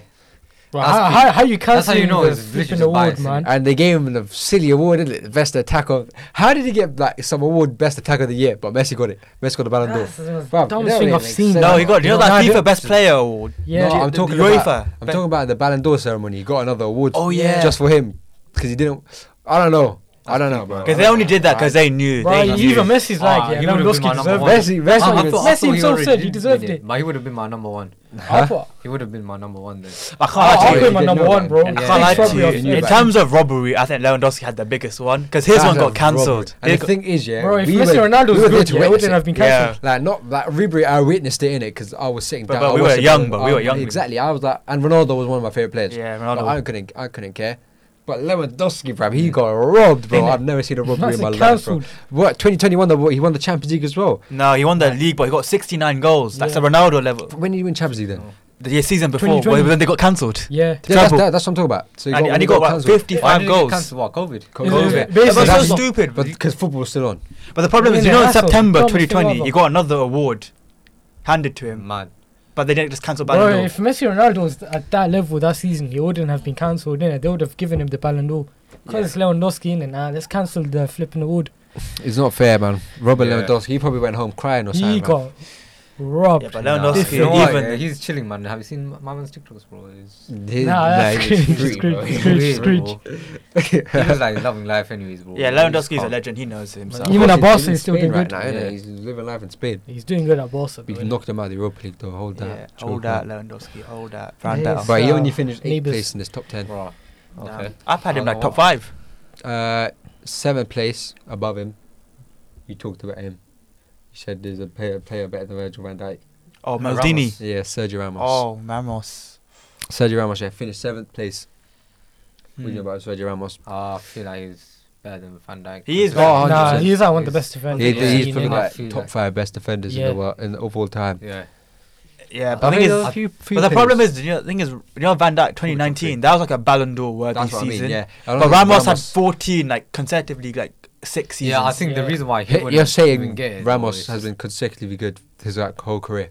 Bro,
That's
how, how,
big.
how you
That's how you
cancelling
know
the
it's literally
flipping
just
award,
bias,
man?
And they gave him the silly award, didn't it? The best attack of. How did he get like some award, best attack of the year? But Messi got it. Messi got the Ballon d'Or.
That's the
Bro,
dumbest
you know
thing
what
I've
it makes
seen.
sense.
No, he got. You know that
No, I
FIFA Best Player Award.
Yeah.
no, I'm
the
talking
UEFA.
about. I'm
Be-
talking about the Ballon d'Or ceremony. He got another award.
Oh, yeah.
Just for him, because he didn't. I don't know. I don't know, bro.
Because they only did that because they knew.
Bro,
they
you-
knew.
even Messi's like,
Ah,
yeah,
he would've been my
Lewandowski
number
deserved
one.
it.
Messi, Messi,
Oh, I
even-
thought- Messi himself said he deserved it.
But he would have been my number one.
I thought-
He would have been my number one then.
I
I
can't lie
I'll
to
you
put
you.
him at
didn't
number
know
one,
that.
bro.
And
I
yeah,
can't lie
probably
to
you
you.
knew
In
that.
terms of robbery, I think Lewandowski had the biggest one because his one got cancelled.
And the thing is, yeah,
Bro, if
we
Messi
were-
Ronaldo
we
was
were there
good,
to
yeah, it
witness
wouldn't have been
Yeah.
cancelled.
Like not like Ribery, I witnessed it in it because I was sitting
But-
down.
but
I
we
watched
were
it,
young, but we
I-
were young.
Exactly, I was like, and Ronaldo was one of my favorite players.
Yeah,
But
Ronaldo.
I couldn't, I couldn't care. But Lewandowski, bruv, he got robbed, bro.
Didn't
I've never seen a robbery in
Messi
my life, bro.
cancelled.
What 2021? though, He won the Champions League as well.
No, he won the league, but he got 69 goals. That's
Yeah.
the Ronaldo level.
When did you win Champions League then?
The year season before,
2020.
but then they got cancelled.
Yeah.
Yeah, that's,
Trouble.
that, that's what I'm talking about. So
And, and he got, about
cancelled.
55 goals.
Cancel what? COVID.
Covid.
Is
Yeah.
it- basically-
That's
That's
so
not-
stupid.
But
But,
because football's still on.
the problem is, you
Yeah,
know, in
that's all.
September
Problem
2020,
still
he got another award handed to him,
Mad.
but they didn't just cancel
Bro,
Ballon d'Or.
if Messi Ronaldo was at that level that season, he wouldn't have been cancelled, innit? They would have given him the Ballon d'Or. Because it's Lewandowski, innit? Nah, let's cancel the flipping award.
It's not fair, man. Robert
Yeah.
Lewandowski, he probably went home crying or something.
He
man.
got robbed.
Yeah, but
Nah,
Lewandowski,
you know what,
even
yeah, he's chilling, man. Have you seen my man's TikToks, bro? He's
He-
Nah, that's
[laughs]
he was
cringe,
free, bro.
cringe,
He
cringe.
was-
weird, bro. [laughs] he was like loving life, anyways, bro.
yeah, Lewandowski's a legend. He knows himself.
Even
Of course, he's
at Barca,
in
he's still
Spain
doing
right
good.
now, innit?
Yeah.
He's living life in Spain.
He's doing good at Barca.
We
though, innit?
knocked him out of the Europa League, though. Hold
Yeah,
that.
hold
joke,
that,
man.
Lewandowski. Hold that. Van
Yes.
Dijk.
But he
Uh,
only finished eighth
neighbours.
place in his top ten.
Bro.
Nah.
Okay.
I've had him
I
like
know
top
what.
five.
Uh, seventh place above him. You talked about him. You said there's a player, player better than Virgil van Dijk.
Oh,
Ramos.
Maldini.
Yeah, Sergio Ramos.
Oh, Ramos.
Sergio Ramos, yeah, finished seventh place. We know
Hmm.
about Sergio Ramos.
Ah, I feel like he's better than Van Dijk.
He is
Consider-
better. Oh,
Nah,
100%.
he's like one of the
He's-
best defenders.
He,
I've
Yeah,
he's
seen,
probably
[laughs] innit?
I
like
feel
top
like-
five best defenders in
Yeah.
the world in, of all time.
Yeah.
Yeah,
I
but the
think
thing
there was
is,
a few- few
but the
things.
problem is, you know, the thing is, you know, Van Dijk 2019, that was like a Ballon d'Or worthy
That's what I
season.
mean. Yeah, I don't
But
think
Ramos, had 14, like consecutively, like six seasons.
Yeah, I think the
Yeah.
reason why he
H-
wouldn't
You're
even
saying
get it,
Ramos
bro, is
has
just-
been consecutively good his like, whole career.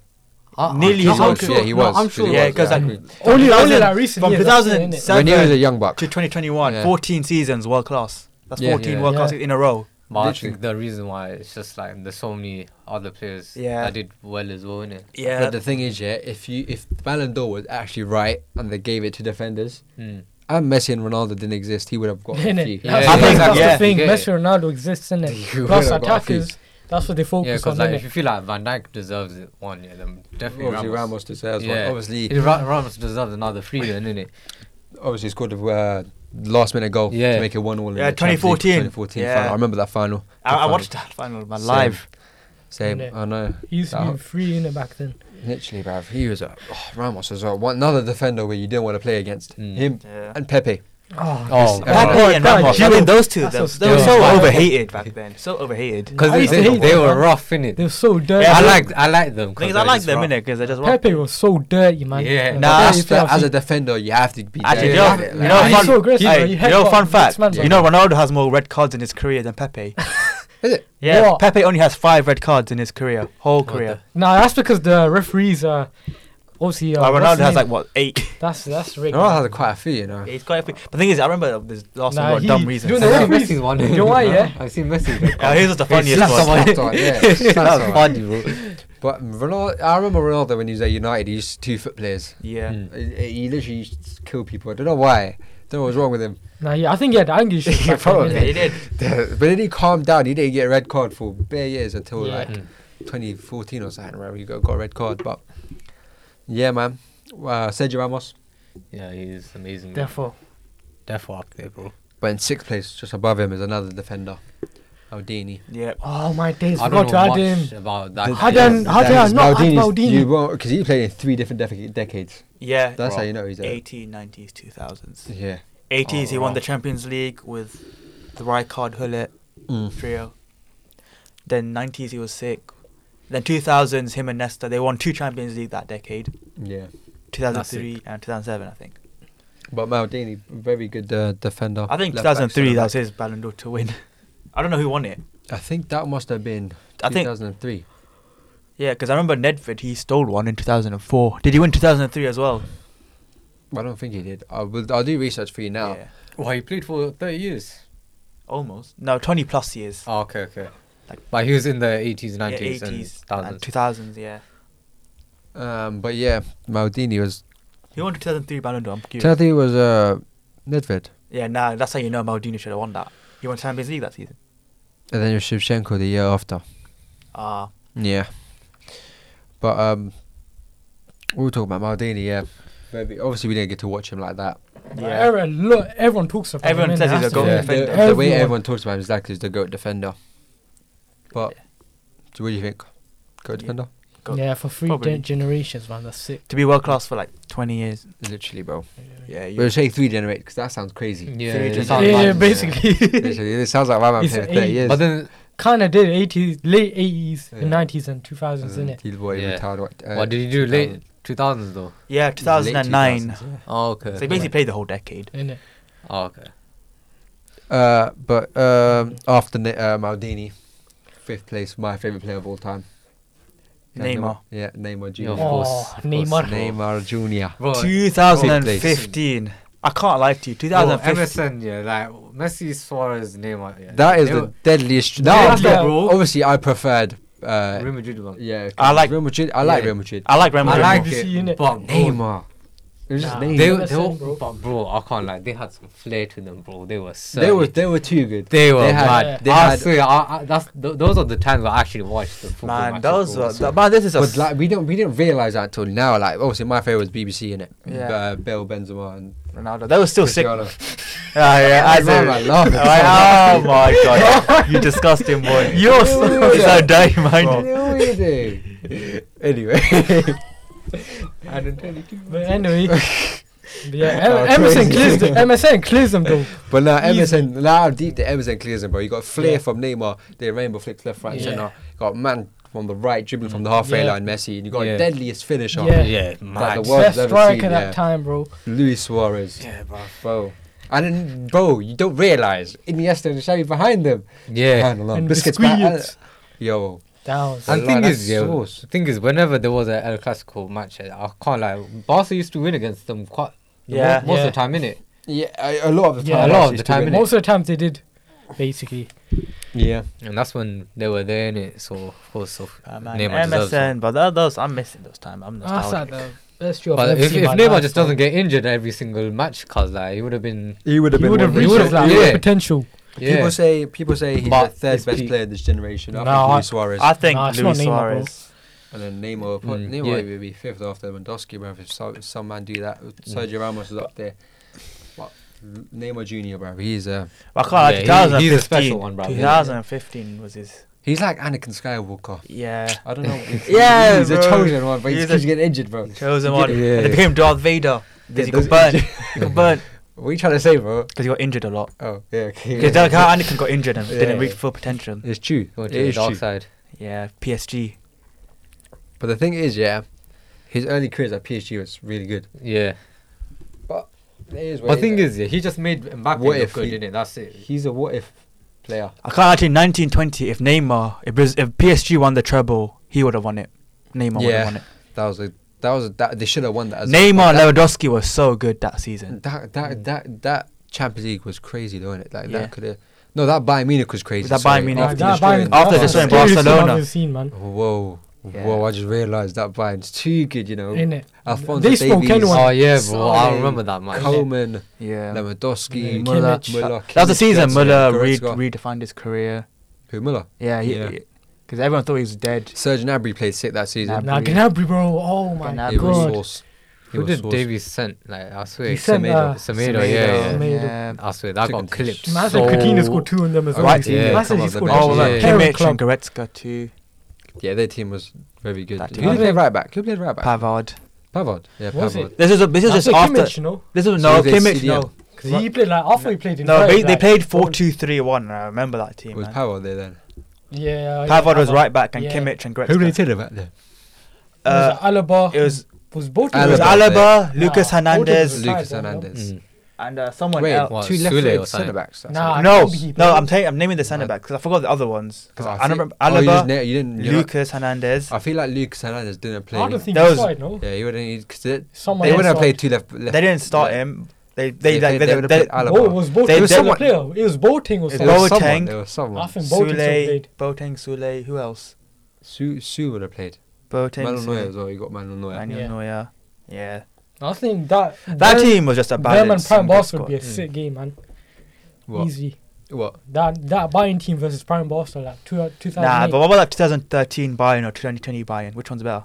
I- I-
Uh, Nearly
no,
his
I'm
whole
sure-
career, he
no,
was,
I'm
he
sure he
was,
was,
yeah, because
yeah.
like from
Only, only
2000
like recent
from
years. I've seen it, innit?
2007
when he was a young buck.
to 2021,
Yeah.
14 seasons, world class. That's
Yeah.
14
Yeah.
world class
Yeah.
in a row.
But I
Literally.
think the reason why it's just like there's so many other players
Yeah.
that did well as well, innit?
Yeah,
But the thing is, yeah, if you if Ballon d'Or was actually right and they gave it to defenders,
Mm.
and Messi and Ronaldo didn't exist, he would have got a few.
Innit?
Yeah,
That's
yeah,
the thing,
yeah.
that's
Yeah.
the thing.
Yeah.
Messi Ronaldo exists,
You
innit? Plus
would've got a few.
attackers, that's what they
Yeah,
focus on,
because like
innit?
if you feel like Van Dijk deserves it, one, yeah, then definitely
Obviously,
Ramos.
Ramos deserves one.
Yeah.
Obviously,
Yeah, Ra- Ramos deserves another free then, innit?
obviously he scored a uh, last minute goal
Yeah.
to make it one all. in
Yeah,
the Champions League
2014.
2014
Yeah.
final. I remember that final.
I, I
Good
watched that final man
Same.
live.
Same,
Innit?
I know.
He used to
That-
be free in it back then.
Literally, bruv. He was a oh, Ramos was a, one, another defender where you didn't want to play against
Mm.
him
Yeah.
and Pepe.
Ah,
Oh,
Yeah.
Pepe and Ramos. I mean, those two,
That's
they,
so
they were
stupid.
so
Yeah.
overhated back then. So overhated.
because
I
they,
used to
they,
hate
they
them,
were
man.
rough, innit?
They were so dirty.
Yeah,
I
they-
like I like them. 'cause
Things I
they're
like
just
them
rough.
in it because they're just
Pepe was so dirty, man.
Yeah.
Like,
Yeah,
Nah,
that
that's
you
used to
feel
have
as a
heat.
defender, you have to be.
Actually,
there.
you
Yeah.
know,
Like,
you know,
He's
fun,
so aggressive,
hey,
like, he
you know,
headbutt
fun
the
fact.
next man,
You know, Ronaldo has more red cards in his career than [laughs] Pepe.
Is it?
Yeah,
What?
Pepe only has five red cards in his career, whole career.
Nah, that's because the referees are obviously. Uh,
While
what's
Ronaldo
his
has like
name?
what eight.
That's that's rigged.
Ronaldo had quite a few, you know.
Yeah, [laughs] he's quite. a few- But the thing is, I remember this last one
Nah,
for a
he-
dumb reason.
doing
I've
the
seen
referees-
Messi's one.
You know why, yeah?
I've seen Messi.
[laughs] Uh, here's the funniest
Slapped
one.
someone. Yeah, slapped
That's
someone.
funny, bro.
But Ronaldo, I remember Ronaldo when he was at United. He used two foot players.
[laughs] Yeah.
Mm.
He, he literally used to kill people. I don't know why. don't know what's wrong with him.
Nah, yeah, I think he
[laughs]
had anger issues.
Yeah,
back then,
probably.
Yeah,
innit?
[laughs]
he did.
but then he calmed down. He didn't get a red card for bare years until
Yeah.
like
Mm.
2014 or something, where he got, got a red card. But yeah, man. Uh, Sergio Ramos
Yeah, he's amazing. man.
Therefore,
Defo up there, bro.
But in sixth place, just above him, is another defender, Aldini.
Yeah.
oh my days,
I
I
don't
forgot to
know
add
much
him.
about that.
How
player.
done- how done- not Aldini.
Because he played in three different dec- decades.
Yeah.
That's how
Bro,
you know he's there.
1890s, 2000s.
Yeah. Oh,
80s, he won
wow.
the Champions League with the Rijkaard, Hullet
Mm.
trio. Then 90s, he was sick. Then 2000s, him and Nesta, they won two Champions League that decade,
Yeah.
2003 and 2007, I think.
But Maldini, very good uh, defender.
I think
Left back,
2003 that
centre
was his Ballon d'Or to win. [laughs] I don't know who won it.
back. I think that must have been
I think
2003.
yeah, because I remember Nedved he stole one in 2004. Did he win 2003 as well?
I don't think he did. I will. I'll do research for you now.
Yeah.
Well, he played for 30 years.
Almost. No, 20 plus years.
Oh, okay, okay.
Like-
but he was in the 80s, 90s,
yeah, 80s
and
and
2000s.
2000s. Yeah,
Um, but yeah, Maldini was.
he won 2003 Ballon d'Or. I'm curious.
Teddy was uh, Nedved,
yeah, nah, that's how you know Maldini should have won that. He won Champions League that season.
and then it was Shevchenko the year after.
Ah,
Yeah. But um, we were talking about Maldini. Yeah. Maybe, obviously, we didn't get to watch him like that.
yeah.
Everyone, look, everyone talks about
Everyone
him. innit?
says he's
That's
a goal
thing.
Yeah,
defender.
the, the way everyone talks about him is like he's the goat defender. But so what do you think? Goat
Yeah.
defender?
God.
Yeah, for three
Probably.
gen- generations, man, that's sick.
to be world class for like 20 years.
Literally, bro.
Yeah,
We'll say three generate because that sounds crazy.
Yeah,
Three
yeah,
to
yeah.
thousand.
Yeah,
Yeah,
yeah,
[laughs]
yeah.
[laughs] basically.
Literally, it sounds like my man
He's
played
an
for 30
eight.
years.
But then,
kind of did 80s, late 80s,
Yeah.
and 90s and 2000s,
Mm.
innit?
He boy
Yeah.
retired, what, uh,
what did he do? Late 2000s, though.
Yeah,
late
2009.
2000s,
Oh,
So
okay.
he basically played the whole decade.
Innit?
Oh, okay.
yeah. Uh, but um, after Ne- uh, Maldini, fifth place, my favorite player of all time.
Neymar.
Yeah, Neymar Jr.
Yeah, of
Oh,
course. of
Neymar.
course.
Neymar Jr.
Bro, bro,
2015. I can't lie to you. 2015.
MSN, yeah, like Messi, Suarez, Neymar. Yeah.
That is
They
the
were-
deadliest. Now,
Deadly, bro.
obviously, I preferred. Uh,
Real Madrid one.
yeah,
I like-
Real Madrid. I like
yeah.
Real Madrid.
I like Real
I
Madrid.
like
more.
Madrid.
it,
Innit?
but bro,
Neymar. It was just
Nah.
Neymar.
they,
MSN,
they were,
bro.
but bro, I can't lie. They had some flair to them, bro. They were so.
They were they were too good.
They were
They had-
mad.
they
I
had-
swear, I, I, that's th- those are the times I actually watched the football.
Man,
matches,
those
bro.
were, th- man, this is a.
But like we don't we didn't realize that until now. Like obviously my favorite was BBC in it.
Yeah.
Uh, Bell, Benzema, and
Ronaldo. That was still sick.
Cristiano.
Ah, yeah, I
Neymar,
said.
I love it.
[laughs] Oh my [laughs] god. You disgusting boy. [laughs] You're so,
Yeah.
so dirty minded.
[laughs]
Anyway, anyway.
But
[laughs]
anyway. but yeah,
Oh,
em- Emerson
crazy.
clears
[laughs]
the MSN clears them though.
[laughs] but now Emerson, now how deep the Emerson clears him, bro. You got flair from Neymar, the rainbow flick left, right,
Yeah.
center. You got man from the right dribbling from the halfway
Yeah.
line, Messi, and you got
Yeah.
a deadliest finisher.
Yeah.
yeah, mad.
the world
Best
has ever
striker
seen,
that
yeah.
time, bro.
Luis Suarez,
yeah, bro.
bro. And then, bro, you don't realize Iniesta and Xavi behind them.
Yeah.
Subhanallah.
And
Busquets back-
Biscuits.
Yo,
That was
And Wallah,
And the thing
that's
is, yeah,
sauce.
the thing is, whenever there was a El Clasico match, eh, I can't lie, Barca used to win against them quite
Yeah.
yeah, most, most
Yeah.
of the time, innit?
yeah, a, a lot of the
Yeah,
time,
a
lot of
actually still
the time,
win
innit?
it.
most of the times they did, basically.
Yeah,
And that's when they were there, innit? So, of course, so
Ah, man,
Neymar deserves it.
MSN, but that, those, I'm missing those time. I'm
That's like
nostalgic.
the best job
But
I've
if,
seen
if
in my
Neymar
life,
just
bro.
doesn't get injured every single match, cause like, he would have been.
he would have
he
been.
would
one of
have
the-
reached
would've-
his like,
yeah.
potential.
Yeah.
People say people say he's
But
the third
it's
best
peak.
player in this generation. I
No,
think
I-
Luis Suarez
I think
Nah, it's not
Luis
Neymar, bro.
Suarez.
and then Neymar. put-
Mm,
Neymar
yeah.
would be fifth after Lewandowski, bro. If so, if some man do that, Sergio Ramos is up there. But Neymar Junior, bro, he's uh,
I can't
Yeah,
lie,
he-
2015.
he's a special one, bro.
2015 was his.
he's like Anakin Skywalker.
Yeah.
I don't know. He's,
Yeah,
he's a
bro.
chosen one, but he's,
He's
he's
a-
getting injured, bro.
Chosen
Yeah.
one. And he became Darth Vader. Because he
Yeah,
got
[laughs]
burnt.
does-
he got burnt.
What are you trying to say, bro?
Because he got injured a lot.
Oh, yeah, okay.
Because yeah. Anakin got injured and
Yeah,
didn't
yeah.
reach full potential.
It's true.
Going
It
to the
is
dark
true.
side.
Yeah, PSG.
But the thing is, yeah, his early careers at PSG was really good.
Yeah.
It is
But the thing is, yeah, he just made Mbappe
What if
look good,
he-
innit? That's it.
he's a what if player.
I can't actually. 1920. If Neymar, if, Braz- if PSG won the treble, he would have won it. Neymar would
Yeah.
have won it.
That was a that was a, that they should have won that. As
Neymar
a, Mm.
and Lewandowski were so good that season.
that, that that that that Champions League was crazy, though, wasn't it? Like
Yeah.
that could have. No, that Bayern Munich was crazy.
That
sorry,
Bayern Munich-
after
Nah,
destroying-
Bayern-
After
that's
destroying
the scariest thing I've
Barcelona.
ever seen, man.
Whoa, Whoa, I just realised that Bayern's too good, you know.
in it.
Alfonso
They spoke
Davies,
anyone.
Oh yeah, bro.
Solid.
I remember that match.
Coleman,
Yeah.
Lewandowski,
Yeah,
Muller,
Kimmich.
Muller.
That was the
Kimmich,
season
Goretzka,
Muller re-
Goretzka.
redefined his career.
Who Muller?
Yeah,
Yeah.
because everyone thought he was dead.
Serge Gnabry played sick that season.
Nah,
Gnabry.
Gnabry, bro. Oh my
Gnabry.
He was
god.
sauce. He
Who
was
did
sauce.
Davies sent? Like I swear,
He sent
Semedo.
uh,
Semedo,
Semedo,
yeah, yeah.
Semedo.
I swear that got
Chicken dish.
clipped.
Man,
so
so Coutinho scored two in them as well.
Right,
this
yeah,
season. Last
come
season he
off the
scored
bench,
two.
Oh, like
yeah.
Parent
Kimmich and
club.
Goretzka too.
Yeah, their team was very good.
That
Who
team
did
was
play
good.
right back? Who played right back?
Pavard.
Pavard. Yeah,
Was
Pavard.
This is a, this is
I
just
think
after.
Kimmich, you know,
This was
So
no
they
Kimmich.
CDM.
No,
'cause he played like after he played in.
no.
Bayern,
They, they
like,
played four two three one. I remember that team.
It was
man.
Pavard there then.
Yeah, yeah,
Pavard was right back and
Yeah.
Kimmich and Goretzka.
Who did it about there?
Uh,
it was Alaba.
it was
was both.
it was
Alaba.
Alaba,
Nah,
Lucas
Foden was
Hernandez,
retired
Lucas
by now.
Hernandez.
Mm.
and uh, someone
Wait,
else.
what,
two
Sule or
left-footed
something?
centre backs. that's
Nah,
it.
I
No,
can't be-
no, I'm telling, I'm naming the centre backs because I forgot the other ones. 'Cause
Oh,
I,
see-
remember
oh, you
Alaba,
just na- you Oh, didn't. you're not-
Lucas Hernandez.
I feel like Lucas Hernandez didn't play.
I don't think
That
he
was-
started. No,
Yeah, he wouldn't. Cause they,
someone.
they
else
wouldn't have played
started.
two left.
They
left
didn't start
yeah.
him. They they
played-
they, they,
would've
they,
played Alaba.
Bo was both.
They-
It was
they-
someone player. It was Boateng or
It
something.
was someone.
Boateng.
There was someone.
I think Boateng
Sule,
played.
Boateng, Sule. Who else?
Sue Sue would have played.
Boateng,
Manuel Neuer
Sule,
as well. You got Manuel Neuer.
Manuel
Yeah.
Neuer. Yeah,
I think that
that
Bayern-
team was just a
Bayern and
balanced
Prime
and good
Boss would be a
squad.
sick game, man.
What?
Easy.
What?
That that Bayern team versus Prime Barca, like two two thousand.
Nah, but what about that 2013 Bayern or 2020 Bayern? Which one's better?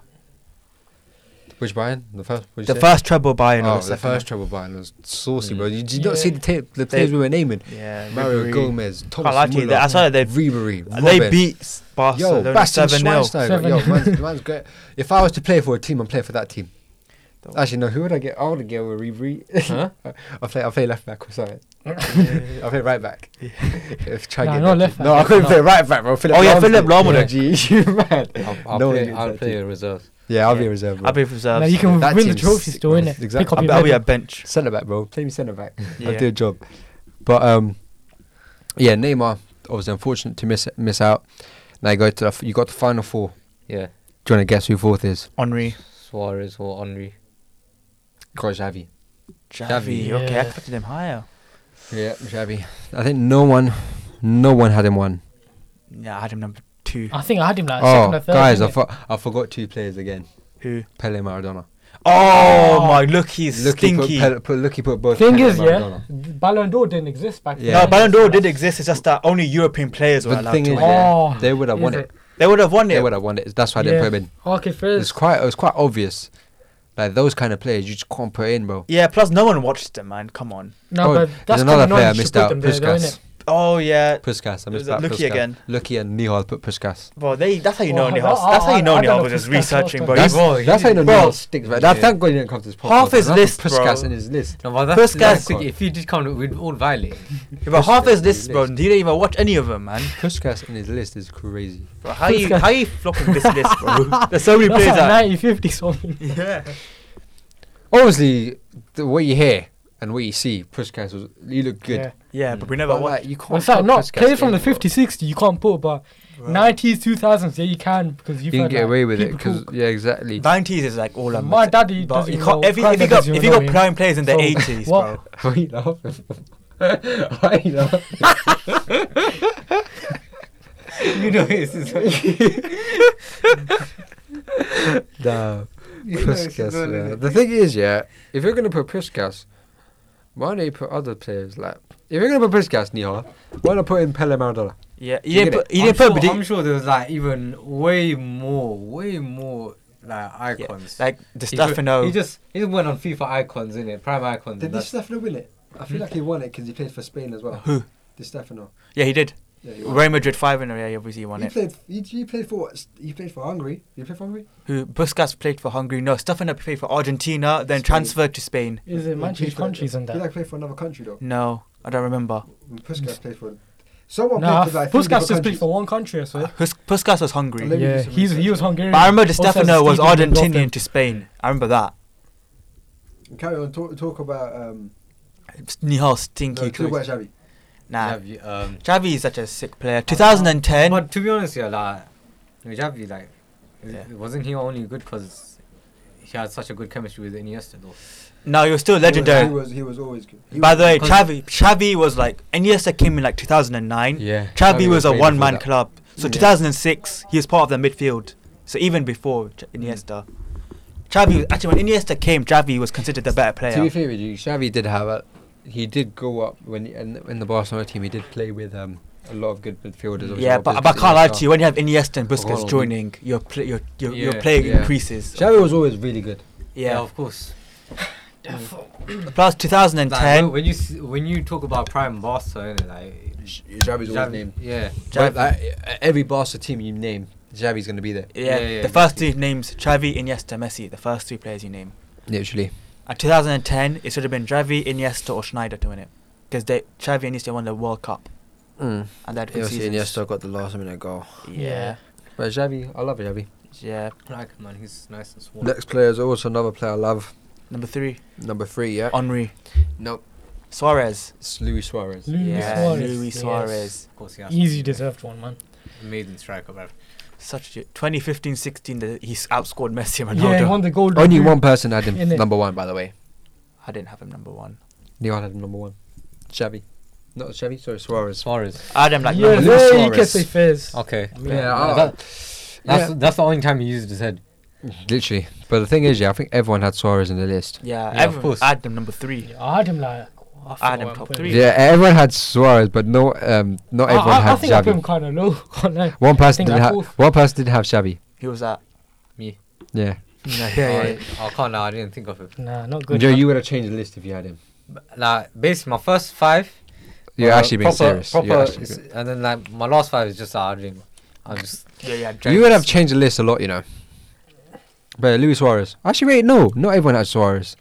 Which Bayern? The first. what'd you say?
The first treble Bayern
Oh,
or
the
the second?
first treble Bayern was saucy,
Mm.
bro. You did you not see
Yeah.
the tape? The
They-
players we were naming.
one? Yeah,
Mario
Ribery.
Gomez, Thomas
lie to you,
Muller,
they- I saw that they-
Ribery,
They
Robben.
beat s-
Yo,
Barcelona
Bastian
7 0.
Schweinsteiger. Yo, man's, man's great. If I was to play for a team, I'm playing for that team.
[laughs]
[laughs]
Actually, no. Who would I get? I would get with Ribery. [laughs]
[laughs] Huh?
I play. I play left back or something. I play right back. [laughs] If try
Nah,
get
not
that
left
team.
back,
No, [laughs] I
left
couldn't
back.
play right back, bro. Philip
Oh, yeah,
Lahm
Philip
did.
Lahm,
Yeah,
yeah.
Gee, [laughs] you mad?
I'll, I'll
No one
play.
gets
I'll
that
play
team.
a reserve.
Yeah, I'll
Yeah.
be a reserve.
I'll
Bro.
be reserves.
Nah, you can
That
win the
team's
trophy
sick,
still,
bro.
innit?
Exactly.
Pick up
I'll be,
your
I'll be a
medal.
bench.
Centre back, bro. Play me centre back. I'll
Yeah.
do a job. But um, yeah, Neymar obviously unfortunate to miss miss out. Now you go to the, f- you got the final four.
Yeah,
Do you want to guess who fourth is?
Henri,
Suarez or Henri.
Got Xavi.
Xavi.
Xavi,
Okay, I
yeah.
expected him higher.
Yeah, Xavi. I think no one, no one had him one.
Yeah, I had him number two.
I think I had him like second
Oh,
or third.
guys, I,
innit?
for- I forgot two players again.
Who?
Pele Maradona.
Oh, my, look, he's
Lucky put,
stinky.
Pele, put, Lucky put both.
Thing
Pele
is,
and
yeah,
Maradona.
Ballon d'Or didn't exist back
Yeah.
No,
then.
Ballon d'Or did exist. It's just that only European players
But
were
the
allowed
thing
to
is,
win.
yeah,
Oh,
they would have
is
won
it?
it.
They would have won
They
it.
would have won it. That's why they
Yeah.
put him in.
Okay,
It's
first.
quite, it was quite obvious. Like those kind of players, you just can't put in, bro.
Yeah, plus no one watched them, man. Come on.
No,
Oh,
but
There's
that's
another
kinda
player I
nonsense to
missed
put
out.
them there, though,
Puskas.
innit?
Oh, yeah.
Puskas. I
It was
missed out.
Lucky
Puskas.
again.
Lucky and Nihal put Puskas.
Bro, they, that's how you know
Well,
Nihal.
I- I-
That's how you know
I don't
Nihal
know
was just
Puskas,
researching,
Puskas.
bro.
That's,
He's-
bro,
that's how you know
bro.
Nihal sticks. Right? That,
Yeah.
thank God he didn't come to this podcast.
Half his
That's
list,
Puskas
bro.
in his list.
No, but that's,
First
that's
guy-
if you did come, we'd all [laughs] violate.
But half his list,
list.
bro, he didn't even watch any of them, man.
Puskas in his list is crazy.
Bro, how you how you flopping this list, bro? There's so many
That's
players
like
that.
90, 50 something.
Yeah.
Obviously, the, what you hear and what you see, Puskas was you look good.
Yeah.
Yeah, but we
But
never watched.
like, you can't.
Well, it's like
put
not
Puskas
players from
in,
the
bro.
50s, 60s, you can't put, but 90s, 2000s, yeah, you can because
You
you've
can
had,
get
like,
away with it
people
because
talk.
yeah, exactly.
Nineties is like all I'm.
My daddy
but
doesn't
you
even
can't.
know-
If you, if you
granddad
got
doesn't
if you
even
got
know him.
prime players in the
So,
eighties,
what-
bro.
Why are you laughing? Why are you laughing?
[laughs] you know it's, it's [laughs]
[laughs] Nah,
You know it's
Puskas,
not
man.
in it.
The thing is, yeah, if you're gonna put Puskas, why don't you put other players? Like, if you're gonna put Puskas, Nihal, why not put in Pele Maradona?
Yeah, he
You
didn't
get
put. He
I'm,
didn't
sure,
put. but
I'm
he-
sure there was like even way more, way more like icons.
Like the
He ju-
Stefano.
He just he just went on FIFA icons in it, prime icons. and that-
Stefano win it? I feel like he won it because he played for Spain as well.
Who?
Di Stefano.
Yeah, he did.
Yeah,
Real Madrid five in a row. Yeah, obviously he won it.
played. He, he played for. He played for Hungary. He played for Hungary.
Who Busquets played for Hungary? No, Stefano played for Argentina, then
Spain.
transferred to Spain.
Is it Manchester countries and that?
played for another country though.
No, I don't remember.
Puskas played for. Someone
Nah, Puskas just played for one country, I swear.
Hus- Busquets was Hungary.
Let me do
Yeah,
some
he's, he was
research.
Hungarian.
But I remember De
Also,
Stefano was
Stephen Dorff
Argentinian
and-
to Spain. I remember that.
Carry on. Talk, talk about. Um,
Nihal stinky. choice.
Xavi.
nah,
Xavi, um,
Xavi is such a sick player. 2010.
but to be honest, yeah, like Javi, like
Yeah.
wasn't he only good because he had such a good chemistry with Iniesta though.
No, he was still legendary.
He was, he was always good. He
By
was-
the way,
Cause-
Xavi, Xavi was like Iniesta came in like 2009.
yeah.
Xavi was a
playing
one-man
before
club. So
Yeah.
2006, he was part of the midfield. So even before Ch-
Mm.
Iniesta, Xavi was- actually when Iniesta came, Xavi was considered the better
To be
player.
fair with you, Xavi did have a. He did go up when he, in, in the Barcelona team. He did play with um, a lot of good midfielders. obviously
Yeah,
not
but,
Busquets
but I can't lie
and
to you. When you have Iniesta and
Ronaldo.
Busquets joining, your play, your your,
Yeah,
your play
yeah.
increases.
stuff. Xavi was always really good.
Yeah,
Yeah.
of course.
Plus
Like,
2010,
when you s- when you talk about prime Barca, innit, like
Xavi's always
Xavi-
named.
Yeah,
But,
Xavi-
like, every Barca team you name, Xavi's going to be there.
yeah,
yeah, yeah,
the first three names: Xavi, Iniesta, Messi. The first three players you name.
Literally.
At 2010, it should have been Xavi, Iniesta, or Schneider to win it, because they Xavi and Iniesta won the World Cup
Mm.
and they had good
Obviously,
seasons.
Iniesta got the last minute goal.
Yeah,
But Xavi, I love Xavi.
yeah.
like man, he's nice and small.
Next player is also another player I love.
Number three,
Number three, yeah.
Henri,
Nope.
Suarez.
It's Luis Suarez.
Luis
yeah,
Suarez.
Luis
yes.
Suarez.
Of course, he has
Easy
to be
deserved one, man.
amazing striker, man.
Such a 2015-16, the- he s- outscored Messi and
Yeah, he
Ronaldo.
won the gold.
Only one person had him
Innit?
number one, by the way.
I didn't have him number one.
Neil had him number one. Xavi. Not Xavi, sorry, Suarez.
Suarez.
I had him like
yeah,
number
Luis
there you can
Suarez.
say fairs.
Okay,
I mean,
Yeah,
yeah,
I-
that- that's that's the only time he used his head.
Literally. But the thing is, yeah, I think everyone had Suarez in the list.
Yeah,
Yeah, of
everyone-
course.
I had him number three.
I had him like. I,
I had him top
forgot where I put
three.
Yeah, everyone had Suarez, but no, um, not
I,
everyone
I, I
had
think I put him
Xavi.
kind of low. can't lie.
One person
think
didn't
I
have.
fourth.
One person didn't have Xavi.
He was at.
Me.
Yeah.
Yeah,
I,
yeah, yeah.
Oh, I can't. lie, I didn't think of it.
Nah, not good.
Joe,
man.
you would have changed the list if you had him.
But, Like basically, my first five.
You're
Uh,
were
actually being
proper-
serious. You're
proper
actually
s- and then like my last five is just I didn't. I just
yeah, yeah
You would have
James.
changed the list a lot, you know. But Luis Suarez. Actually, wait, no, not everyone had Suarez.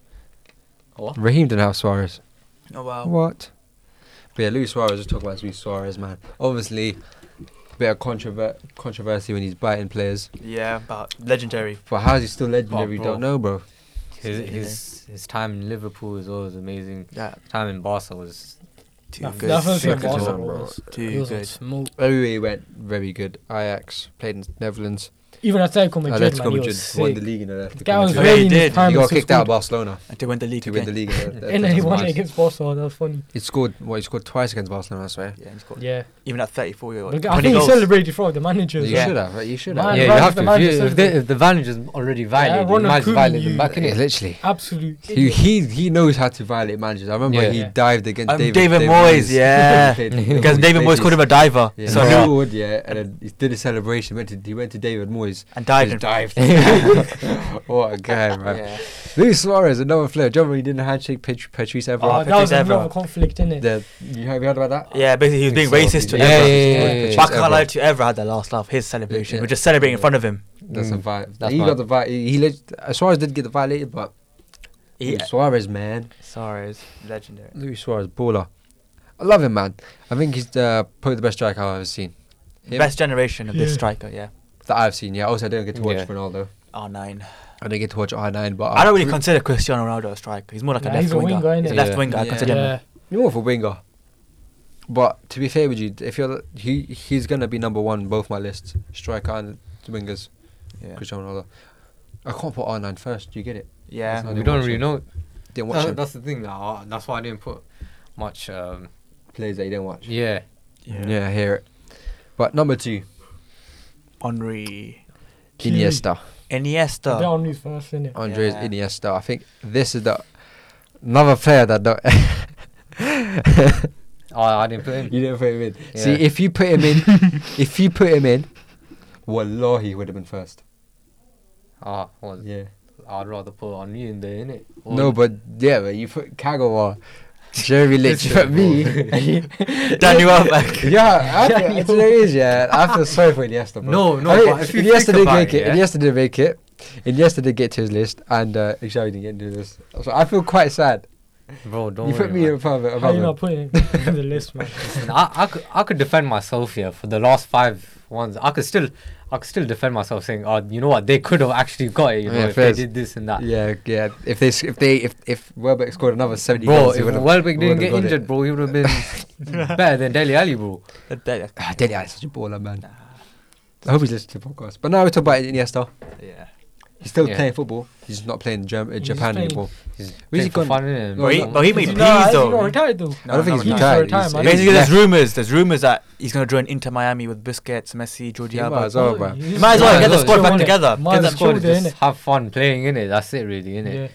what?
Raheem didn't have Suarez.
Oh wow.
What? But yeah, Luis Suarez. Let's talk about Luis Suarez, man. Obviously, bit of controver- controversy when he's biting players.
Yeah, but legendary.
But how is he still legendary?
bro.
Don't know, bro.
His his his time in Liverpool is always amazing.
Yeah,
Time in Barca was
too
Nah,
good.
that's what I'm saying,
Sick as
Barca
well, bro.
was- he
Too
was on
good.
smoke.
Everywhere he went, very good. Ajax played in Netherlands.
Even
Ah,
Atletico Madrid,
Atletico
man, he
Madrid
was
won
sick.
the league in Atletico
The guy was
Madrid.
very-
really
He
in
did.
his prime.
He got
so
kicked out of
[laughs] scored.
Barcelona
And to win the league
to win the
again.
league.
[laughs]
in
And then he won it
Atletico Madrid.
against Barcelona. That was funny.
He scored. What he scored twice against Barcelona, I swear.
Yeah, and he scored.
Yeah.
Even at 34, year
But
old.
I think he celebrated for the
You
managers.
Yeah.
should have. right? You should
Man,
have.
yeah, you
Ronald
have to. If,
Koeman
you,
just
if,
celebrated.
the, if the manager's already violated, you
Ronald
might as
Koeman,
violate
you-
them back in
Yeah,
it.
literally.
Absolute.
He,
idiot.
he he knows how to violate managers. I remember
Yeah.
he
Yeah.
dived against
Um,
David,
David Moyes,
[laughs]
yeah.
He played-
Because
he
David
played
Moyes called
his-
him a diver.
Yeah.
So
So
I
he
knew.
would, yeah, and then he did a celebration. Went to he went to David Moyes.
And died.
just
and- [laughs]
dived. [laughs] what a guy, man!
Yeah.
Luis Suarez, another player. Do you remember he didn't handshake Pat- Patrice
Oh,
Oh,
Evra?
that was
Patrice
another
Evra.
conflict, innit?
The- you have you heard about that?
Yeah, basically he was being
Think so.
racist to
Yeah,
Evra.
yeah, yeah,
yeah,
yeah.
But I can't
Evra.
lie to you, Evra had the last laugh. His celebration.
Yeah.
We're just celebrating in front of him.
That's a
Mm.
vibe.
That's
he
mine.
got the vibe. He, he lit- uh, Suarez did get the violated, but Luis
Yeah.
Suarez, man,
Suarez, legendary.
Luis Suarez, baller. I love him, man. I think he's uh, probably the best striker I've ever seen Him?
Best generation of this
Yeah.
striker, yeah.
that I've seen. Yeah. Also, I didn't get to watch
Yeah.
Ronaldo.
R9.
I didn't get to watch R9, but
I don't really
Re-
consider Cristiano Ronaldo a striker. He's more like
Nah,
a left
he's a
winger.
winger,
He's a
innit?
left
Yeah.
winger. I
Yeah.
consider him.
Yeah.
You're more of a winger. But to be fair with you, if you're he he's gonna be number one on both my lists, striker and wingers,
Yeah.
Cristiano Ronaldo. I can't put R9 first. You get it?
Yeah.
That's
We don't really
Watch
know.
Didn't watch
That,
him.
that's the thing. Now. That's why I didn't put much. Um,
Players that you didn't watch.
yeah,
Yeah, I hear it. But number two,
Henri.
Key.
Iniesta,
Iniesta.
They're on his first, innit?
Andres
Yeah.
Iniesta. I think this is the another player that don't [laughs]
oh, I didn't put
you
him.
didn't put him in.
Yeah.
See, if you put him
[laughs]
in, if you put him in, wallahi, he would have been first.
Ah, well,
Yeah.
I'd rather put on you in there, innit? Or-
No, but yeah, but you put Kagawa,
[laughs]
Jeremy Lynch, you put me.
Daniel Welbeck.
yeah, I feel, it is, yeah. I feel sorry for Iniesta, bro.
No, no,
I mean,
but if you
Iniesta
think
did
about
make
it,
it.
yeah?
Iniesta did make it. Iniesta did get to his list, and uh, Xavi didn't get into this. So I feel quite sad.
bro, don't
you
worry.
put me
man.
in front of it.
How
above
you not
him.
putting
[laughs]
him on the list,
[laughs]
man?
Listen, I, I, could, I could defend myself here for the last five ones. I could still, I could still defend myself saying, oh, you know what, they could have actually got it, you know,
Yeah,
if
fairs.
they did this and that.
Yeah, yeah. If they, s- if they, if if Welbeck scored another seventy
Bro,
goals, he
if
would've-
Welbeck didn't
would've
get
got it.
injured, bro, he would have
[laughs]
been better than Deli Ali, bro.
That- that-
Ah, Dele Alli is such a baller, man. I hope he's listening to the podcast. But now we talk about Iniesta.
Yeah.
He's still
Yeah.
playing football. He's just not playing Germ- uh,
He's
Japan
playing-
anymore.
He's
Where's
playing
he
for
gone?
fun, innit?
No,
But he,
no.
but he
Is
made
he
peas
not- is he not
though.
retired though?
I don't think
no,
he's
no, he's
retired.
retired,
He's-
man.
he's
Basically, there's
left.
rumors. There's rumors that he's gonna join Inter Miami with Busquets, Messi, Jordi
He might
Alba.
as well, bro.
You
You might as well
Yeah,
get the
look,
squad
chill,
back
innit?
together.
Might
Get
as
the
well chill
squad.
there,
Just
innit?
have fun playing, innit? That's it, really, innit?
Yeah.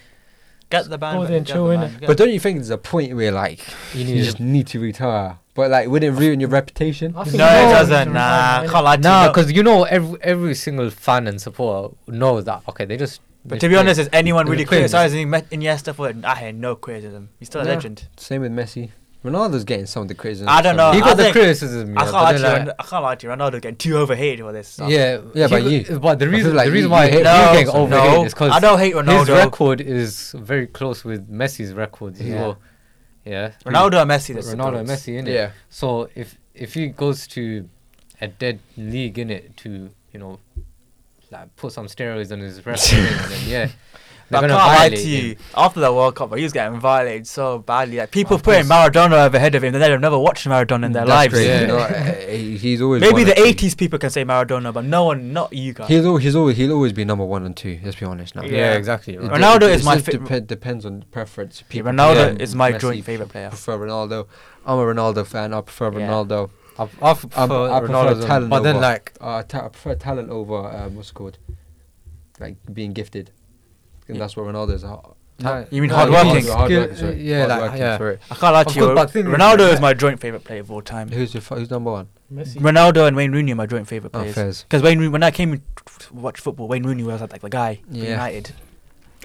Get the band.
Go
back
there and
together,
chill,
man.
innit?
Get
But
the-
don't you think there's a point where like
You
you
need
just need to retire? But like, wouldn't it ruin your reputation?
I
no,
think
it
he knows
doesn't.
he's
Nah,
retired,
can't lie to you.
Nah,
No.
because you know every every single fan and supporter know that. Okay, they just.
But
they
to be
play.
honest, is anyone
They're
really
playing this-
criticizing Me- Iniesta for it? I hear no criticism. He's still a
Yeah.
legend.
Same with Messi. Ronaldo's getting some of the criticism.
I don't know.
he
I
got the
think-
criticism.
I
yeah,
can't
but
lie to
then,
you.
like,
Ron- I can't lie to you. Ronaldo getting too overhated for this. Stuff.
Yeah,
Yeah, but
he-
you-
But the
I
reason,
feel like
the reason
you
why
hate
you're
No,
getting overhated
no,
is because
I don't hate
his
Ronaldo.
record is very close with Messi's record as
Yeah.
well. Yeah,
Ronaldo and Messi. This
Ronaldo, and Messi, innit?
Yeah.
So if if he goes to a dead league, in it to you know, like put some steroids on his record, innit, then yeah,
But
they're
I
gonna
can't lie
violate
to you.
him.
After the World Cup, he was getting violated so badly. Like people
Of
putting
course.
Maradona over ahead of him, and they've never watched Maradona in their
That's
lives.
crazy,
Yeah.
you know, uh, he- he's always
Maybe
one
the
or two.
'80s people can say Maradona, but no one, not you guys.
He's always, he's always he'll always be number one and two. Let's be honest now.
Yeah,
Yeah.
exactly.
It
right.
de-
Ronaldo
it
is my
just
fa-
depe- depends on preference.
Yeah,
People
Ronaldo
prefer
is my
Messi,
joint favorite player.
Prefer Ronaldo. I'm a Ronaldo fan. I prefer
Yeah.
Ronaldo.
I, I prefer
I prefer
Ronaldo's own,
talent
but then
over-
like
Uh, ta- I prefer talent over um, what's it called, like being gifted. And
Yeah.
that's what Ronaldo's. are.
talent-
you mean
no,
hard
he's-
working?
Hard
skill-
working, sorry.
Yeah,
Hard
like,
working,
yeah.
sorry.
I can't lie
Of
to you.
course, but thing is-
Ronaldo is my joint favorite player of all time.
Who's your f- who's number one?
Messi.
Ronaldo and Wayne Rooney are my joint favorite
Oh,
players.
Fez.
Because Wayne Rooney, when I came to watch football, Wayne Rooney was like the guy for
Yeah.
[laughs]
United.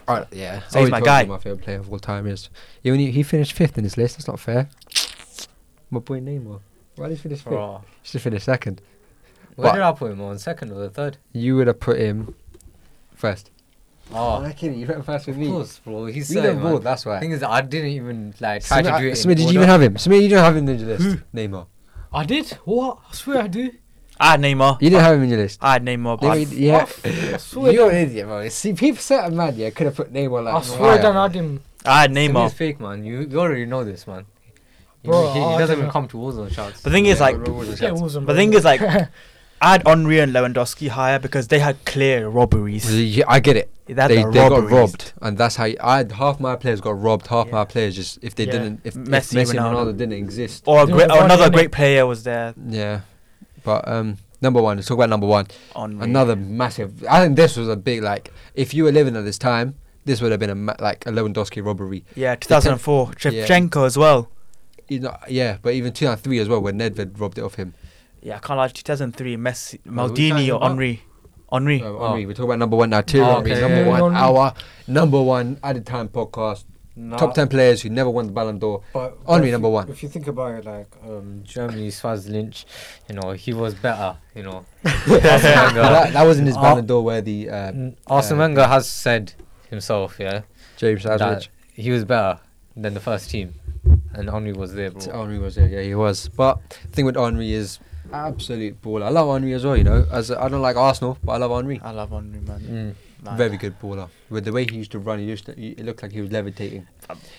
Alright, yeah.
So he's
Always
my
told
guy.
you My favorite player of all time is. He, only, he finished fifth in his list. That's not fair. My boy Neymar. Why did he finish fifth?
bro,
He should finish second.
where
But-
did I put him on? Second or the third?
You would have put him first.
Oh,
I'm kidding. You went first with
of course, bro. He's
We
saying,
don't
man.
vote. That's
The
why.
thing is, I didn't even like try to do
Smith,
it.
Smith,
in
did you
order.
even have him? Smith, you don't have him in your list. Neymar.
I did. What? I swear I do.
I had Neymar.
You didn't have him in your list.
Oh. I had Neymar. but
Neymar,
I-
yeah.
I swear.
You're an idiot, bro. See, people set a mad. Yeah, could have put Neymar like.
I swear
higher.
down I didn't.
I had
Tim is
Neymar.
fake, man. You, you already know this, man. You-
Bro,
he, he
I
doesn't
don't
even
know.
come to Warzone shots.
The thing is,
Yeah,
like,
Ronaldo was
Yeah,
a-
Wilson,
But
bro.
the thing is,
[laughs]
like, I had Henri and Lewandowski higher because they had clear robberies.
Yeah, I get it.
They, had
they,
the
they got
robberies.
robbed, and that's how you, I had half my players got robbed. Half
Yeah.
my players just if they
Yeah.
didn't, if Messi,
Messi,
Messi and
Ronaldo.
Ronaldo didn't exist,
Or, a
There
great,
was
or another
Vardy,
great
innit?
player was there.
yeah. But um, number one, let's talk about number one.
On
Another massive. I think this was a big like. If you were living at this time, this would have been a ma- like a Lewandowski robbery.
Yeah, 2004.
Yeah.
Shevchenko as well.
You know, yeah, but even 2003 as well, when Nedved robbed it off him.
Yeah, I can't lie. 2003, Messi,
Oh,
Well, we signed
Maldini
him
or
up.
Henri.
[laughs]
Henri.
So, Henri, we're talking about number one now. Thierry
Oh,
Henry,
okay,
number
yeah,
one,
yeah.
our number one at the time podcast. Top ten players who never won the Ballon
[laughs]
d'Or. [laughs]
But
Henri,
but if you-
number one.
If you think about it, like um,
Germany, Swaz Lynch, you know, he was better, you know.
that,
Arsene
that wasn't his
Oh.
Ballon d'Or worthy. Uh,
Wenger, Arsene
Uh,
Wenger has said himself, yeah,
James
that
Savage.
he was better than the first team, and Henry was there,
So
bro.
Henri was there, yeah, he was. But the thing with Henri is absolute baller. I love Henri as well, you know. As I I don't like Arsenal, but I love Henri.
I love Henri, man.
Mm.
man.
Very good baller. With the way he used to run, he used to, he- it looked like he was levitating.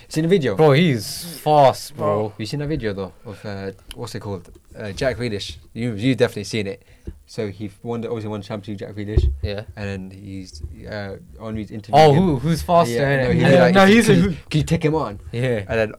It's in the video.
Bro, he's fast,
Oh.
bro.
You seen that video though of uh, what's it called? Uh, Jack Grealish. You you definitely seen it. So he won the obviously won the championship, Jack Grealish,
Yeah.
and then he's uh, Henri's interview.
Oh, who who's faster?
Yeah, no,
innit?
he's
Yeah,
like,
no, he's
can,
a-
you, can you take him on?
yeah.
And
[laughs]
then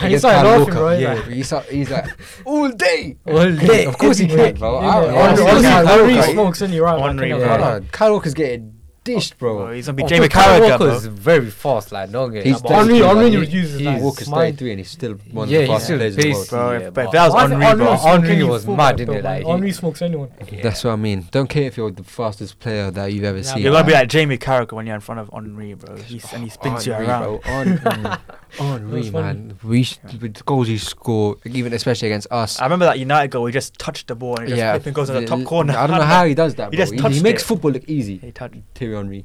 He
against
started
Kyle
laughing,
Walker,
bro, he's
Yeah,
like-
he's like, he's like all day.
All day.
Of course he
Everywhere.
can, bro.
Yeah,
I-
no,
I-
Henri-
I-
Henri-
I- I-
Henri
I-
smokes, isn't he? Right, like,
Henri,
you know,
yeah.
right.
Yeah. Kyle Walker's getting dished,
Oh,
Bro,
bro.
he's gonna be
Of
Jamie
course, Oh, Kyle
Carragher.
Walker
bro.
is very fast, like don't get.
He's
that
dead.
ball.
Henri,
Henry-
Henri
Henri-
uses
he's-
like
Walker's
mind.
33 and he's still one
Yeah,
of the
he's
fastest
still
players in the
pacey.
world.
Bro,
Yeah,
if,
but-
if that was
Why is it
Henri, bro.
was smoking
Henri
any
was
fullback,
mad, innit,
though, man?
like, he-
Henri smokes anyone.
That's what I mean. Don't care if you're the fastest player that you've ever
Yeah,
seen.
You're gonna be like Jamie Carragher when you're in front of Henri, bro. He's, and he spins you
Henri,
around.
Oh, bro.
[laughs]
Henri, Henri,
That's funny.
man. We sh- with the goals he scored, even especially against us.
I remember that United goal. He just touched the ball and it just flipping goes in the top
l-
corner.
I don't know how he does that.
He
bro.
just
he, he
touched
makes
it.
football look easy.
[laughs] He touched.
Thierry Henry.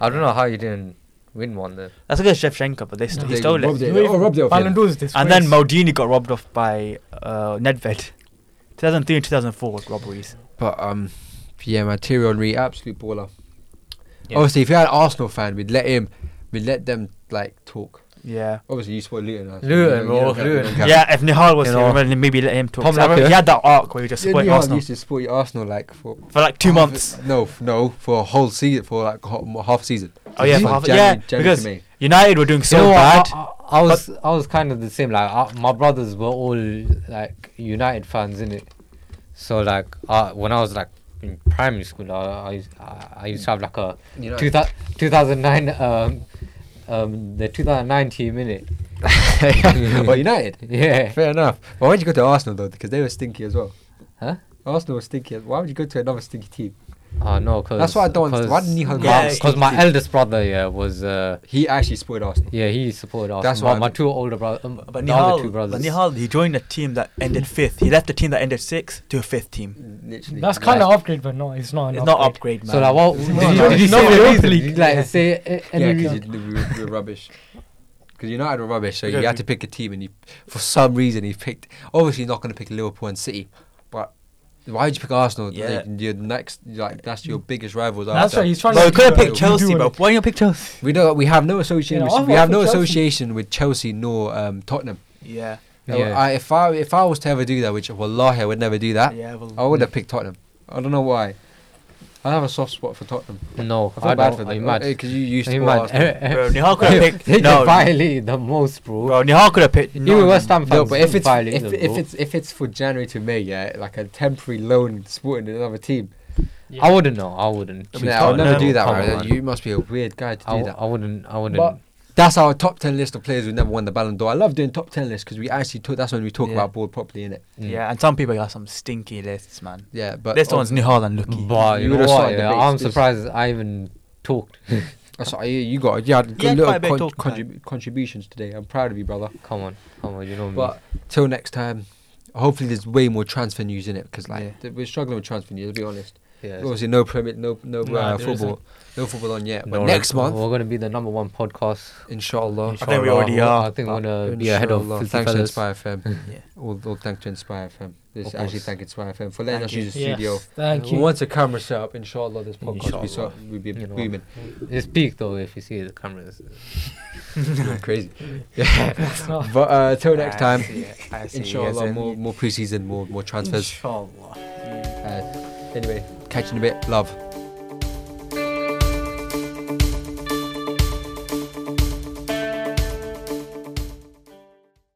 I don't know how you didn't win one there.
That's against Shevchenko, but they st- he
They
stole
robbed
it.
it. Oh, robbed it off
Ballon
him.
d'Or's this.
And then Maldini got robbed off by uh, Nedved. 2003 and 2004 was robberies.
But um, yeah, man, Thierry Henry, absolute baller.
Yeah.
Obviously, if you're an Arsenal fan, we'd let him, we'd let them like talk.
Yeah.
Obviously, you support Luton. I suppose.
Luton,
You don't-
bro,
you don't get- you
Luton.
don't
Yeah,
get-
if Nihal was
You
here,
know,
well, then maybe let him talk.
Tom
'Cause I remember
Lapierre.
he had that arc where he was just
Yeah,
supporting
you
Arsenal
used to support your Arsenal like for
for like two
half-
months.
No, f- no, for a whole season, for like ho- half a season.
Oh yeah, for
Like
half,
January-
yeah,
January to
because
May.
United were doing so
you know
bad.
what, I, I, I was I was kind of the same. Like I, my brothers were all like United fans in it. So like I, when I was like in primary school, I I, used- I, I used to have like a
You know,
2000, 2009 um um the 2009 team
[laughs]
in [laughs] it.
well, United.
Yeah.
[laughs] Fair enough. But why'd you go to Arsenal though? Because they were stinky as well.
Huh?
Arsenal was stinky. Why would you go to another stinky team?
Oh no, cause
That's what I don't understand. Why didn't you have
Yeah,
Marks?
Because my eldest brother, yeah, was uh,
He actually supported Arsenal.
yeah, he supported Arsenal.
That's
That's
why
why
I
my
did-
two older brothers, um,
But
the other two
Nihal,
brothers.
but Nihal, he joined a team that ended fifth. He left a team that ended sixth to a fifth team.
Literally.
That's kind of upgrade, but no, it's not. An
It's not
upgrade.
upgrade, man.
so like, what did,
not
you,
like-
did you
it's
not
say the
Europa
reason?
League.
Did you, like say a- any
Yeah,
reason?
because we were, we were
[laughs]
rubbish. Because United were rubbish, so you
Because
had
we-
to pick a team, and you, for some reason, he picked. Obviously, you're not going to pick Liverpool and City, but why would you pick Arsenal?
Yeah.
Like, your next, like that's your biggest rivals.
That's
after.
what he's trying
Bro,
to.
he could have
do,
picked
uh,
Chelsea,
do
bro.
it.
Why didn't you pick Chelsea?
We don't. We have no association.
Yeah,
with-
I'll
we have
vote
no
for Chelsea.
association with Chelsea nor um, Tottenham.
Yeah,
Uh,
Yeah.
I, if I if I was to ever do that, which wallahi I would never do that,
yeah.
I
[laughs] Well,
would have picked Tottenham. I don't know why. I have a soft spot for Tottenham.
No,
I
I,
feel
don't.
bad for
Are you
them
mad?
because you used
Are
to.
you
support
[laughs]
Arsenal.
mad?
bro, Nihal could have [laughs] picked.
They
no,
just violated the most, bro.
bro, Nihal could have picked.
You were
No,
West Ham fans.
No, but if it's
violated
if,
them,
if
bro.
it's if it's for January to May, yeah, like a temporary loan supporting another team.
I wouldn't know. I wouldn't.
Nah,
mean,
I would
Tottenham-
never do that.
Come
Man.
on.
You must be a weird guy to
I,
do
w-
that.
I wouldn't. I wouldn't.
But that's our top ten list of players who never won the Ballon d'Or. I love doing top ten lists because we actually talk. That's when we talk
Yeah.
about ball properly, innit?
Mm.
Yeah, and some people got some stinky lists, man.
Yeah, but oh,
This one's Nihal and Lucky.
But
You
you, know
would've
what?
started the
Yeah,
base,
I'm
this-
surprised I even talked.
That's what I- oh, you got. You had
Yeah,
good little
quite a bit
con-
talk,
contrib- contributions today. I'm proud of you, brother.
Come on, come on. You know me.
But till next time, hopefully there's way more transfer news in it because like
Yeah.
th- we're struggling with transfer news. To be honest,
yeah, it's-
obviously no Premier, no no
Nah,
uh,
there isn't.
football, no football on yet. But
no,
next
we're-
month,
we're gonna be the number one podcast.
inshallah.
I think we already
Inshallah.
are,
I think
but
we're gonna be ahead of
Inshallah.
Filthy
Thanks to
Fellas.
Inspire FM.
Yeah.
all, all thanks to Inspire FM. This
Of
actually
course.
thank Inspire FM for letting
Thank
us
you.
use the
Yes,
studio.
Thank you.
Once the camera's set up, inshallah, this podcast will be, so,
Inshallah.
will be
You know.
booming.
It's peak though if you see the cameras.
crazy. Yeah.
It's
[laughs]
not.
But uh, till next
I
time,
see it, I see it, yes,
inshallah,
and-
more more preseason, more more transfers.
Inshallah.
Uh, anyway, catch you in a bit. Love.